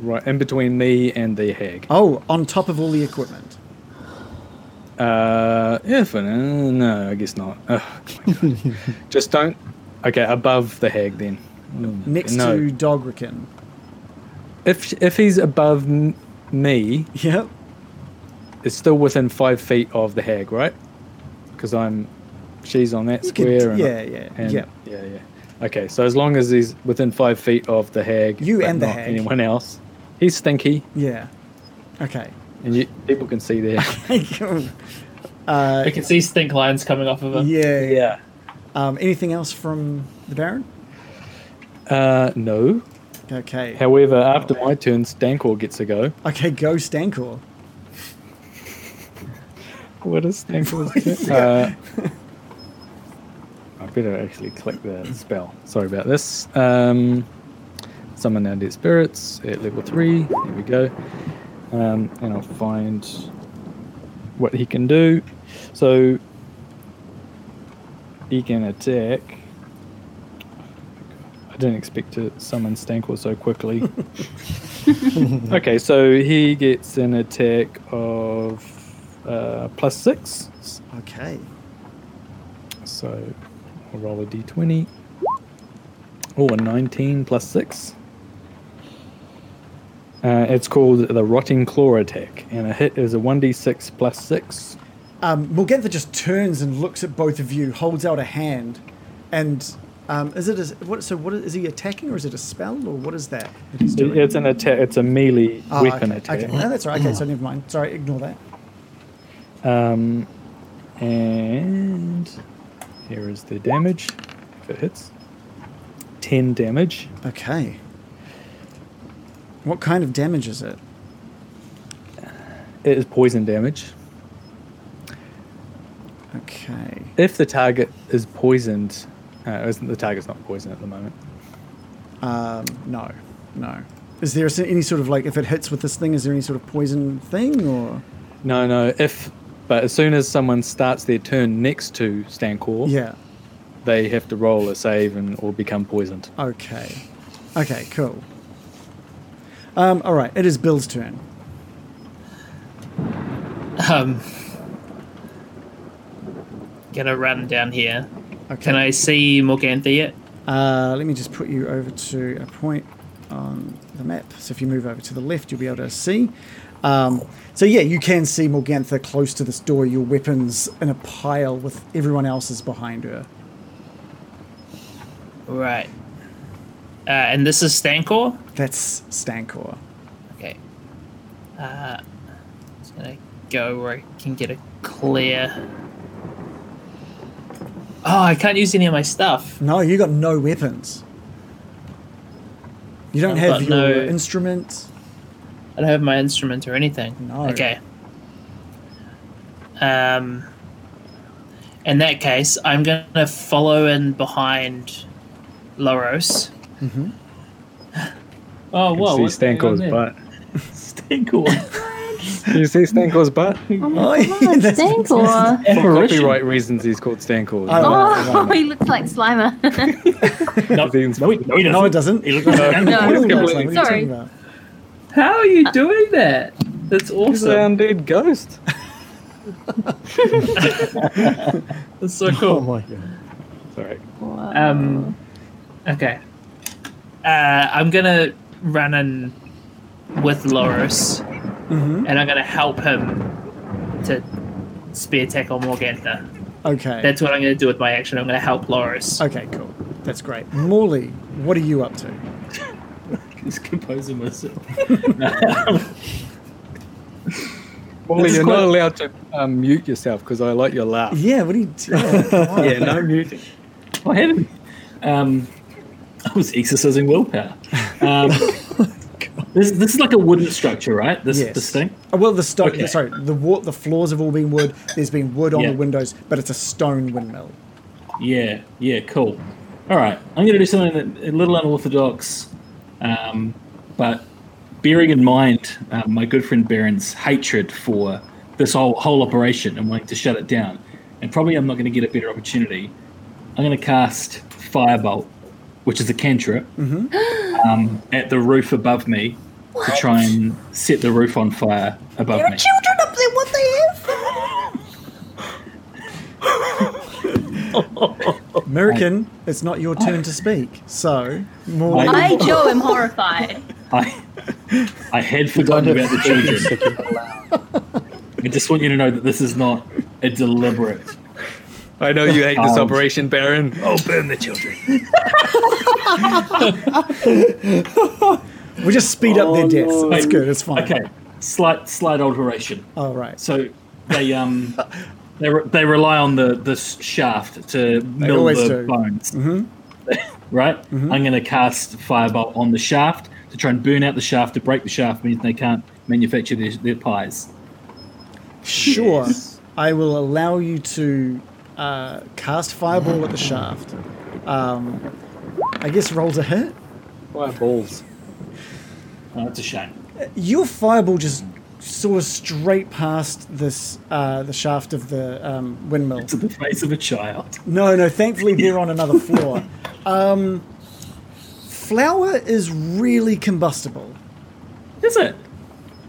D: right in between me and the hag.
B: Oh, on top of all the equipment.
D: Uh, yeah, for now, no, I guess not. Ugh, my God. just don't. Okay, above the hag then.
B: Next
D: No.
B: to Dogrikin.
D: If if he's above m- me,
B: yep,
D: it's still within five feet of the hag, right? Because I'm, she's on that
B: You could-
D: square. and-
B: yeah, yeah,
D: and-
B: yeah.
D: yeah, yeah. Okay, so as long as he's within five feet of the hag,
B: You
D: but
B: and the
D: not
B: hag.
D: anyone else, he's stinky,
B: Yeah. Okay.
D: and you, people can see that.
B: uh,
J: We can see stink lines coming off of it.
B: Yeah.
D: Yeah.
B: Um, anything else from the Baron?
D: uh, no.
B: Okay.
D: However, after my turn, Stankor gets a go.
B: Okay, go Stankor.
D: What is Stankor's turn? Uh, I better actually click the spell. Sorry about this. Um, summon undead spirits at level three. There we go. Um, and I'll find what he can do. So he can attack. I didn't expect to summon Stankor so quickly. okay, so he gets an attack of uh, plus six.
B: Okay.
D: So I'll roll a d20. Oh, a 19 plus six. Uh, it's called the Rotting Claw attack, and a hit is a 1d6 plus six.
B: Um, Morgantha just turns and looks at both of you, holds out a hand, and um, is it a, what? So what is, is he attacking, or is it a spell, or what is that? that he's doing?
D: It's an attack. It's a melee
B: Ah,
D: weapon
B: okay,
D: attack.
B: Okay, no, that's all right. Okay, so never mind. Sorry, ignore that.
D: Um, and here is the damage. If it hits, ten damage.
B: Okay. What kind of damage is it?
D: It is poison damage.
B: Okay.
D: If the target is poisoned, uh, isn't the target's not poisoned at the moment.
B: Um, no, no. Is there s- any sort of like if it hits with this thing? Is there any sort of poison thing or?
D: No, no. If but as soon as someone starts their turn next to Stancor,
B: Yeah.
D: they have to roll a save and or become poisoned.
B: Okay. Okay. Cool. Um, all right. It is Bill's turn.
J: Um, gonna run down here. Can I see Morgantha yet?
B: Uh, let me just put you over to a point on the map. So if you move over to the left, you'll be able to see. Um, so yeah, you can see Morgantha close to this door. Your weapons in a pile with everyone else's behind her.
J: Right. Uh, and this is Stankor.
B: That's Stankor.
J: Okay. Uh, just gonna go where I can get a clear Oh, I can't use any of my stuff.
B: No, you got no weapons. You don't
J: I've
B: have
J: got
B: your
J: no-
B: instrument.
J: I don't have my instrument or anything.
B: No.
J: Okay. Um. In that case, I'm gonna follow in behind Laros.
B: Mm-hmm.
J: Oh,
D: Can
J: whoa!
D: see
J: what's going on
D: Stanko's
J: there?
D: butt.
J: Stanko.
D: Can you see Stanko's butt?
F: Oh God, Stankor.
D: For
J: Apparition.
D: copyright reasons, he's called Stanko.
F: Oh, he looks like Slimer.
D: no,
G: he doesn't.
B: No, it doesn't. He
G: looks
D: like
F: no,
D: What are you
F: sorry.
D: talking
J: How are you doing that? That's
D: He's
J: awesome.
D: an undead ghost.
J: That's so cool.
C: Oh
D: oh
C: my god.
D: Sorry.
J: Um, okay. Uh, I'm gonna run in with Loris,
D: Mm-hmm.
J: and I'm gonna help him to spear tackle Morgantha.
B: Okay.
J: That's what I'm gonna do with my action. I'm gonna help Loris.
B: okay, cool. That's great. Morley, what are you up to?
G: Just composing myself.
D: Molly,
G: This is
D: you're
G: quite-
D: not allowed to um, mute yourself because I like your laugh.
B: Yeah, what are you oh, doing?
D: yeah, no muting.
G: I haven't. Um, I was exercising willpower. Um, this, this is like a wooden structure, right? This
B: Yes.
G: this thing.
B: Oh, well, the stone.
G: Okay.
B: Sorry, the wa- the floors have all been wood. There's been wood on
G: Yeah.
B: the windows, but it's a stone windmill.
G: Yeah, yeah, cool. All right, I'm going to do something that, a little unorthodox, um, but bearing in mind uh, my good friend Baron's hatred for this whole whole operation and wanting to shut it down, and probably I'm not going to get a better opportunity. I'm going to cast Firebolt, which is a cantrip, um, at the roof above me to try and set the roof on fire above me.
F: children up there. What they have?
B: American, it's not your turn to speak. So, Morley,
F: I, Joe, am horrified.
G: I, I had forgotten about the children. I just want you to know that this is not a deliberate.
D: I know you hate this
G: Um,
D: operation, Baron.
G: Oh, burn the children.
B: we just speed up their deaths.
G: Oh, no.
B: It's good. It's fine.
G: Okay, slight slight alteration.
B: All right.
G: So they um they re- they rely on the the s- shaft to mill
B: always
G: the
B: do. Mm-hmm.
G: bones. right? I'm going to cast firebolt on the shaft to try and burn out the shaft to break the shaft means they can't manufacture their, their pies.
B: Sure, I will allow you to uh, cast fireball at the shaft. Um, I guess roll to hit.
D: Fireballs.
G: Oh, that's a shame.
B: Your fireball just soars straight past this uh, the shaft of the um, windmill.
G: To the face of a child.
B: No, no. Thankfully, they're on another floor. Um, flour is really combustible.
G: Is it?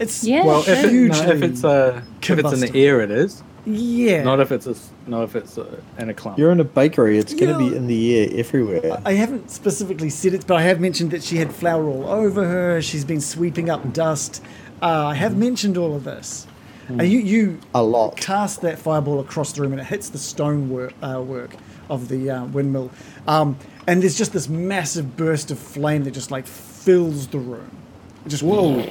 B: It's
F: Yeah.
D: Well, if, it,
B: hugely.
D: no, if it's a if it's in the
B: combustible.
D: air, it is.
B: yeah.
D: Not if it's a s- not if it's a, in a clump.
C: You're in a bakery. It's going to
B: Yeah.
C: be in the air everywhere.
B: I haven't specifically said it, but I have mentioned that she had flour all over her. She's been sweeping up dust. Uh, I have mentioned all of this.
D: Hmm.
B: And you, you
C: A lot.
B: cast that fireball across the room and it hits the stone work, uh, work of the uh, windmill. Um, and there's just this massive burst of flame that just like fills the room. It just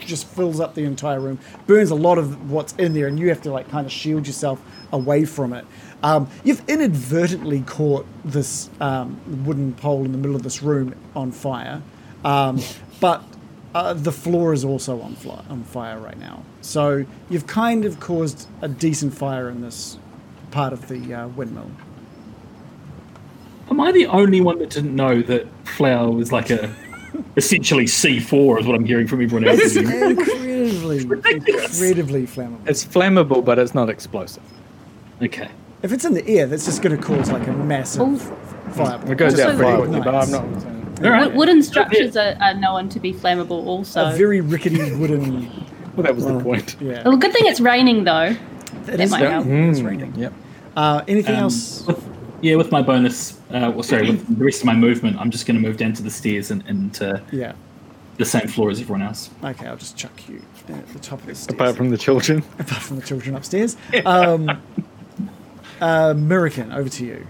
B: just fills up the entire room, burns a lot of what's in there, and you have to like kind of shield yourself away from it. Um, you've inadvertently caught this um, wooden pole in the middle of this room on fire, um, but uh, the floor is also on, fly, on fire right now. So you've kind of caused a decent fire in this part of the uh, windmill.
G: Am I the only one that didn't know that flour was like a essentially C4 is what I'm hearing from everyone else?
B: Incredibly, incredibly flammable.
D: It's flammable, but it's not explosive.
G: okay.
B: If it's in the ear, that's just going to cause like a massive
F: Oh.
B: fire.
D: It goes
B: Just
D: out pretty
B: like
D: quickly, but I'm
B: ignites.
D: not. saying-
G: All right.
F: Wo- Wooden structures are, are known to be flammable, also.
B: A very rickety wooden.
D: Well, that was
B: Oh.
D: the point.
B: Yeah.
F: well, good thing it's raining though.
B: That
F: might help.
B: It's raining.
D: Mm. Yep.
B: Uh, anything
G: Um,
B: else?
G: with- yeah, with my bonus, uh, well, sorry, with the rest of my movement, I'm just going to move down to the stairs and, and to
B: Yeah.
G: the same floor as everyone else.
B: Okay, I'll just chuck you at the top of the stairs.
D: Apart from the children,
B: apart from the children upstairs. Um, uh, American, over to you.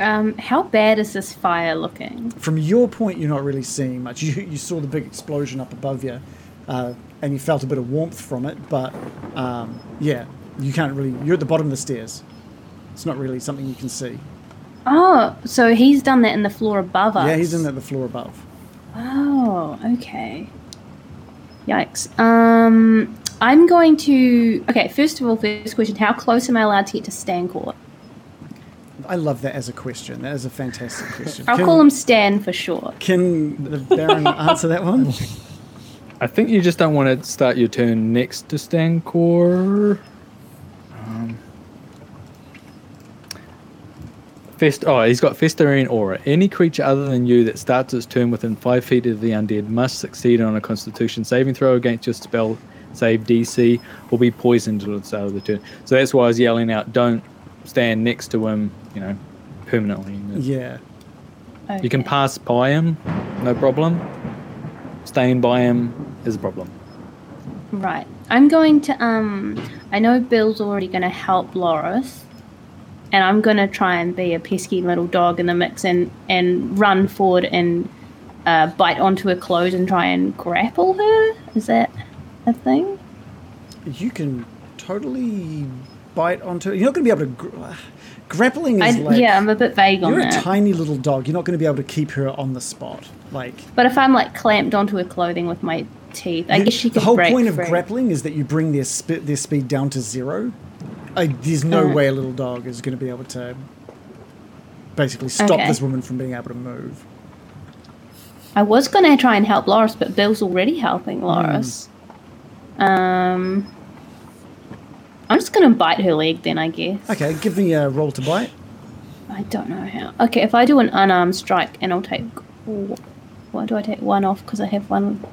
F: Um, how bad is this fire looking?
B: From your point, you're not really seeing much. You, you saw the big explosion up above you, uh, and you felt a bit of warmth from it, but um, yeah, you can't really. You're at the bottom of the stairs. It's not really something you can see.
F: Oh, so he's done that in the floor above us.
B: Yeah, he's in at the floor above.
F: Oh, okay. Yikes. Um, I'm going to. Okay, first of all, first question: How close am I allowed to get to Stancourt?
B: I love that as a question. That is a fantastic question.
F: I'll
B: Can-
F: call him Stan for short.
B: Can the Baron answer that one?
D: I think you just don't want to start your turn next to Stancor. Um, Fest- oh, he's got Festering Aura. Any creature other than you that starts its turn within five feet of the undead must succeed on a Constitution saving throw against your spell save DC or be poisoned until the start of the turn. So that's why I was yelling out, "Don't stand next to him," you know, permanently.
B: Yeah.
D: You can pass by him, no problem. Staying by him is a problem.
F: Right. I'm going to um I know Bill's already gonna help Loris and I'm gonna try and be a pesky little dog in the mix and, and run forward and uh, bite onto her clothes and try and grapple her. Is that a thing?
B: You can totally bite onto it. You're not going to be able to. Gr- grappling is
F: I-
B: like.
F: yeah, I'm a bit vague on
B: You're a
F: that.
B: tiny little dog. You're not going to be able to keep her on the spot. Like.
F: but if I'm like clamped onto her clothing with my teeth, I
B: You-
F: guess she could
B: The whole
F: break
B: point of
F: free.
B: grappling is that you bring their sp- their speed down to zero. I, there's no
F: Uh.
B: way a little dog is going to be able to basically stop
F: Okay.
B: this woman from being able to move.
F: I was gonna try and help Loris, but Bill's already
B: Hmm.
F: helping Loris. Um I'm just gonna bite her leg then I guess.
B: Okay, give me a roll to bite.
F: I don't know how. Okay, if I do an unarmed strike and I'll take. Why do I take one off? Because I have one.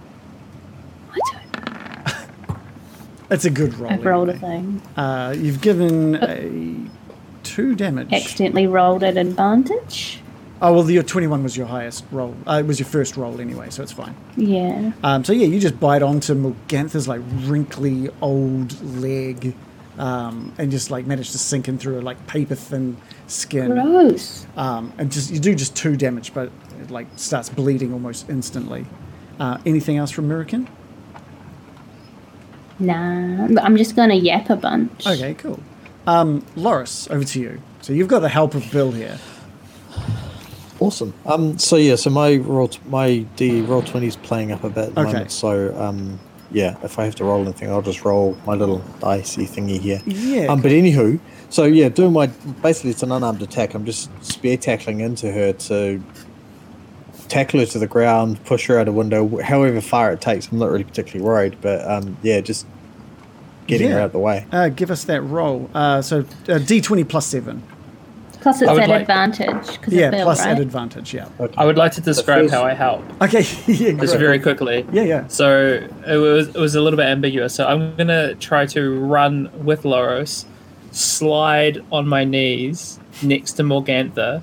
B: That's a good roll.
F: I've rolled a Oh.
B: anyway.
F: thing.
B: Uh, you've given a two damage.
F: Accidentally rolled at advantage?
B: Oh well, your twenty-one was your highest roll. Uh, it was your first roll anyway, so it's fine.
F: Yeah.
B: Um, so yeah, you just bite onto Morgantha's like wrinkly old leg, um, and just like manage to sink in through her like paper thin skin.
F: Gross.
B: Um, and just you do just two damage, but it like starts bleeding almost instantly. Uh, anything else from Mirakin?
F: Nah. But I'm just going to yap a bunch.
B: Okay, cool. Um, Loris, over to you. So you've got the help of Bill here.
C: Awesome. Um. So yeah. So my roll, t- my D roll twenty is playing up a bit at the
B: Okay.
C: moment. So um. Yeah. If I have to roll anything, I'll just roll my little dicey thingy here.
B: Yeah,
C: Um. But anywho, so yeah, doing my basically it's an unarmed attack. I'm just spear tackling into her to tackle her to the ground, push her out a window, wh- however far it takes. I'm not really particularly worried, but um. Yeah. Just getting her
B: Yeah.
C: out of the way.
B: Uh, give us that roll. Uh, so uh, D twenty plus seven.
F: Plus, it's
B: I would
F: at
B: like-
F: advantage. Cause
B: Yeah,
F: of Bill,
B: plus
F: right?
B: at advantage. Yeah.
J: I would like to describe how I help.
B: Okay. yeah,
J: just
B: great.
J: very quickly.
B: Yeah, yeah.
J: So it was it was a little bit ambiguous. So I'm gonna try to run with Loros, slide on my knees next to Morgantha,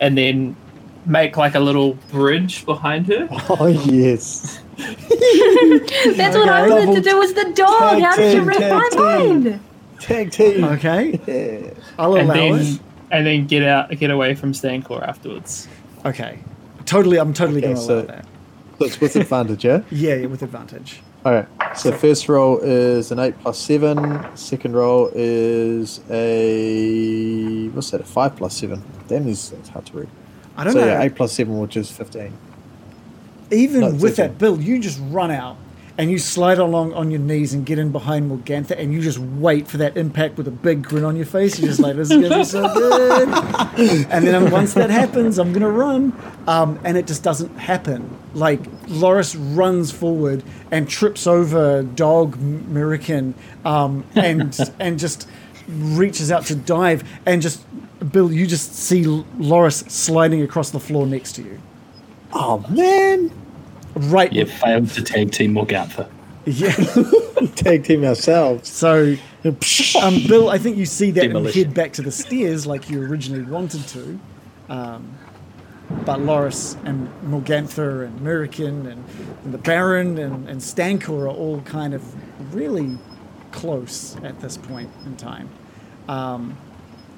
J: and then make like a little bridge behind her.
C: Oh yes.
F: That's what I wanted to do was the dog.
C: Tag
F: How did you
C: team,
F: read
C: tag
F: my
C: team.
F: mind?
C: Tag team.
B: Okay. I'll allow
J: and then,
B: it.
J: And then get out, get away from Stancor afterwards.
B: Okay. Totally. I'm totally
C: Okay,
B: going to
C: so-
B: allow that.
C: So it's with advantage, yeah.
B: Yeah, yeah, with advantage.
C: All right. So first roll is an eight plus seven. Second roll is a what's that? A five plus seven. Damn, these that's hard to read.
B: I don't
C: so,
B: know.
C: Yeah, eight plus seven, which is fifteen.
B: Even
C: No, it's
B: with
C: okay.
B: that build, you just run out and you slide along on your knees and get in behind Morgantha and you just wait for that impact with a big grin on your face. You're just like, this is going to be so good. and then once that happens, I'm going to run. Um, and it just doesn't happen. Like, Loris runs forward and trips over Dog Merican um, and, and just reaches out to dive. And just, Bill, you just see Loris sliding across the floor next to you.
C: Oh, man.
B: Right.
G: You failed to tag team Morgantha.
B: Yeah.
C: Tag team ourselves.
B: So, um, Bill, I think you see that
C: Demolition.
B: and head back to the stairs like you originally wanted to. Um, but Loris and Morgantha and Murikin and, and the Baron and, and Stancor are all kind of really close at this point in time. Um,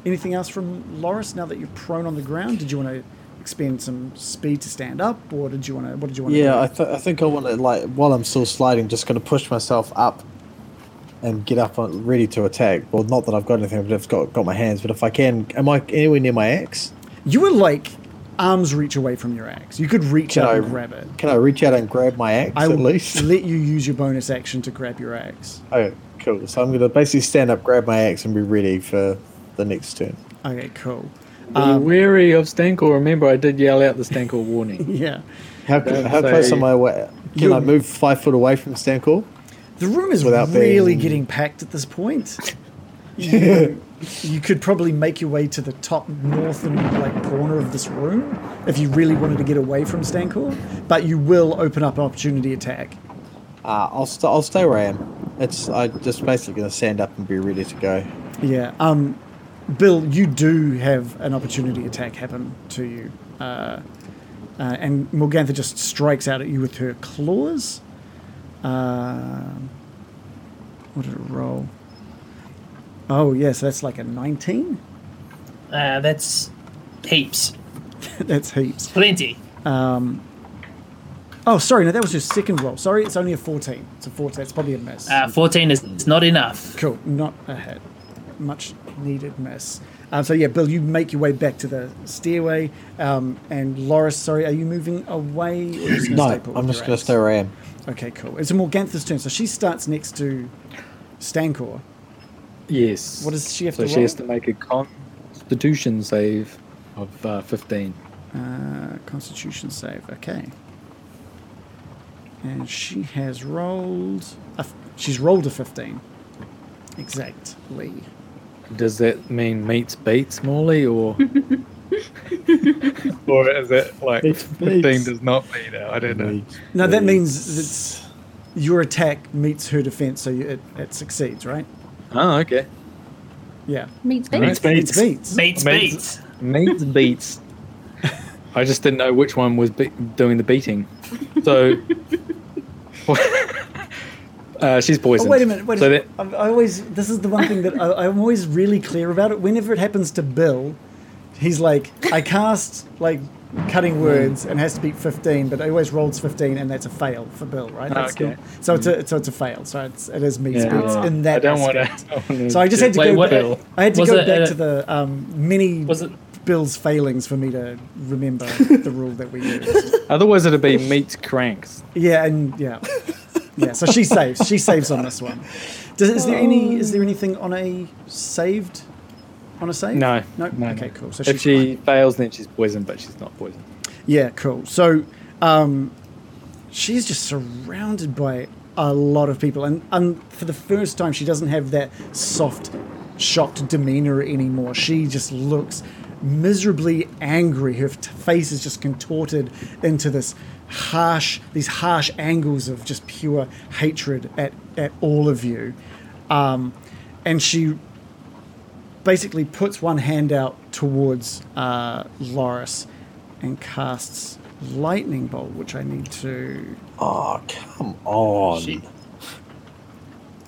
B: anything else from Loris now that you're prone on the ground? Did you want to expend some speed to stand up, or did you want to? What did you want to?
C: Yeah, I, th- I think I want to like while I'm still sliding, just going to push myself up and get up on, ready to attack. Well, not that I've got anything, but I've got got my hands. But if I can, am I anywhere near my axe?
B: You were like arms reach away from your axe. You could reach
C: Can
B: out
C: I
B: and grab it.
C: Can I reach out and grab my axe
B: I
C: at
B: will
C: least?
B: let you use your bonus action to grab your axe.
C: Oh, cool. So I'm gonna basically stand up, grab my axe, and be ready for the next turn.
B: Okay, cool.
D: Be
B: Um,
D: wary of Stankor. Remember, I did yell out the Stankor warning.
B: yeah.
C: How,
D: Don't
C: how close
D: say-
C: am I? Away? Can I
D: You're-
C: move five foot away from Stancore?
B: The room is
C: Without
B: really
C: being-
B: getting packed at this point. You, you could probably make your way to the top northern like corner of this room if you really wanted to get away from Stancor, but you will open up an opportunity attack.
C: Uh, I'll st- I'll stay where I am. It's I'm just basically gonna stand up and be ready to go.
B: Yeah. Um, Bill, you do have an opportunity attack happen to you. Uh, uh, and Morgantha just strikes out at you with her claws. Um what did it roll? Oh, yes, that's like a 19.
J: Uh, that's heaps.
B: that's heaps.
J: Plenty.
B: Um, oh, sorry, no, that was your second roll. Sorry, it's only a 14. It's a 14. It's probably a miss.
J: Uh, 14 is is not enough.
B: Cool. Not a hit. Much needed miss. Um, so yeah, Bill, you make your way back to the stairway, um, and Loris, sorry, are you moving away? Or are you just gonna
C: No,
B: stay put with
C: I'm just
B: your
C: gonna
B: axe?
C: stay where I am.
B: Okay, cool. It's a Morgantha's turn, so she starts next to Stancor.
D: Yes.
B: What does she have
D: so
B: to
D: she
B: roll?
D: has to make a Constitution save of uh, 15.
B: Uh, Constitution save. Okay. And she has rolled. A f- she's rolled a fifteen. Exactly.
D: Does that mean meats beats Morley or or is it like
B: Meats
D: fifteen
B: beats.
D: does not beat it? I don't know.
B: No, that means it's your attack meets her defense, so you, it, it succeeds, right?
D: Oh, okay.
B: Yeah.
F: Meets
D: Meats
B: Meets
D: beats.
B: beats.
D: Meats meats beats. I just didn't know which one was be- doing the beating. So uh, she's poisoned.
B: Oh, wait a minute. Wait
D: so
B: a minute. I, I always this is the one thing that I, I'm always really clear about it. Whenever it happens to Bill, he's like, I cast like
D: Hmm.
B: cutting words and has to beat 15, but I always rolls 15, and that's a fail for Bill, right?
D: Oh,
B: That's
D: okay. Hmm.
B: not- so it's a so it's a fail. So it's, it is meets
D: Yeah.
B: beats
D: Yeah.
B: in that.
D: I don't wanna-
B: aspect.
D: I don't wanna
B: So I just had to
D: Wait,
B: go
D: what-
B: back. I had to
D: was
B: go
D: it,
B: back
D: uh,
B: to the um, many Bill's failings for me to remember the rule that we use.
D: Otherwise, it'd be meats cranks.
B: Yeah, and yeah, yeah. So she saves. She saves on this one. Does, is there any? Is there anything on a saved? On a save?
D: No,
B: No.
D: no,
B: okay.
D: no.
B: Cool. So
D: if
B: she's
D: she fails, then she's poisoned, but she's not poisoned.
B: Yeah. Cool. So, um, she's just surrounded by a lot of people, and and for the first time, she doesn't have that soft, shocked demeanor anymore. She just looks miserably angry. Her t- face is just contorted into this harsh, these harsh angles of just pure hatred at at all of you, um, and she basically puts one hand out towards uh, Loris and casts lightning bolt, which I need to.
C: Oh come on!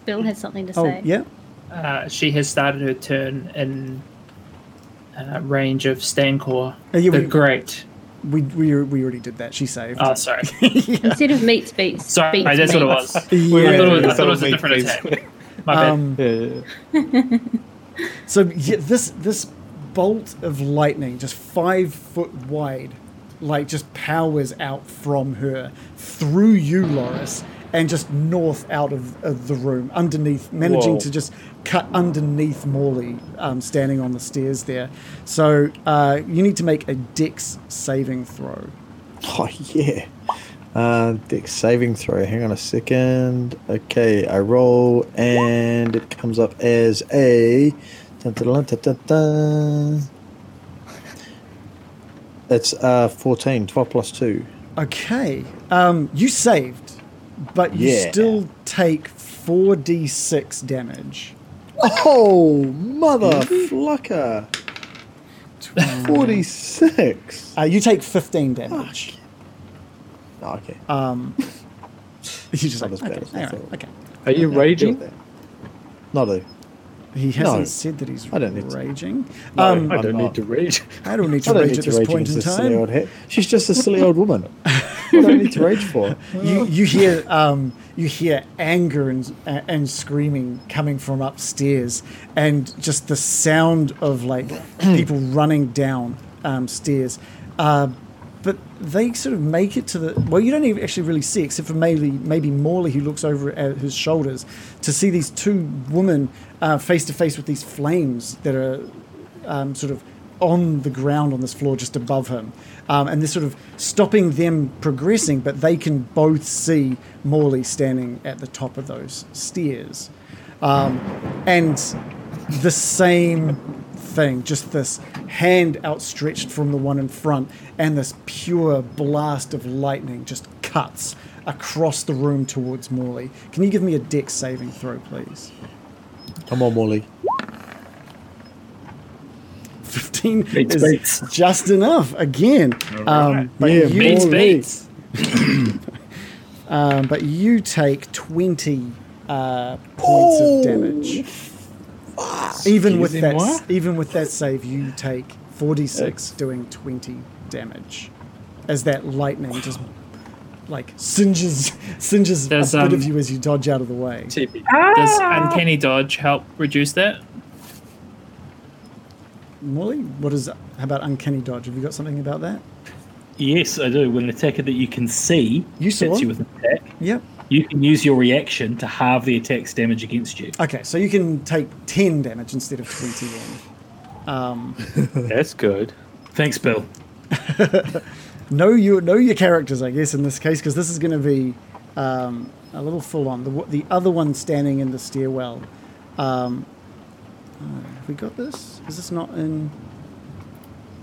F: Bill has something to
J: Oh,
F: say.
B: yeah.
J: Uh, she has started her turn in uh, range of Stancor.
B: Uh, yeah,
J: the
B: we-
J: Great.
B: We, we we already did that. She saved.
J: Oh, sorry.
F: Instead of meets beats.
J: Sorry,
F: beats
J: that's what it
F: meets.
J: was. I thought it was, I
B: Yeah.
J: thought it was a different attack. My bad.
B: Um, so yeah, this this bolt of lightning, just five foot wide, like just powers out from her through you, Loris, and just north out of, of the room, underneath, managing
Q: Whoa.
B: to just cut underneath Morley, um, standing on the stairs there. So uh, you need to make a Dex saving throw.
C: Oh yeah. Uh, Dex saving throw. Hang on a second. Okay, I roll and it comes up as a. dun, dun, dun, dun, dun, dun. It's uh 14, 12 plus 2.
B: Okay. Um, you saved, but you
C: Yeah.
B: still take 4d6 damage.
C: Oh, mother flucker. 46.
B: Uh, you take 15 damage.
C: Oh, okay.
B: Um, you just
C: Not
B: like,
C: as
B: okay,
C: bad as I
B: all right,
C: thought.
B: okay.
D: Are you raging?
C: Not a.
B: He hasn't
C: No.
B: said that he's
C: I don't need to-
B: raging.
C: No,
B: Um,
C: I don't I'm need not. to
D: rage.
B: I don't need to
C: I don't
B: rage
C: need
B: at
C: to
B: this
C: rage
B: point
C: against
B: in
C: this silly old
B: time.
C: hit. She's just a silly old woman. What do I need to rage for?
B: you you hear um, you hear anger and and screaming coming from upstairs, and just the sound of like people running down um, stairs. Uh, but they sort of make it to the well. You don't even actually really see, except for maybe maybe Morley, who looks over at his shoulders to see these two women uh, face to face with these flames that are um, sort of on the ground on this floor just above him, um, and they're sort of stopping them progressing. But they can both see Morley standing at the top of those stairs, um, and the same thing. Just this hand outstretched from the one in front, and this pure blast of lightning just cuts across the room towards Morley. Can you give me a dex saving throw, please?
C: Come on, Morley.
B: 15
C: Beats,
B: is
C: beats.
B: just enough again.
C: Alright.
B: Um, but
C: Yeah,
B: you-
C: beats, beats.
B: um, but you take 20 uh, points of damage. Even with that,
I: Excusez-moi?
B: even with that save, you take 46, doing 20 damage, as that lightning just like singes singes
J: There's,
B: a bit
J: um,
B: of you as you dodge out of the way.
J: Does uncanny dodge help reduce that?
B: Molly, what is how about uncanny dodge? Have you got something about that?
G: Yes, I do. When an attacker that you can see
B: you
G: hits you with an attack,
B: Yep.
G: you can use your reaction to halve the attack's damage against you.
B: Okay, so you can take 10 damage instead of 20 then. Um,
G: That's good. Thanks, Bill.
B: know your know your characters, I guess, in this case, because this is going to be um, a little full on. The w- the other one standing in the stairwell. Um, uh, have we got this? Is this not in?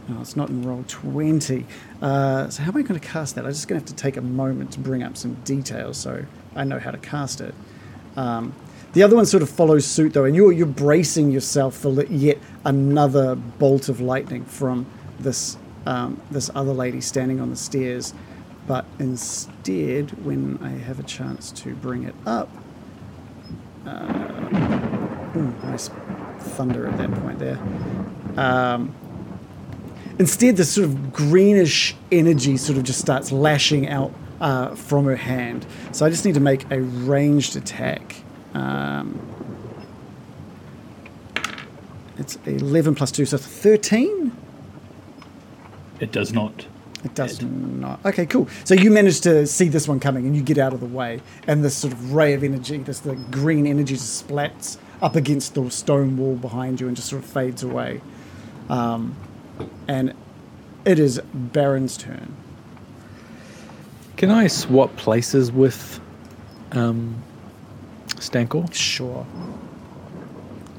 B: No, it's not in roll twenty. Uh, so how am I going to cast that? I'm just going to have to take a moment to bring up some details so I know how to cast it. Um, the other one sort of follows suit though, and you're you're bracing yourself for li- yet another bolt of lightning from this um, this other lady standing on the stairs. But instead, when I have a chance to bring it up, uh, ooh, nice thunder at that point there. Um, Instead, this sort of greenish energy sort of just starts lashing out uh, from her hand. So I just need to make a ranged attack. Um, it's 11 plus 2, so 13?
G: It does not.
B: It does not. Okay, cool. So you manage to see this one coming and you get out of the way, and this sort of ray of energy, this the green energy, just splats up against the stone wall behind you and just sort of fades away. Um, and it is Baron's turn.
D: Can I swap places with um, Stankel?
B: Sure.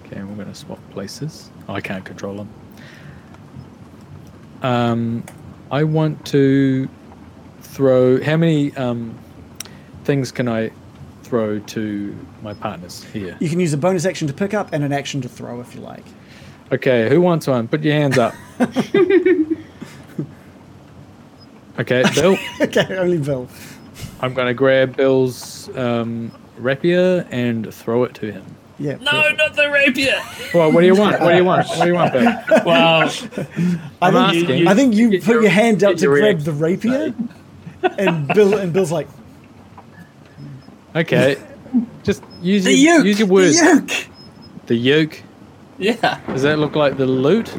D: Okay, we're going to swap places. I can't control him. Um, I want to throw. How many um, things can I throw to my partners here?
B: You can use a bonus action to pick up and an action to throw if you like.
D: Okay, who wants one? Put your hands up. okay, Bill.
B: okay, only Bill.
D: I'm going to grab Bill's um, rapier and throw it to him.
B: Yeah.
J: No, not the rapier.
D: Well, what do you want? What do you want? What do you want, Bill?
J: Well,
B: I
D: I'm
B: think,
D: asking.
B: I think you put your, hand out
D: get
B: to
D: your
B: grab the rapier, and Bill and Bill's like,
D: Okay, just use
B: The
D: your
B: uke,
D: use your
B: the
D: words.
B: uke.
D: The yoke.
J: Yeah.
D: Does that look like the loot?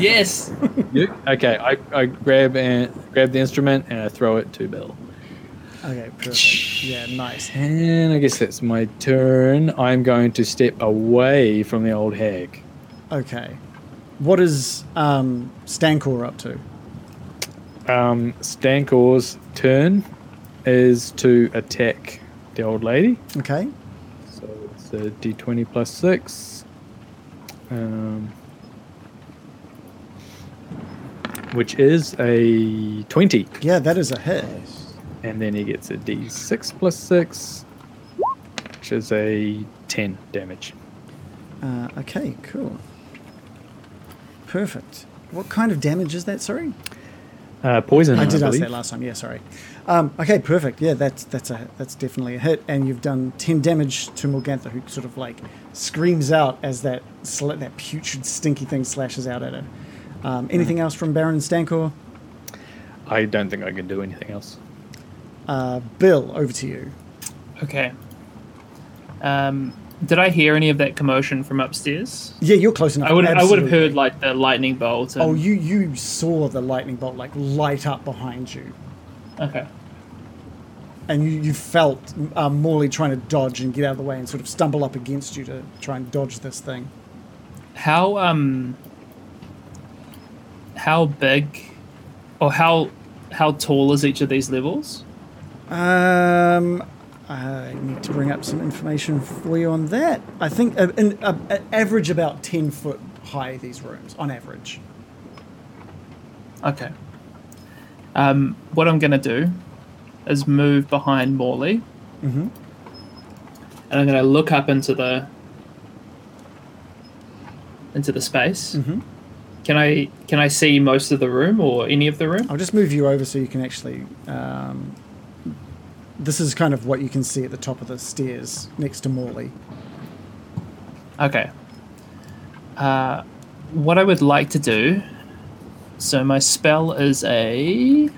J: Yes.
D: Uke? Okay, I, I grab and grab the instrument and I throw it to Bill.
B: okay, perfect. Yeah, nice.
D: And I guess that's my turn. I'm going to step away from the old hag.
B: Okay. What is um, Stancor up to?
D: Um, Stankor's turn is to attack the old lady.
B: Okay.
D: So it's a d20 plus 6. Um, which is a 20.
B: Yeah, that is a hit.
D: And then he gets a d6 plus 6, which is a 10 damage.
B: Uh, okay, cool. Perfect. What kind of damage is that? Sorry.
D: Uh, poison.
B: I did ask
D: believe.
B: that last time. Yeah, sorry. Um, okay, perfect. Yeah, that's that's a that's definitely a hit, and you've done ten damage to Morgantha, who sort of like screams out as that sl- that putrid, stinky thing slashes out at her. Um, anything else from Baron Stancor?
D: I don't think I can do anything else.
B: Uh, Bill, over to you.
J: Okay. Um, Did I hear any of that commotion from upstairs?
B: Yeah, you're close enough.
J: I would I would have
B: absolutely.
J: heard like the lightning bolt. And,
B: Oh, you you saw the lightning bolt like light up behind you,
J: Okay.
B: and you you felt um, Morley trying to dodge and get out of the way and sort of stumble up against you to try and dodge this thing.
J: How um. How big, or how how tall is each of these levels?
B: Um, I need to bring up some information for you on that. I think uh, an uh, an average about ten foot high these rooms on average.
J: Okay. Um, what I'm gonna do is move behind Morley,
B: Mm-hmm.
J: and I'm gonna look up into the into the space.
B: Mm-hmm.
J: Can I can I see most of the room or any of the room?
B: I'll just move you over so you can actually. Um, this is kind of what you can see at the top of the stairs next to Morley.
J: Okay. Uh, what I would like to do. So my spell is a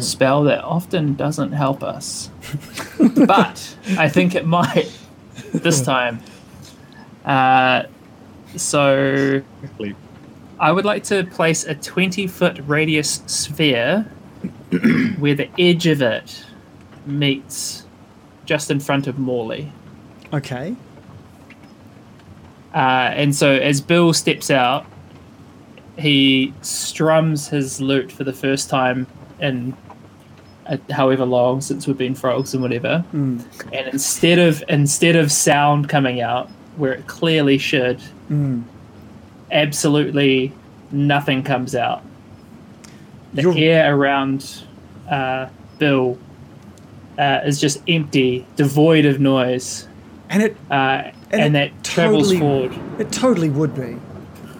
J: spell that often doesn't help us, but I think it might this time. Uh, so I would like to place a twenty-foot radius sphere where the edge of it meets just in front of Morley.
B: Okay.
J: Uh, and so as Bill steps out, he strums his lute for the first time in uh, however long since we've been frogs and whatever.
B: Mm.
J: And instead of instead of sound coming out where it clearly should,
B: Mm.
J: absolutely nothing comes out. The air around uh, Bill uh, is just empty, devoid of noise,
B: and it
J: uh, and, that travels
B: totally-
J: forward.
B: It totally would be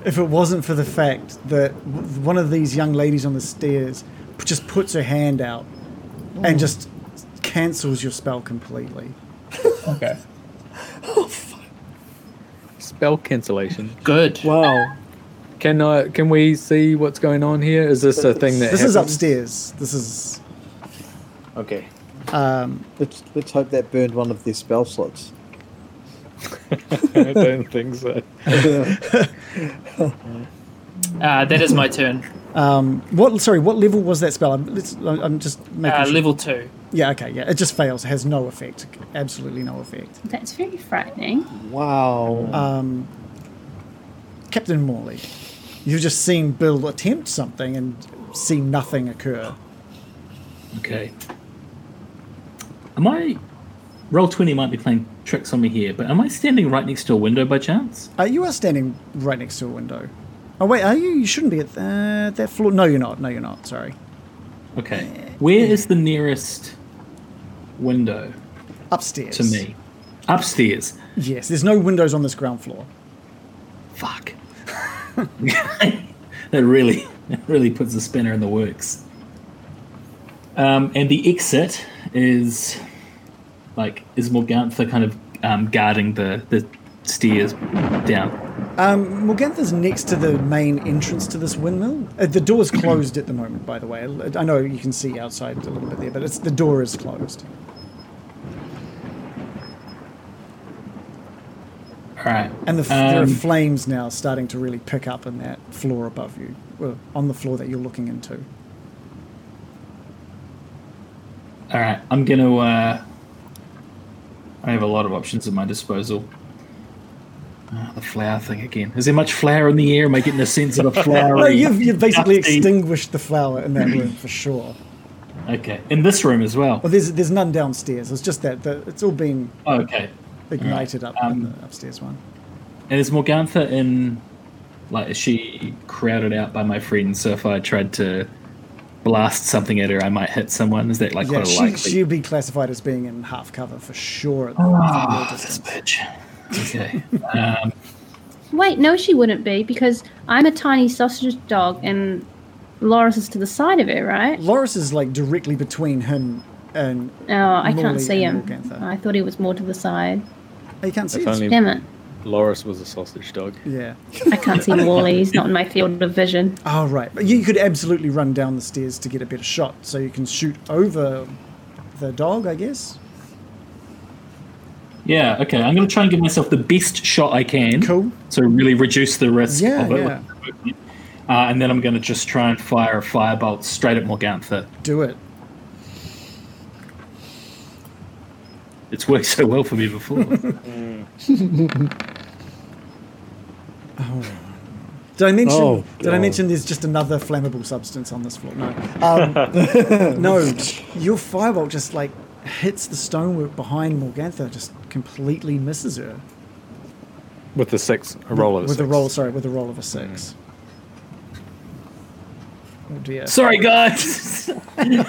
B: if it wasn't for the fact that w- one of these young ladies on the stairs p- just puts her hand out
J: Oh.
B: and just cancels your spell completely.
J: Okay.
D: Spell cancellation.
J: Good.
D: Wow. Can I? Can we see what's going on here? Is this a thing that
B: This is
D: happens?
B: upstairs. This is
D: Okay.
B: um,
C: let's, let's hope that burned one of their spell slots.
D: I don't think so.
J: Uh, that is my turn.
B: um, what? Sorry, what level was that spell? I'm, let's, I'm just making
J: Uh,
B: sure.
J: level two.
B: Yeah, okay, yeah. It just fails. It has no effect. Absolutely no effect.
F: That's very frightening.
C: Wow.
D: Uh,
B: Um, Captain Morley, you've just seen Bill attempt something and see nothing occur.
G: Okay. Am I? Roll twenty might be playing tricks on me here, but am I standing right next to a window by chance?
B: Uh, you are standing right next to a window. Oh wait, are you? You shouldn't be at that, that floor. No, you're not. No, you're not. Sorry.
G: Okay. Where is the nearest window
B: Upstairs.
G: to me? Upstairs.
B: Yes. There's no windows on this ground floor.
G: Fuck. that really, that really puts a spinner in the works. Um, and the exit is like is Morgantha kind of um, guarding the the stairs down.
B: Um, Morgantha's next to the main entrance to this windmill. Uh, the door's closed at the moment, by the way. I know you can see outside a little bit there, but it's the door is closed.
G: All right.
B: And the, f there are
G: Um,
B: flames now starting to really pick up in that floor above you, well, on the floor that you're looking into.
G: All right, I'm gonna. Uh, I have a lot of options at my disposal. Ah, the flower thing again. Is there much flower in the air? Am I getting a sense of a flower?
B: No, you've, you've basically extinguished the flower in that room for sure.
G: Okay, in this room as well.
B: Well, there's there's none downstairs. It's just that the, it's all been
G: Oh, okay.
B: ignited up
G: Um,
B: in the upstairs one.
G: And is Morgantha in? Like, is she crowded out by my friends? So if I tried to blast something at her, I might hit someone. Is that like
B: yeah,
G: quite a
B: she,
G: likely?
B: she'd be classified as being in half cover for sure. At the
G: Ah,
B: at the
G: this bitch. Okay. um,
F: Wait, no, she wouldn't be because I'm a tiny sausage dog and Loris is to the side of her, right?
B: Loris is like directly between him and.
F: Oh, I
B: Morley
F: can't see
B: and
F: him.
B: Morgantha.
F: I thought he was more to the side.
B: Oh, you can't see.
D: If
B: us.
D: only
F: Damn it.
D: Loris was a sausage dog.
B: Yeah.
F: I can't see Morley. He's not in my field of vision.
B: Oh right, but you could absolutely run down the stairs to get a better shot, so you can shoot over the dog, I guess.
G: Yeah, okay. I'm going to try and give myself the best shot I can.
B: Cool.
G: So really reduce the risk
B: Yeah,
G: of it.
B: yeah.
G: Uh, and then I'm going to just try and fire a firebolt straight at Morgantha.
B: Do it.
G: It's worked so well for me before.
B: Oh. Did I mention?
G: Oh,
B: did I
G: God.
B: mention there's just another flammable substance on this floor? No, um, no. Your firebolt just like hits the stonework behind Morgantha, just completely misses her
D: With the six, a roll of a
B: with
D: six. Mm.
B: a roll. Sorry, with a roll of a six. Oh dear.
G: Sorry, guys. I'm,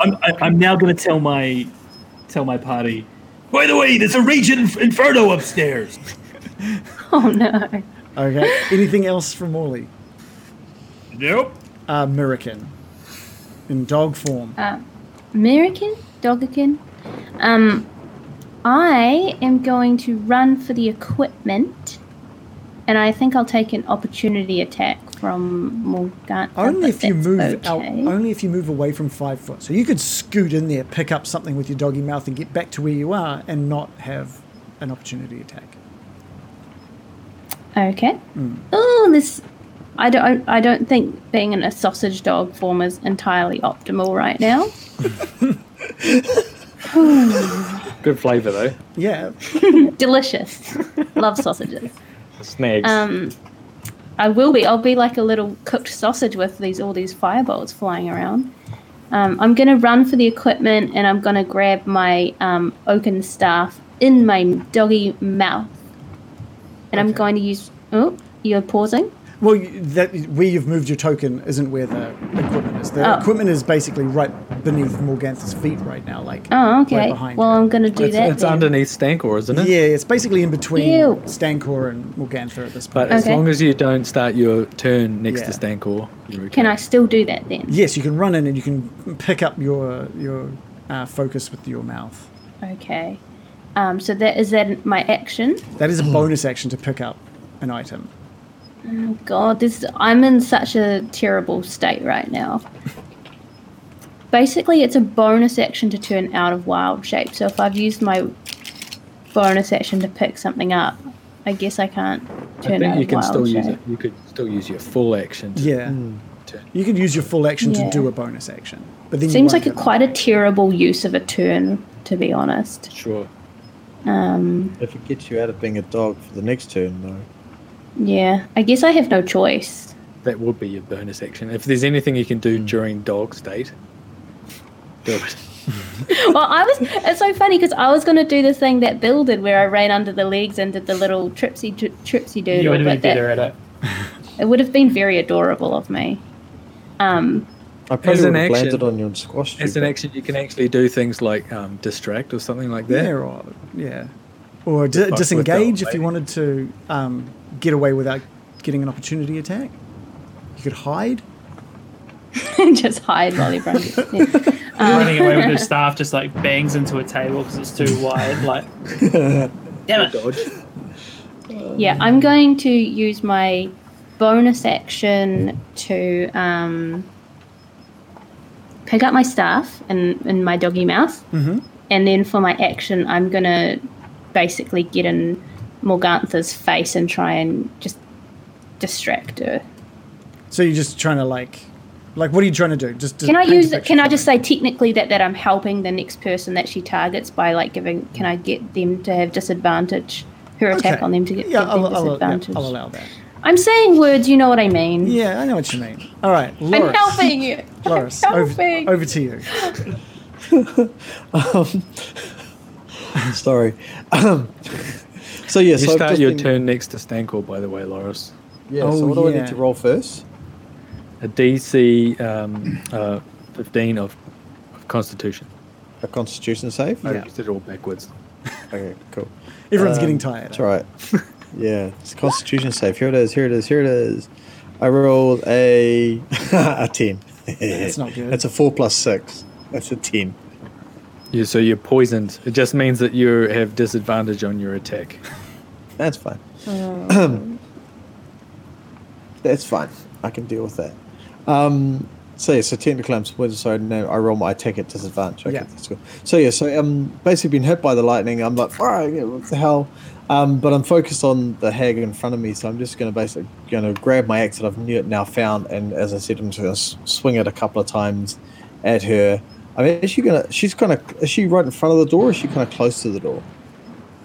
G: I, I'm now going to tell my tell my party. By the way, there's a region inferno upstairs.
F: Oh no.
B: Okay. Anything else from Morley?
G: Nope.
B: Uh, Mirakin. In dog form.
F: Uh, American Dogakin. Um, I am going to run for the equipment, and I think I'll take an opportunity attack from Morgan.
B: Only if you move out. Only if you move away from five foot. So you could scoot in there, pick up something with your doggy mouth, and get back to where you are, and not have an opportunity attack.
F: Okay.
B: Mm.
F: Oh, this. I don't. I don't think being in a sausage dog form is entirely optimal right now.
D: Good flavour though.
B: yeah.
F: Delicious. Love sausages.
D: Snags.
F: Um, I will be. I'll be like a little cooked sausage with these all these fireballs flying around. Um, I'm gonna run for the equipment, and I'm gonna grab my um, oaken staff in my doggy mouth, and I'm going to use. Oh, you're pausing.
B: Well, you- that where you've moved your token isn't where the equipment is. The
F: Oh.
B: equipment is basically right beneath Morgantha's feet right now, like
F: Oh,
B: way
F: okay.
B: behind.
F: well, I'm gonna do
D: it's
F: that.
D: it's
F: then.
D: underneath Stankor, isn't it?
B: yeah, it's basically in between
F: Ew.
B: Stancor and Morgantha at this point.
D: But as
F: Okay.
D: long as you don't start your turn next to Stankor, you're okay.
F: Can I still do that then?
B: Yes, you can run in and you can pick up your your uh, focus with your mouth.
F: Okay. Um, so that is that my action.
B: That is a bonus action to pick up an item.
F: Oh God, this I'm in such a terrible state right now. Basically, it's a bonus action to turn out of wild shape. So if I've used my bonus action to pick something up, I guess I can't turn
D: I think
F: out
D: you
F: of
D: can
F: wild
D: still
F: shape.
D: use it. You could still use your full action. To
B: Yeah. mm, You could use your full action
F: Yeah.
B: to do a bonus action. But then
F: Seems
B: you
F: like
B: won't
F: a, quite a terrible use of a turn, to be honest.
D: Sure.
F: Um,
C: If it gets you out of being a dog for the next turn, though.
F: yeah, I guess I have no choice.
D: That would be your bonus action. If there's anything you can do during dog state, Hmm. do it.
F: well, I was. It's so funny because I was going to do the thing that Bill did, where I ran under the legs and did the little tripsy tri- tripsy doodle.
J: you would have
F: but that-
J: been better at it.
F: It would have been very adorable of me. Um,
C: I probably
D: an
C: would have
D: action-
C: landed on you and squashed you.
D: As an
C: but-
D: action, you can actually do things like um, distract or something like that.
B: Yeah, or, yeah. Or di-
D: Fuck with
B: disengage
D: that
B: if you wanted to um, get away without getting an opportunity attack. You could hide.
F: just hide while everyone gets yeah. Um,
J: Running away with her staff just like bangs into a table because it's too wide. Like, damn it.
D: Dodge.
F: yeah, I'm going to use my bonus action to um, pick up my staff in, in my doggy mouth.
B: Mm-hmm.
F: and then for my action, I'm gonna basically get in Morgantha's face and try and just distract her.
B: So you're just trying to like, like, what are you trying to do? Just
F: Can I
B: paint a
F: use?
B: picture
F: Can I
B: for me.
F: just say technically that that I'm helping the next person that she targets by like giving? Can I get them to have disadvantage? Her attack
B: Okay.
F: on them to get
B: Yeah,
F: give
B: I'll,
F: them
B: I'll- yeah,
F: disadvantage.
B: I'll allow that.
F: I'm saying words. You know what I mean.
B: Yeah, I know what you mean. All right, Loris.
F: I'm helping you.
B: Loris,
F: I'm
B: over,
F: helping.
B: over to you.
C: Um, sorry. Um, so
D: You
C: yes, I've
D: start
C: just
D: your
C: been-
D: turn Oh, next to Stankor, by the way, Loris.
C: Yeah. so what do I need to roll first?
D: A DC um, uh, 15 of, of Constitution.
C: A Constitution save.
D: I did it all backwards.
C: Okay. Cool.
B: Everyone's
C: Um,
B: getting tired.
C: It's all right. yeah, it's a Constitution save. Here it is. Here it is. Here it is. I rolled a a ten.
B: That's not good.
C: That's a four plus six. That's a ten.
D: Yeah, so you're poisoned. It just means that you have disadvantage on your attack.
C: That's fine. That's fine. I can deal with that. Um, So yeah, so technically I'm split, so no, I roll my I take it disadvantage. Okay,
B: Yeah.
C: that's good. So yeah, so um, basically been hit by the lightning. I'm like, all right, yeah, what the hell? Um, but I'm focused on the hag in front of me, so I'm just going to basically going to grab my axe that I've new- now found, and as I said, I'm just going to s- swing it a couple of times at her. I mean, is she going to? She's kind of. Is she right in front of the door? Or is she kind of close to the door?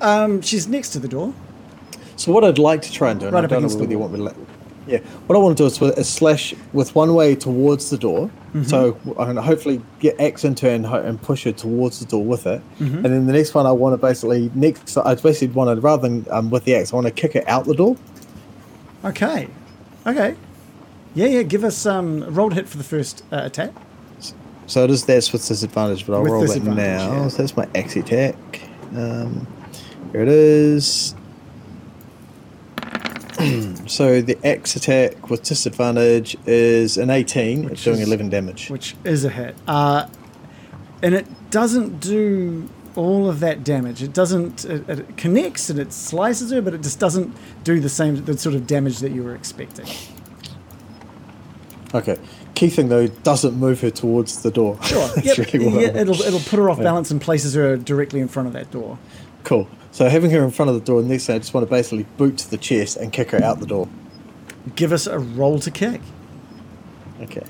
B: Um, she's next to the door.
C: So what I'd like to try and do, and
B: Right
C: I
B: up
C: don't know
B: against the
C: whether you want me to, let- yeah, what I want to do is, with, is slash with one way towards the door.
B: Mm-hmm.
C: So I can hopefully get axe into her and, ho- and push her towards the door with it.
Q: Mhm.
B: Mm-hmm.
C: And then the next one, I want to basically next, I basically want to rather than um, with the axe, I want to kick her out the door.
B: Okay. Okay. Yeah, yeah. Give us um, a rolled hit for the first uh, attack.
C: So it is that's with disadvantage, but I'll
B: With
C: roll it now.
B: disadvantage, yeah.
C: So that's my axe attack. Um, here it is. so the axe attack with disadvantage is an 18, it's doing
B: is-
C: 11 damage.
B: Which is a hit. Uh, and it doesn't do all of that damage. It doesn't. It, it connects and it slices her, but it just doesn't do the same the sort of damage that you were expecting.
C: Okay. Key thing though, doesn't move her towards the door.
B: Sure.
C: That's
B: Yep.
C: really what I
B: yeah,
C: want.
B: it'll it'll put her off
C: Yeah.
B: balance and places her directly in front of that door.
C: Cool. So having her in front of the door, next thing I just want to basically boot to the chest and kick her out the door.
B: Give us a roll to kick
C: Okay.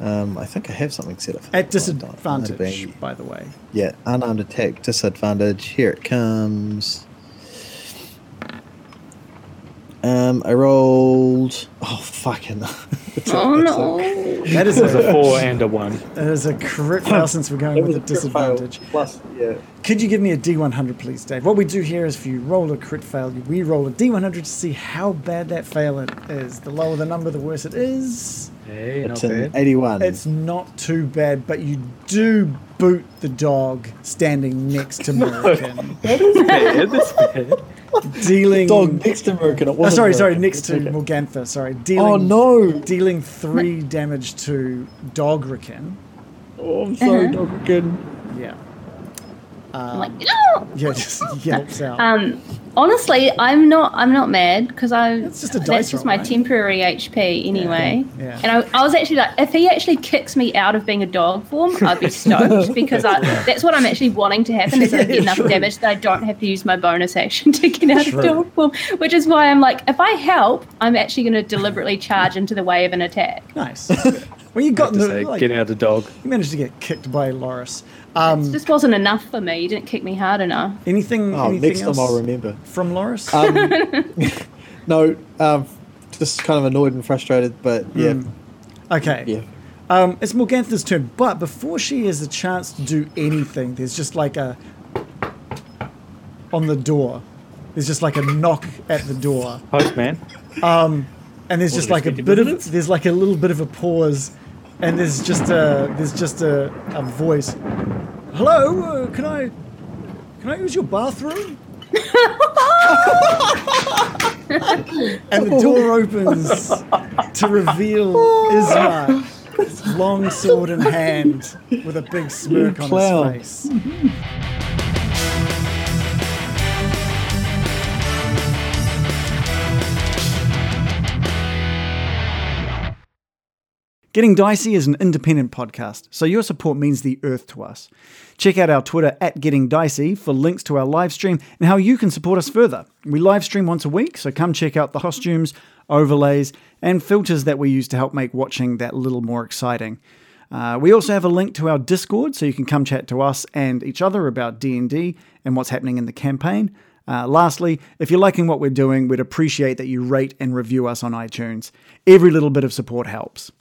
C: Um, I think I have something set up. for
B: at
C: that. Hold on. Might have
B: disadvantage.
C: been-
B: By the way,
C: Yeah, unarmed attack, disadvantage. Here it comes. Um, I rolled. Oh fucking!
F: Oh, no.
B: That is a-
D: and a one.
B: that is a crit fail since we're going
C: That
B: with
C: was
B: a
C: a crit fail.
B: disadvantage.
C: Plus, yeah.
B: Could you give me a D100, please, Dave? What we do here is if you roll a crit fail, we roll a D100 to see how bad that fail it is. The lower the number, the worse it is.
D: Hey,
C: It's an 81.
B: It's not too bad, but you do boot the dog standing next to Merkin,
D: That is bad. That's bad.
B: dealing.
C: Dog next to Merkin. It
B: Oh,
C: wasn't
B: sorry, sorry,
C: Merkin.
B: next to
C: It's okay.
B: Morgantha. Sorry, dealing.
C: Oh, no.
B: dealing three damage to Dogrikin.
C: Oh, I'm sorry,
F: Uh-huh.
C: Dogrikin.
B: Yeah.
F: I'm
B: Um,
F: like, "No!"
B: yeah, just yelps out.
F: Um, honestly, I'm not. I'm not mad because I. That's
B: just a dice
F: That's just
B: roll,
F: my
B: right?
F: temporary HP anyway.
B: Yeah.
F: And I, I was actually like, if he actually kicks me out of being a dog form, I'd be stoked because I, that's what I'm actually wanting to happen is I get enough
E: True.
F: damage that I don't have to use my bonus action to get out
E: True.
F: of dog form, which is why I'm like, if I help, I'm actually going to deliberately charge into the way of an attack.
B: Nice. well, you got
D: To
B: the,
D: say,
B: like,
D: get out of dog.
B: you managed to get kicked by Loris. Um,
F: This wasn't enough for me. You didn't kick me hard enough.
B: anything?
C: Oh,
B: anything
C: next
B: else Um,
C: time I'll remember.
B: from Loris.
C: No, um, just kind of annoyed and frustrated, but yeah.
B: Mm. Okay. Um, it's Morgantha's turn, but before she has a chance to do anything, there's just like a on the door. There's just like a knock at the door.
D: Postman.
B: Um, and there's
D: What,
B: just
D: did I
B: like a
D: speak to
B: bit
D: business?
B: of there's like a little bit of a pause, and there's just a there's just a, a voice. Hello, uh, can I can I use your bathroom? and the door opens to reveal Isma, long sword in hand, with a big smirk on
C: clown.
B: his face. Getting Dicey is an independent podcast, so your support means the earth to us. Check out our Twitter at Getting Dicey for links to our live stream and how you can support us further. We live stream once a week, so come check out the costumes, overlays, and filters that we use to help make watching that little more exciting. Uh, we also have a link to our Discord, so you can come chat to us and each other about D and D and what's happening in the campaign. Uh, lastly, if you're liking what we're doing, we'd appreciate that you rate and review us on iTunes. Every little bit of support helps.